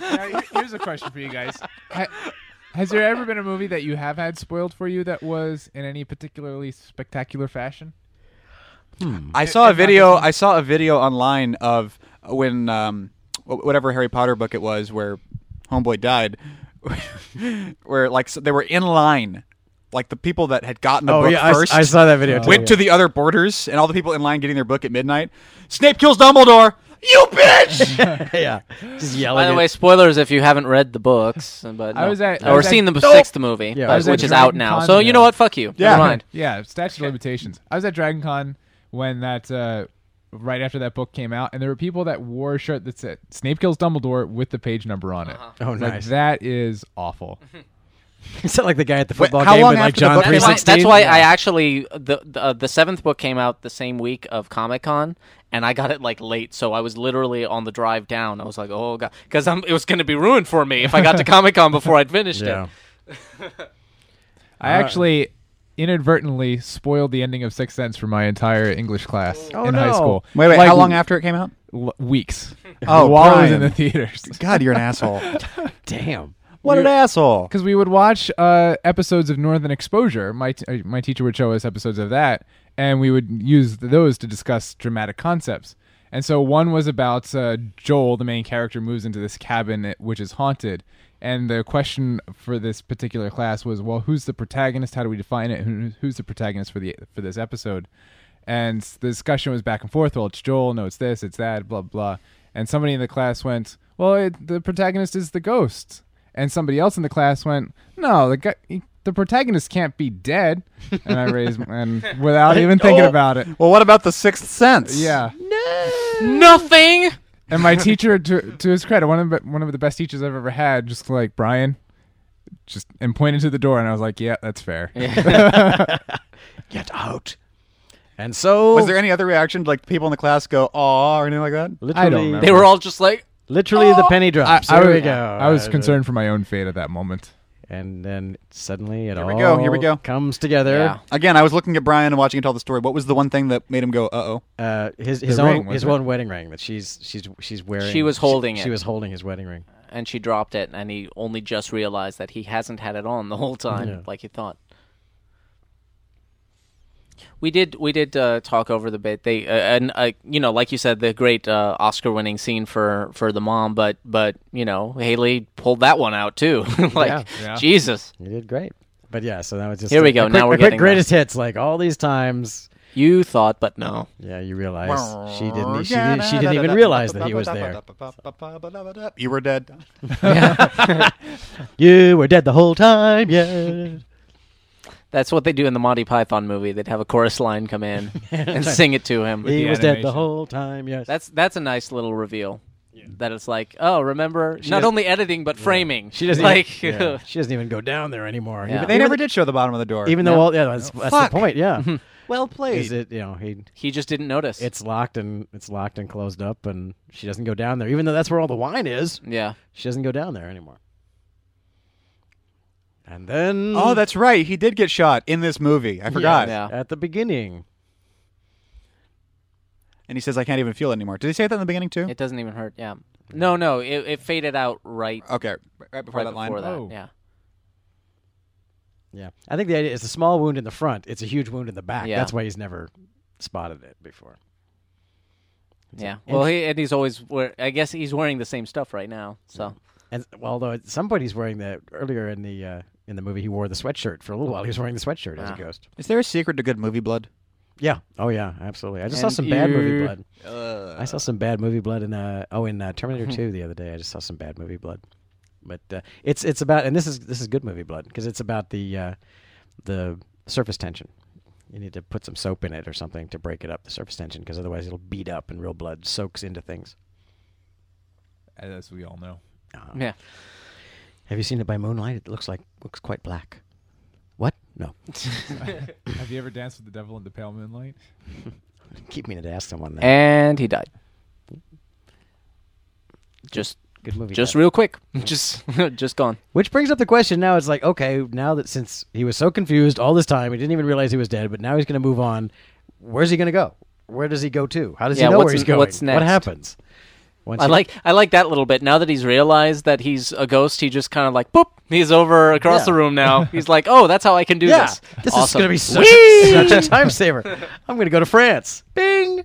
S4: Now, here- here's a question for you guys. Ha- has there ever been a movie that you have had spoiled for you that was in any particularly spectacular fashion?
S2: I saw a video. I saw a video online of when um, wh- whatever Harry Potter book it was where Homeboy died, where like so they were in line, like the people that had gotten the
S3: Oh
S2: book
S3: yeah, I, s-
S2: first.
S3: I saw that video. Too,
S2: Went to the other borders, and all the people in line getting their book at midnight. Snape kills Dumbledore. You bitch!
S3: yeah. yeah, just yelling.
S5: By the
S3: it.
S5: way, spoilers if you haven't read the books, but
S4: I
S5: no.
S4: was at- I
S5: or
S4: was at-
S5: seen the
S2: Nope.
S5: sixth movie,
S3: Yeah,
S5: but-
S3: I was at
S5: which is
S4: Dragon
S5: out now.
S4: Con
S5: So
S4: today.
S5: you know what? Fuck you.
S2: Yeah.
S5: Never mind.
S4: Yeah, statute of limitations. I was at Dragon Con when that uh, right after that book came out, and there were people that wore a shirt that said "Snape kills Dumbledore" with the page number on it.
S3: Oh,
S4: Like,
S3: nice.
S4: that is awful.
S3: Is that like the guy at the football
S2: how
S3: game
S2: long
S3: with like
S2: after the
S3: John
S2: book came out?
S5: That's why,
S3: 316?
S5: that's why I actually the the, uh, the seventh book came out the same week of Comic Con, and I got it like late, so I was literally on the drive down. I was like, oh god, because it was going to be ruined for me if I got to Comic Con before I'd finished
S3: Yeah.
S5: it.
S4: I actually inadvertently spoiled the ending of Sixth Sense for my entire English class
S3: Oh,
S4: in
S3: no.
S4: high school.
S2: wait, wait.
S4: Like,
S2: how long after it came out?
S4: l- weeks.
S2: Oh,
S4: while I was
S2: Brian.
S4: in the theaters.
S2: God, you're an asshole.
S3: Damn.
S2: What an asshole.
S4: because we would watch uh, episodes of Northern Exposure. My t- uh, my teacher would show us episodes of that, and we would use th- those to discuss dramatic concepts. And so one was about uh, Joel, the main character, moves into this cabin that- which is haunted. And the question for this particular class was, well, who's the protagonist? How do we define it? Who, who's the protagonist for the for this episode? And s- the discussion was back and forth. Well, it's Joel. No, it's this. It's that. Blah blah. And somebody in the class went, "Well, it, the protagonist is the ghost." And somebody else in the class went, "No, the guy, he- the protagonist can't be dead." And I raised, and without even thinking
S3: Oh.
S4: about it,
S2: Well, what about the Sixth Sense?
S4: yeah.
S5: Nothing.
S4: And my teacher, to, to his credit, one of the, one of the best teachers I've ever had, just like Brian, just and pointed to the door, and I was like, "Yeah, that's fair."
S3: Get out. And so
S2: Was there any other reaction? Like people in the class go, "Aw" or anything like that?
S3: literally,
S4: I don't remember. Oh,
S5: They were all just like,
S3: literally the penny drops.
S4: I,
S3: Here
S4: was,
S3: we go.
S4: I was concerned for my own fate at that moment.
S3: And then suddenly it
S2: Here
S3: all
S2: we go, here we go.
S3: comes together.
S2: Again, I was looking at Brian and watching him tell the story. What was the one thing that made him go, "Uh oh"?
S3: Uh, his his
S4: The
S3: own
S4: ring, wasn't
S3: his
S4: it?
S3: own wedding ring that she's she's she's wearing.
S5: She was holding
S3: she,
S5: it.
S3: She was holding his wedding ring.
S5: and she dropped it, and he only just realized that he hasn't had it on the whole time,
S3: Yeah.
S5: like he thought. We did we did uh, talk over the bit. They uh, and uh, you know, like you said, the great uh, Oscar-winning scene for for the mom, but but you know, Haley pulled that one out too. like
S3: Yeah.
S4: Yeah.
S5: Jesus,
S3: You did great. But yeah, so that was just
S5: Here we
S3: a-
S5: go,
S3: a
S5: now
S3: quick-
S5: we're
S3: a quick
S5: getting
S3: greatest hits like all these times.
S5: you thought, but no.
S3: Yeah, you realize she didn't. e, She, did, she didn't even realize that he was there.
S2: You were dead.
S3: You were dead the whole time. Yeah.
S5: That's what they do in the Monty Python movie. They'd have a chorus line come in and sing it to him.
S3: he
S4: the
S3: was dead the
S4: animation.
S3: whole time. Yes.
S5: That's that's a nice little reveal. That it's like, oh, remember not
S3: doesn't-
S5: only editing but framing.
S3: she doesn't
S5: like
S3: even, yeah. she doesn't even go down there anymore.
S5: Yeah.
S3: Even,
S2: They never did show the bottom of the door.
S3: even though all yeah, that's, that's the
S2: Fuck.
S3: point. Yeah.
S2: well played.
S3: Is it you know he
S5: he just didn't notice.
S3: it's locked and it's locked and closed up and she doesn't go down there even though that's where all the wine is.
S5: yeah.
S3: She doesn't go down there anymore. And then
S2: oh, that's right. He did get shot in this movie. I forgot.
S5: Yeah.
S3: at the beginning.
S2: And he says, "I can't even feel it anymore." Did he say that in the beginning too?
S5: It doesn't even hurt. Yeah. No, no, it, it faded out right
S2: okay, right before
S5: right
S2: that line.
S5: before that.
S4: Oh.
S5: Yeah.
S3: Yeah. I think the idea is a small wound in the front, it's a huge wound in the back.
S5: Yeah.
S3: That's why he's never spotted it before.
S5: Yeah. Well, he and he's always wear, I guess he's wearing the same stuff right now. So,
S3: And well, although at some point he's wearing the earlier in the uh, in the movie he wore the sweatshirt for a little while. He was wearing the sweatshirt as a
S5: Ah.
S3: ghost.
S2: Is there a secret to good movie blood?
S3: Yeah. Oh yeah. Absolutely. I just saw
S5: And
S3: some bad movie
S5: you-
S3: blood. I saw some bad movie blood in uh oh in uh, Terminator
S5: Mm-hmm.
S3: Two the other day. I just saw some bad movie blood. But uh, it's it's about and this is this is good movie blood because it's about the uh, the surface tension. You need to put some soap in it or something to break it up the surface tension because otherwise it'll beat up and real blood soaks into things.
S4: as we all know.
S3: Uh,
S5: Yeah.
S3: Have you seen it by moonlight? It looks like looks quite black. What? No.
S4: Have you ever danced with the devil in the pale moonlight?
S3: Keep meaning to ask someone that.
S5: And he died. Just
S3: Good movie.
S5: just
S3: Blood.
S5: real quick. just just gone.
S3: Which brings up the question now it's like, okay, now that since he was so confused all this time, he didn't even realize he was dead, but now he's going to move on. Where's he going to go? Where does he go to? How does
S5: Yeah,
S3: he know where
S5: what's-
S3: he's going?
S5: what's
S3: What
S5: next?
S3: happens? Once
S5: I
S3: he-
S5: like I like that little bit. Now that he's realized that he's a ghost, he just kind of like boop. He's over across
S3: Yeah.
S5: the room now. He's like, oh, that's how I can do
S3: yeah,
S5: this.
S3: this
S5: Awesome.
S3: is going to be such, such a time saver. I'm going to go to France. Bing.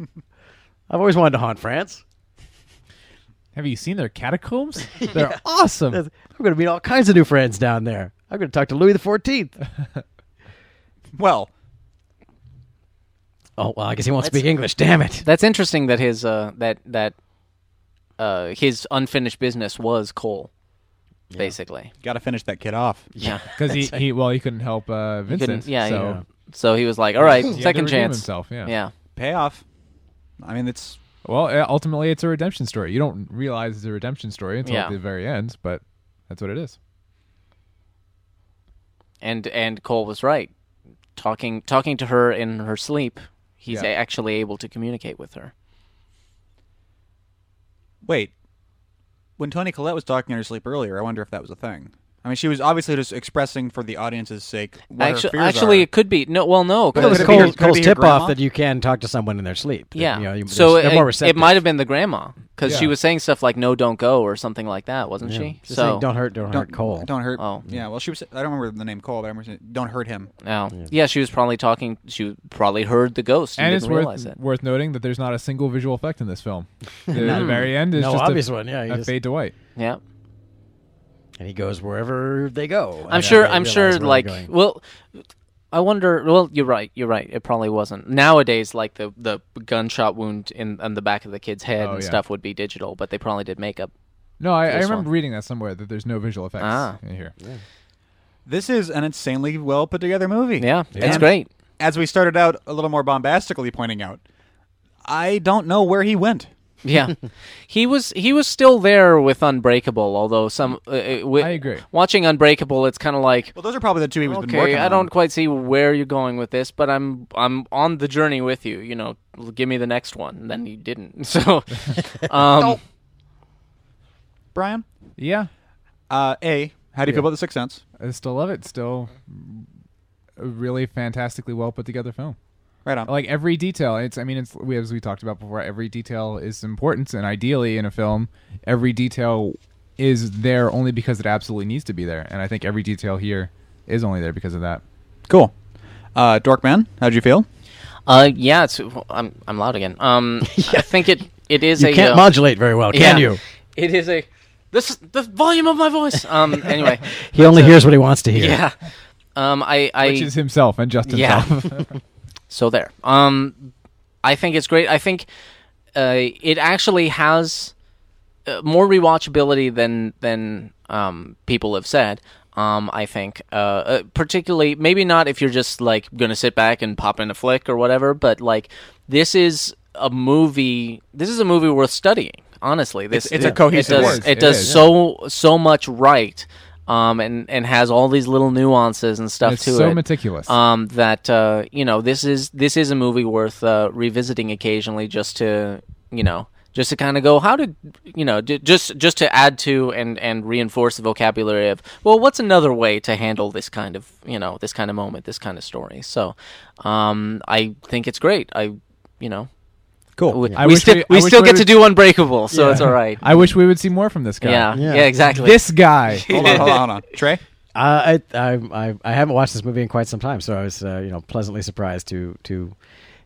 S3: I've always wanted to haunt France.
S4: Have you seen their catacombs? They're awesome.
S3: I'm going to meet all kinds of new friends down there. I'm going to talk to Louis the Fourteenth.
S2: Well,
S3: Oh well, I guess he won't
S5: That's-
S3: speak English. Damn it!
S5: That's interesting that his uh, that that uh, his unfinished business was coal, basically.
S2: got to finish that kid off.
S5: Yeah,
S4: Because he, he, well, he couldn't help uh,
S5: He
S4: Vincent.
S5: yeah,
S4: so
S5: yeah. So he was like, all right,
S4: he had to
S5: second
S4: redeem
S5: chance.
S4: Himself, yeah.
S5: Yeah,
S2: Pay off. I mean, it's
S4: Well, uh, ultimately, it's a redemption story. You don't realize it's a redemption story until
S5: Yeah.
S4: at the very end, but that's what it is.
S5: and and Cole was right. Talking talking to her in her sleep, he's
S4: Yeah.
S5: a- actually able to communicate with her.
S2: wait. When Tony Collette was talking in her sleep earlier, I wonder if that was a thing. I mean, she was obviously just expressing for the audience's sake what her
S5: actually,
S2: fears
S5: actually,
S2: are.
S5: it could be no. Well, no,
S3: That was
S5: because
S2: could it be her-
S3: Cole's,
S2: could it be her
S3: tip
S2: grandma?
S3: off that you can talk to someone in their sleep. That,
S5: yeah.
S3: you know, you-
S5: so
S3: they're
S5: it,
S3: more
S5: it
S3: receptive.
S5: might have been the grandma because she
S4: Yeah.
S5: was saying stuff like "No, don't go" or something like that, wasn't
S3: Yeah.
S5: she?
S3: Just
S5: so
S3: saying, don't hurt, don't,
S2: don't
S3: hurt Cole.
S2: Don't hurt.
S5: Oh.
S2: yeah. Well, she was. I don't remember the name Cole, but I remember saying, don't hurt him.
S5: no. yeah. she was probably talking. She probably heard the ghost and,
S4: and
S5: didn't
S4: it's
S5: realize
S4: worth,
S5: it.
S4: worth noting that there's not a single visual effect in this film. The, the very end is
S3: no
S4: just
S3: obvious
S4: a,
S3: one. Yeah, you
S4: a
S3: just-
S4: fade to white.
S5: Yeah.
S3: and he goes wherever they go.
S5: I'm sure. I'm sure. Like, well, I wonder. Well, you're right. You're right. It probably wasn't nowadays. Like the the gunshot wound in on the back of the kid's head
S4: Oh,
S5: and
S4: yeah.
S5: stuff would be digital, but they probably did makeup.
S4: No, I, I
S5: This
S4: remember
S5: one.
S4: reading that somewhere that there's no visual effects
S5: Ah.
S4: in here.
S2: This is an insanely well put together movie.
S5: Yeah, it's
S2: And
S5: great.
S2: As we started out a little more bombastically pointing out, I don't know where he went.
S5: Yeah, he was he was still there with Unbreakable, although some. Uh, uh, wi-
S4: I agree.
S5: Watching Unbreakable, it's kind of like.
S2: Well, those are probably the two he was been
S5: Okay,
S2: working
S5: I
S2: on.
S5: don't quite see where you're going with this, but I'm I'm on the journey with you. You know, L- give me the next one. And then you didn't. So, um,
S2: Brian.
S4: Yeah,
S2: Uh, a. How do you feel about the Sixth Sense?
S4: I still love it. Still a really fantastically well put together film.
S2: Right on.
S4: Like every detail, it's I mean it's we as we talked about before, every detail is important and ideally in a film, every detail is there only because it absolutely needs to be there. And I think every detail here is only there because of that.
S2: cool. Uh, Dorkman, how'd you feel?
S5: Uh, yeah, it's I'm I'm loud again. Um, I think it it is
S3: you
S5: a
S3: can't
S5: uh,
S3: modulate very well, can
S5: yeah.
S3: you?
S5: It is a this is the volume of my voice. Um, anyway,
S3: He only hears what he wants to hear.
S5: uh, yeah. Um, I I
S4: Which is himself and just
S5: Yeah.
S4: himself.
S5: So there. Um, I think it's great. I think uh, it actually has uh, more rewatchability than than um, people have said. Um, I think, uh, uh, particularly maybe not if you're just like gonna sit back and pop in a flick or whatever, but like this is a movie. This is a movie worth studying. Honestly, this
S2: It's- it's a
S5: it-
S2: cohesive
S5: It does,
S2: work.
S5: It,
S4: It
S5: does
S4: is.
S5: so so much right, um, and and has all these little nuances and stuff
S4: it's
S5: to
S4: so
S5: it
S4: meticulous.
S5: um, that uh, you know this is this is a movie worth uh, revisiting occasionally just to you know just to kind of go how did you know d- just just to add to and and reinforce the vocabulary of well what's another way to handle this kind of you know this kind of moment this kind of story so um, I think it's great I you know
S3: cool.
S5: we,
S4: I
S5: we
S4: wish
S5: still
S4: we-
S5: we,
S4: I wish
S5: still
S4: we
S5: get to
S4: would-
S5: do Unbreakable so it's all right
S4: I wish we would see more from this guy.
S5: yeah,
S3: Yeah.
S5: yeah exactly
S4: This guy.
S2: Hold on, hold on, hold on. Trey?
S3: Uh, I, I I I haven't watched this movie in quite some time, so I was uh, you know pleasantly surprised to to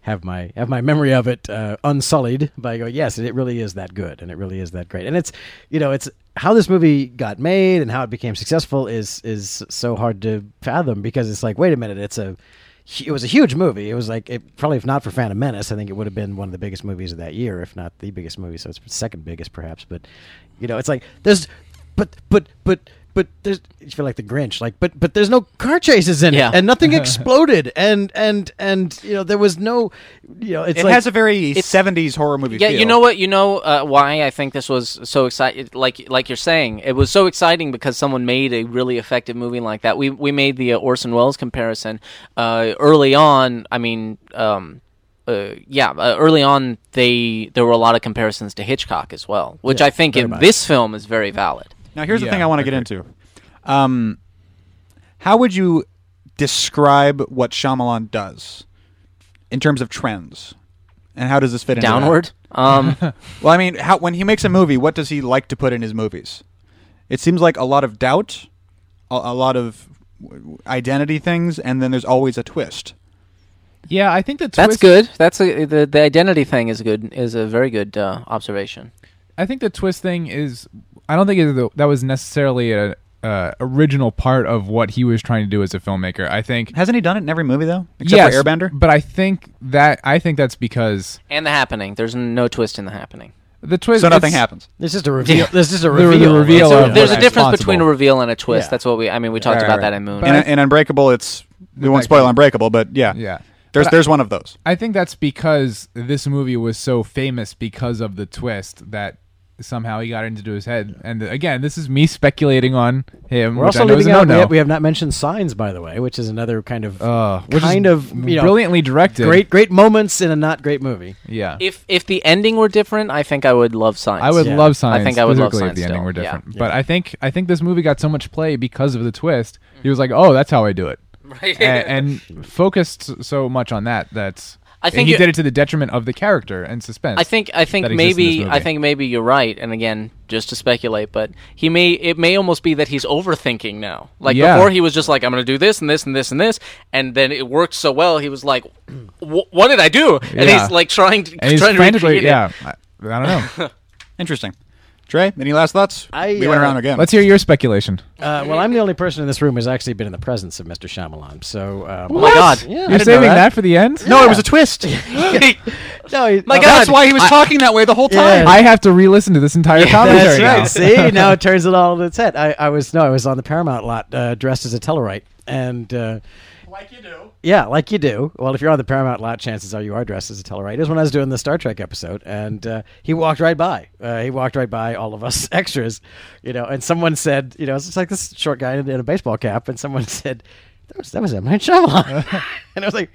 S3: have my have my memory of it uh, unsullied by going yes, it really is that good and it really is that great and it's you know it's how this movie got made and how it became successful is is so hard to fathom because it's like wait a minute it's a hu- it was a huge movie. It was like it, probably if not for Phantom Menace, I think it would have been one of the biggest movies of that year, if not the biggest movie. So it's second biggest perhaps. But you know, it's like there's, but but but but there's. You feel like the Grinch, like but but there's no car chases in
S5: Yeah.
S3: it, and nothing exploded, and and and you know there was no, you know, it's
S2: It
S3: like,
S2: has a very '70s horror movie.
S5: Yeah,
S2: feel.
S5: you know what? You know uh, why I think this was so exciting. Like like you're saying, it was so exciting because someone made a really effective movie like that. We we made the uh, Orson Welles comparison uh, early on. I mean. Um, uh, yeah, uh, early on, they there were a lot of comparisons to Hitchcock as well, which I think in this film is very valid.
S2: Now, here's the
S4: Yeah,
S2: thing I want to get into. Um, how would you describe what Shyamalan does in terms of trends, and how does this fit into that?
S5: Downward, um,
S2: Well, I mean, how, when he makes a movie, what does he like to put in his movies? It seems like a lot of doubt, a, a lot of w- w- identity things, and then there's always a twist.
S4: Yeah, I think the twist,
S5: that's good. That's a, the the identity thing is good is a very good uh, observation.
S4: I think the twist thing is I don't think it, that was necessarily a uh, original part of what he was trying to do as a filmmaker. I think
S2: Hasn't he done it in every movie though, except
S4: yes,
S2: for Airbender?
S4: But I think that I think that's because
S5: And the happening, there's no twist in the happening.
S4: the twist
S2: So nothing
S4: it's-
S2: happens.
S3: There's just a reveal.
S5: Yeah.
S3: There's just a
S4: The- the
S3: reveal.
S4: reveal
S3: It's
S4: of-
S3: a-
S5: there's a
S4: Right.
S5: difference
S4: Responsible.
S5: between a reveal and a twist.
S3: Yeah.
S5: That's what we. I mean, we talked
S2: Right,
S5: about
S2: right,
S5: that
S2: right.
S5: in Moon.
S2: In, in Unbreakable, it's we won't spoil Unbreakable, but yeah,
S4: Yeah.
S2: There's
S4: But I-
S2: there's one of those.
S4: I think that's because this movie was so famous because of the twist that somehow he got into his head. And again, this is me speculating on him.
S3: We're
S4: which
S3: also
S4: I know is
S3: leaving
S4: a
S3: out. We
S4: no-no.
S3: have, we have not mentioned signs, by the way, which is another kind of
S4: Uh, which is
S3: kind of you know,
S4: brilliantly directed.
S3: Great, great moments in a not great movie.
S4: Yeah.
S5: if if the ending were different, I think I would love Signs.
S4: I would
S3: Yeah.
S4: love signs.
S5: I think I would love
S4: specifically
S5: Signs
S4: if the ending
S5: still,
S4: were
S5: yeah.
S4: different. But I think I think this movie got so much play because of the twist. He was like, "Oh, that's how I do it,"
S5: Right.
S4: and, and focused so much on that. That's
S5: I think
S4: he
S5: you-
S4: did it to the detriment of the character and suspense.
S5: I think I think
S4: that exists in this
S5: maybe I
S4: movie.
S5: think maybe you're right. And again, just to speculate, but he may it may almost be that he's overthinking now. Like
S4: Yeah.
S5: before, he was just like, I'm going to do this and this and this and this, and then it worked so well, he was like, "Wh- What did I do? And
S4: Yeah.
S5: he's like trying to
S4: and he's
S5: trying to
S4: frantically,
S5: recreate it.
S4: yeah. I, I don't know.
S2: Interesting. Trey, any last thoughts?
S3: I,
S2: we went
S3: uh,
S2: around again.
S4: Let's hear your speculation.
S5: Oh
S3: Uh, well, I'm the only person in this room who's actually been in the presence of Mr. Shyamalan. So, um,
S5: Oh my God!
S3: Yeah,
S4: You're saving that. for the end?
S2: no, it was a twist.
S3: No, he-
S5: My
S3: uh,
S5: God.
S2: That's why he was talking that way the whole time.
S3: Yeah.
S4: I have to re-listen to this entire commentary.
S3: That's
S4: now.
S3: right. See, now it turns it all on its head. I, I was no, I was on the Paramount lot uh, dressed as a Tellarite, and uh, Yeah, like you do. Well, if you're on the Paramount lot, chances are you are dressed as a Tellarite. It was when I was doing the Star Trek episode, and uh, he walked right by. Uh, he walked right by all of us extras, you know. And someone said, you know, it's just like this short guy in, in a baseball cap, and someone said, "That was that was M Night Shyamalan," and I was like.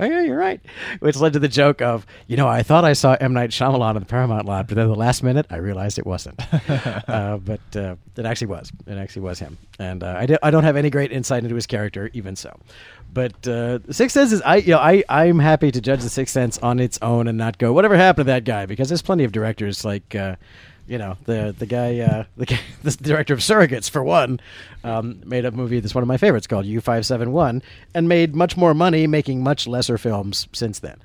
S3: Oh yeah, you're right. Which led to the joke of, you know, I thought I saw M Night Shyamalan in the Paramount lot, but then the last minute I realized it wasn't. uh, but uh, it actually was. It actually was him. And uh, I, do, I don't have any great insight into his character, even so. But uh, Sixth Sense is I you know I I'm happy to judge the Sixth Sense on its own and not go whatever happened to that guy because there's plenty of directors like uh, you know the the guy uh, the guy, the director of Surrogates for one um, made a movie that's one of my favorites called U five seven one and made much more money making much lesser films since then.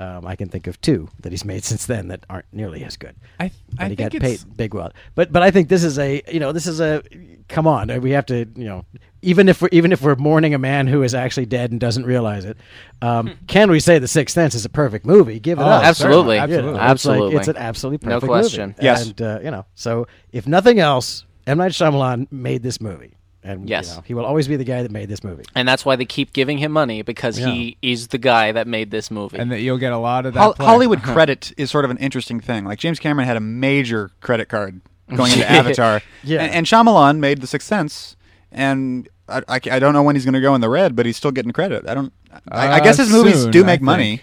S3: Um, I can think of two that he's made since then that aren't nearly as good.
S4: I-
S3: But
S4: I
S3: he
S4: think
S3: got
S4: it's-
S3: paid big well. But but I think this is a you know this is a come on uh, we have to you know even if we're even if we're mourning a man who is actually dead and doesn't realize it,
S4: Hmm.
S3: um, can we say the Sixth Sense is a perfect movie? Give it
S4: Oh,
S3: up.
S5: absolutely.
S3: You know, it's
S4: Absolutely.
S3: like-
S5: Absolutely.
S3: it's, an absolutely
S5: No
S3: perfect
S5: question.
S3: movie.
S2: Yes.
S3: and uh, you know so if nothing else, M Night Shyamalan made this movie, and you
S5: Yes.
S3: know, he will always be the guy that made this movie.
S5: And that's why they keep giving him money because he is the guy that made this movie.
S4: And that you'll get a lot of that.
S2: Hol-
S4: play.
S2: Hollywood credit is sort of an interesting thing. Like James Cameron had a major credit card going into Avatar,
S3: Yeah.
S2: and, and Shyamalan made The Sixth Sense, and I, I ca- I don't know when he's going to go in the red, but he's still getting credit. I don't. I, I
S4: Uh,
S2: guess his movies
S4: soon,
S2: do
S4: I
S2: make
S4: think.
S2: money.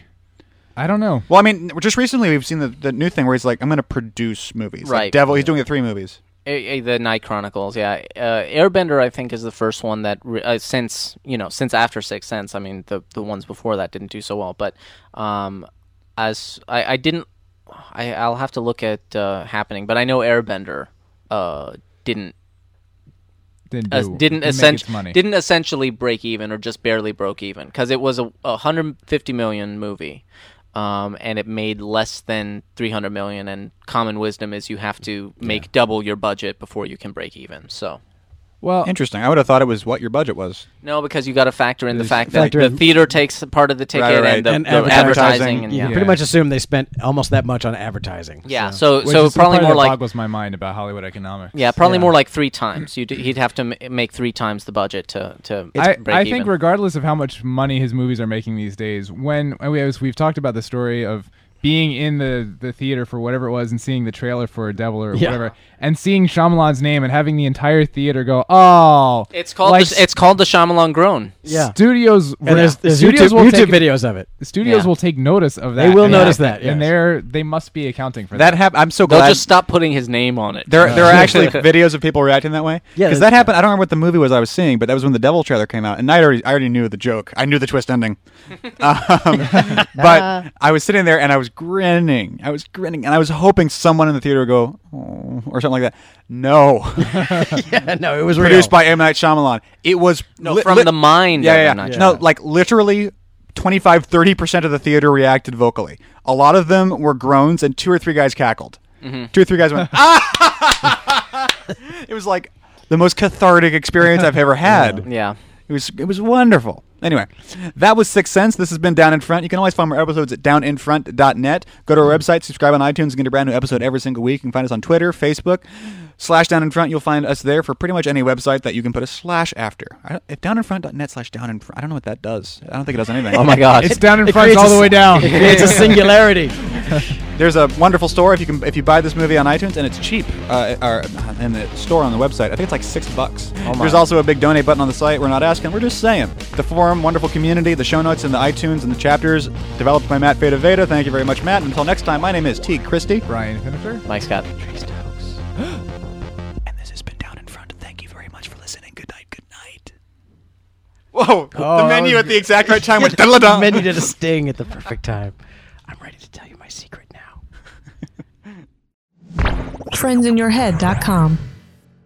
S4: I don't know.
S2: Well, I mean, just recently we've seen the, the new thing where he's like, "I'm going to produce movies." Like
S5: Right.
S2: Devil. He's doing the three movies.
S5: Eh, eh, the Night Chronicles, yeah. Uh, Airbender, I think, is the first one that re- uh, since you know since after Sixth Sense. I mean, the the ones before that didn't do so well, but um, as I, I didn't, I I'll have to look at uh, happening, but I know Airbender uh didn't
S4: Didn't
S5: uh,
S4: do-
S5: didn't
S4: make its
S5: essentially
S4: money.
S5: didn't essentially break even or just barely broke even because it was a, a hundred fifty million movie, um, and it made less than three hundred million. And common wisdom is you have to make double your budget before you can break even. So
S4: Well,
S2: Interesting. I would have thought it was what your budget was.
S5: No, because you got to factor in the fact that
S4: factor
S5: the
S4: in-
S5: theater takes a part of the ticket
S2: Right, right.
S5: and the,
S3: And
S5: the
S3: advertising.
S5: advertising. and,
S3: You
S5: yeah.
S3: can pretty much assume they spent almost that much on advertising.
S5: Yeah, so
S4: which
S5: so
S4: is the
S5: probably
S4: part
S5: more
S4: that
S5: like
S4: boggles my mind about Hollywood economics.
S5: yeah, probably
S3: Yeah.
S5: more like three times. You'd, he'd have to ma- make three times the budget to to
S4: I,
S5: break
S4: I
S5: even.
S4: think regardless of how much money his movies are making these days, when and we, as we've talked about the story of being in the, the theater for whatever it was and seeing the trailer for Devil or
S3: Yeah.
S4: whatever, and seeing Shyamalan's name and having the entire theater go, oh,
S5: it's called
S4: like
S5: the, it's called the Shyamalan groan.
S3: Yeah.
S4: studios.
S3: And there's, there's
S4: studios
S3: YouTube,
S4: will
S3: YouTube
S4: take,
S3: videos of it.
S4: Studios
S5: Yeah.
S4: will take notice of
S3: They
S4: that.
S3: will
S4: and
S3: notice that, yes.
S4: and they're they must be accounting for that.
S2: That happened. I'm so
S5: They'll
S2: glad.
S5: just stop putting his name on it.
S2: There, there are actually videos of people reacting that way.
S3: Yeah,
S2: because
S3: there's-
S2: that happened. I don't remember what the movie was I was seeing, but that was when the Devil trailer came out, and I already, I already knew the joke. I knew the twist ending, um, but I was sitting there and I was grinning. I was grinning, and I was hoping someone in the theater would go oh, or something like that. No,
S3: yeah, no, it was
S2: produced
S3: real.
S2: by M Night Shyamalan. It was
S5: No, from the mind
S2: Yeah,
S5: of
S2: yeah,
S5: M.
S2: yeah.
S5: Night
S2: No, like literally. 25 30% of the theater reacted vocally. A lot of them were groans and two or three guys cackled. Two or three guys went, "Ah!" It was like the most cathartic experience I've ever had.
S5: yeah.
S2: It was it was wonderful. Anyway, that was Sixth Sense. This has been Down in Front. You can always find more episodes at downinfront.net. Go to
S5: Mm-hmm.
S2: our website, subscribe on iTunes, and get a brand new episode every single week. You can find us on Twitter, Facebook, slash Down in Front. You'll find us there for pretty much any website that you can put a slash after. I don't, if downinfront.net slash down in front, I don't know what that does. I don't think it does anything.
S5: Oh my gosh.
S4: it's down in
S3: It
S4: front
S3: creates
S4: all
S3: a
S4: the
S3: s-
S4: way down.
S3: It creates a singularity.
S2: There's a wonderful store if you can if you buy this movie on iTunes and it's cheap. Uh, or in the store on the website, I think it's like six bucks.
S3: Oh
S2: There's also a big donate button on the site. We're not asking, we're just saying. The forum, wonderful community, the show notes and the iTunes and the chapters developed by Matt Feta Veda. Thank you very much, Matt. Until next time, my name is T. Christie.
S4: Brian Finnefer.
S5: Mike Scott.
S2: And this has been Down in Front. Thank you very much for listening. Good night. Good night. Whoa! the
S3: Oh, that
S2: menu
S3: was
S2: at the exact right time went. "Da-la-da."
S3: Menu did a sting at the perfect time. I'm ready to tell you my secret now.
S1: Friendsinyourhead.com.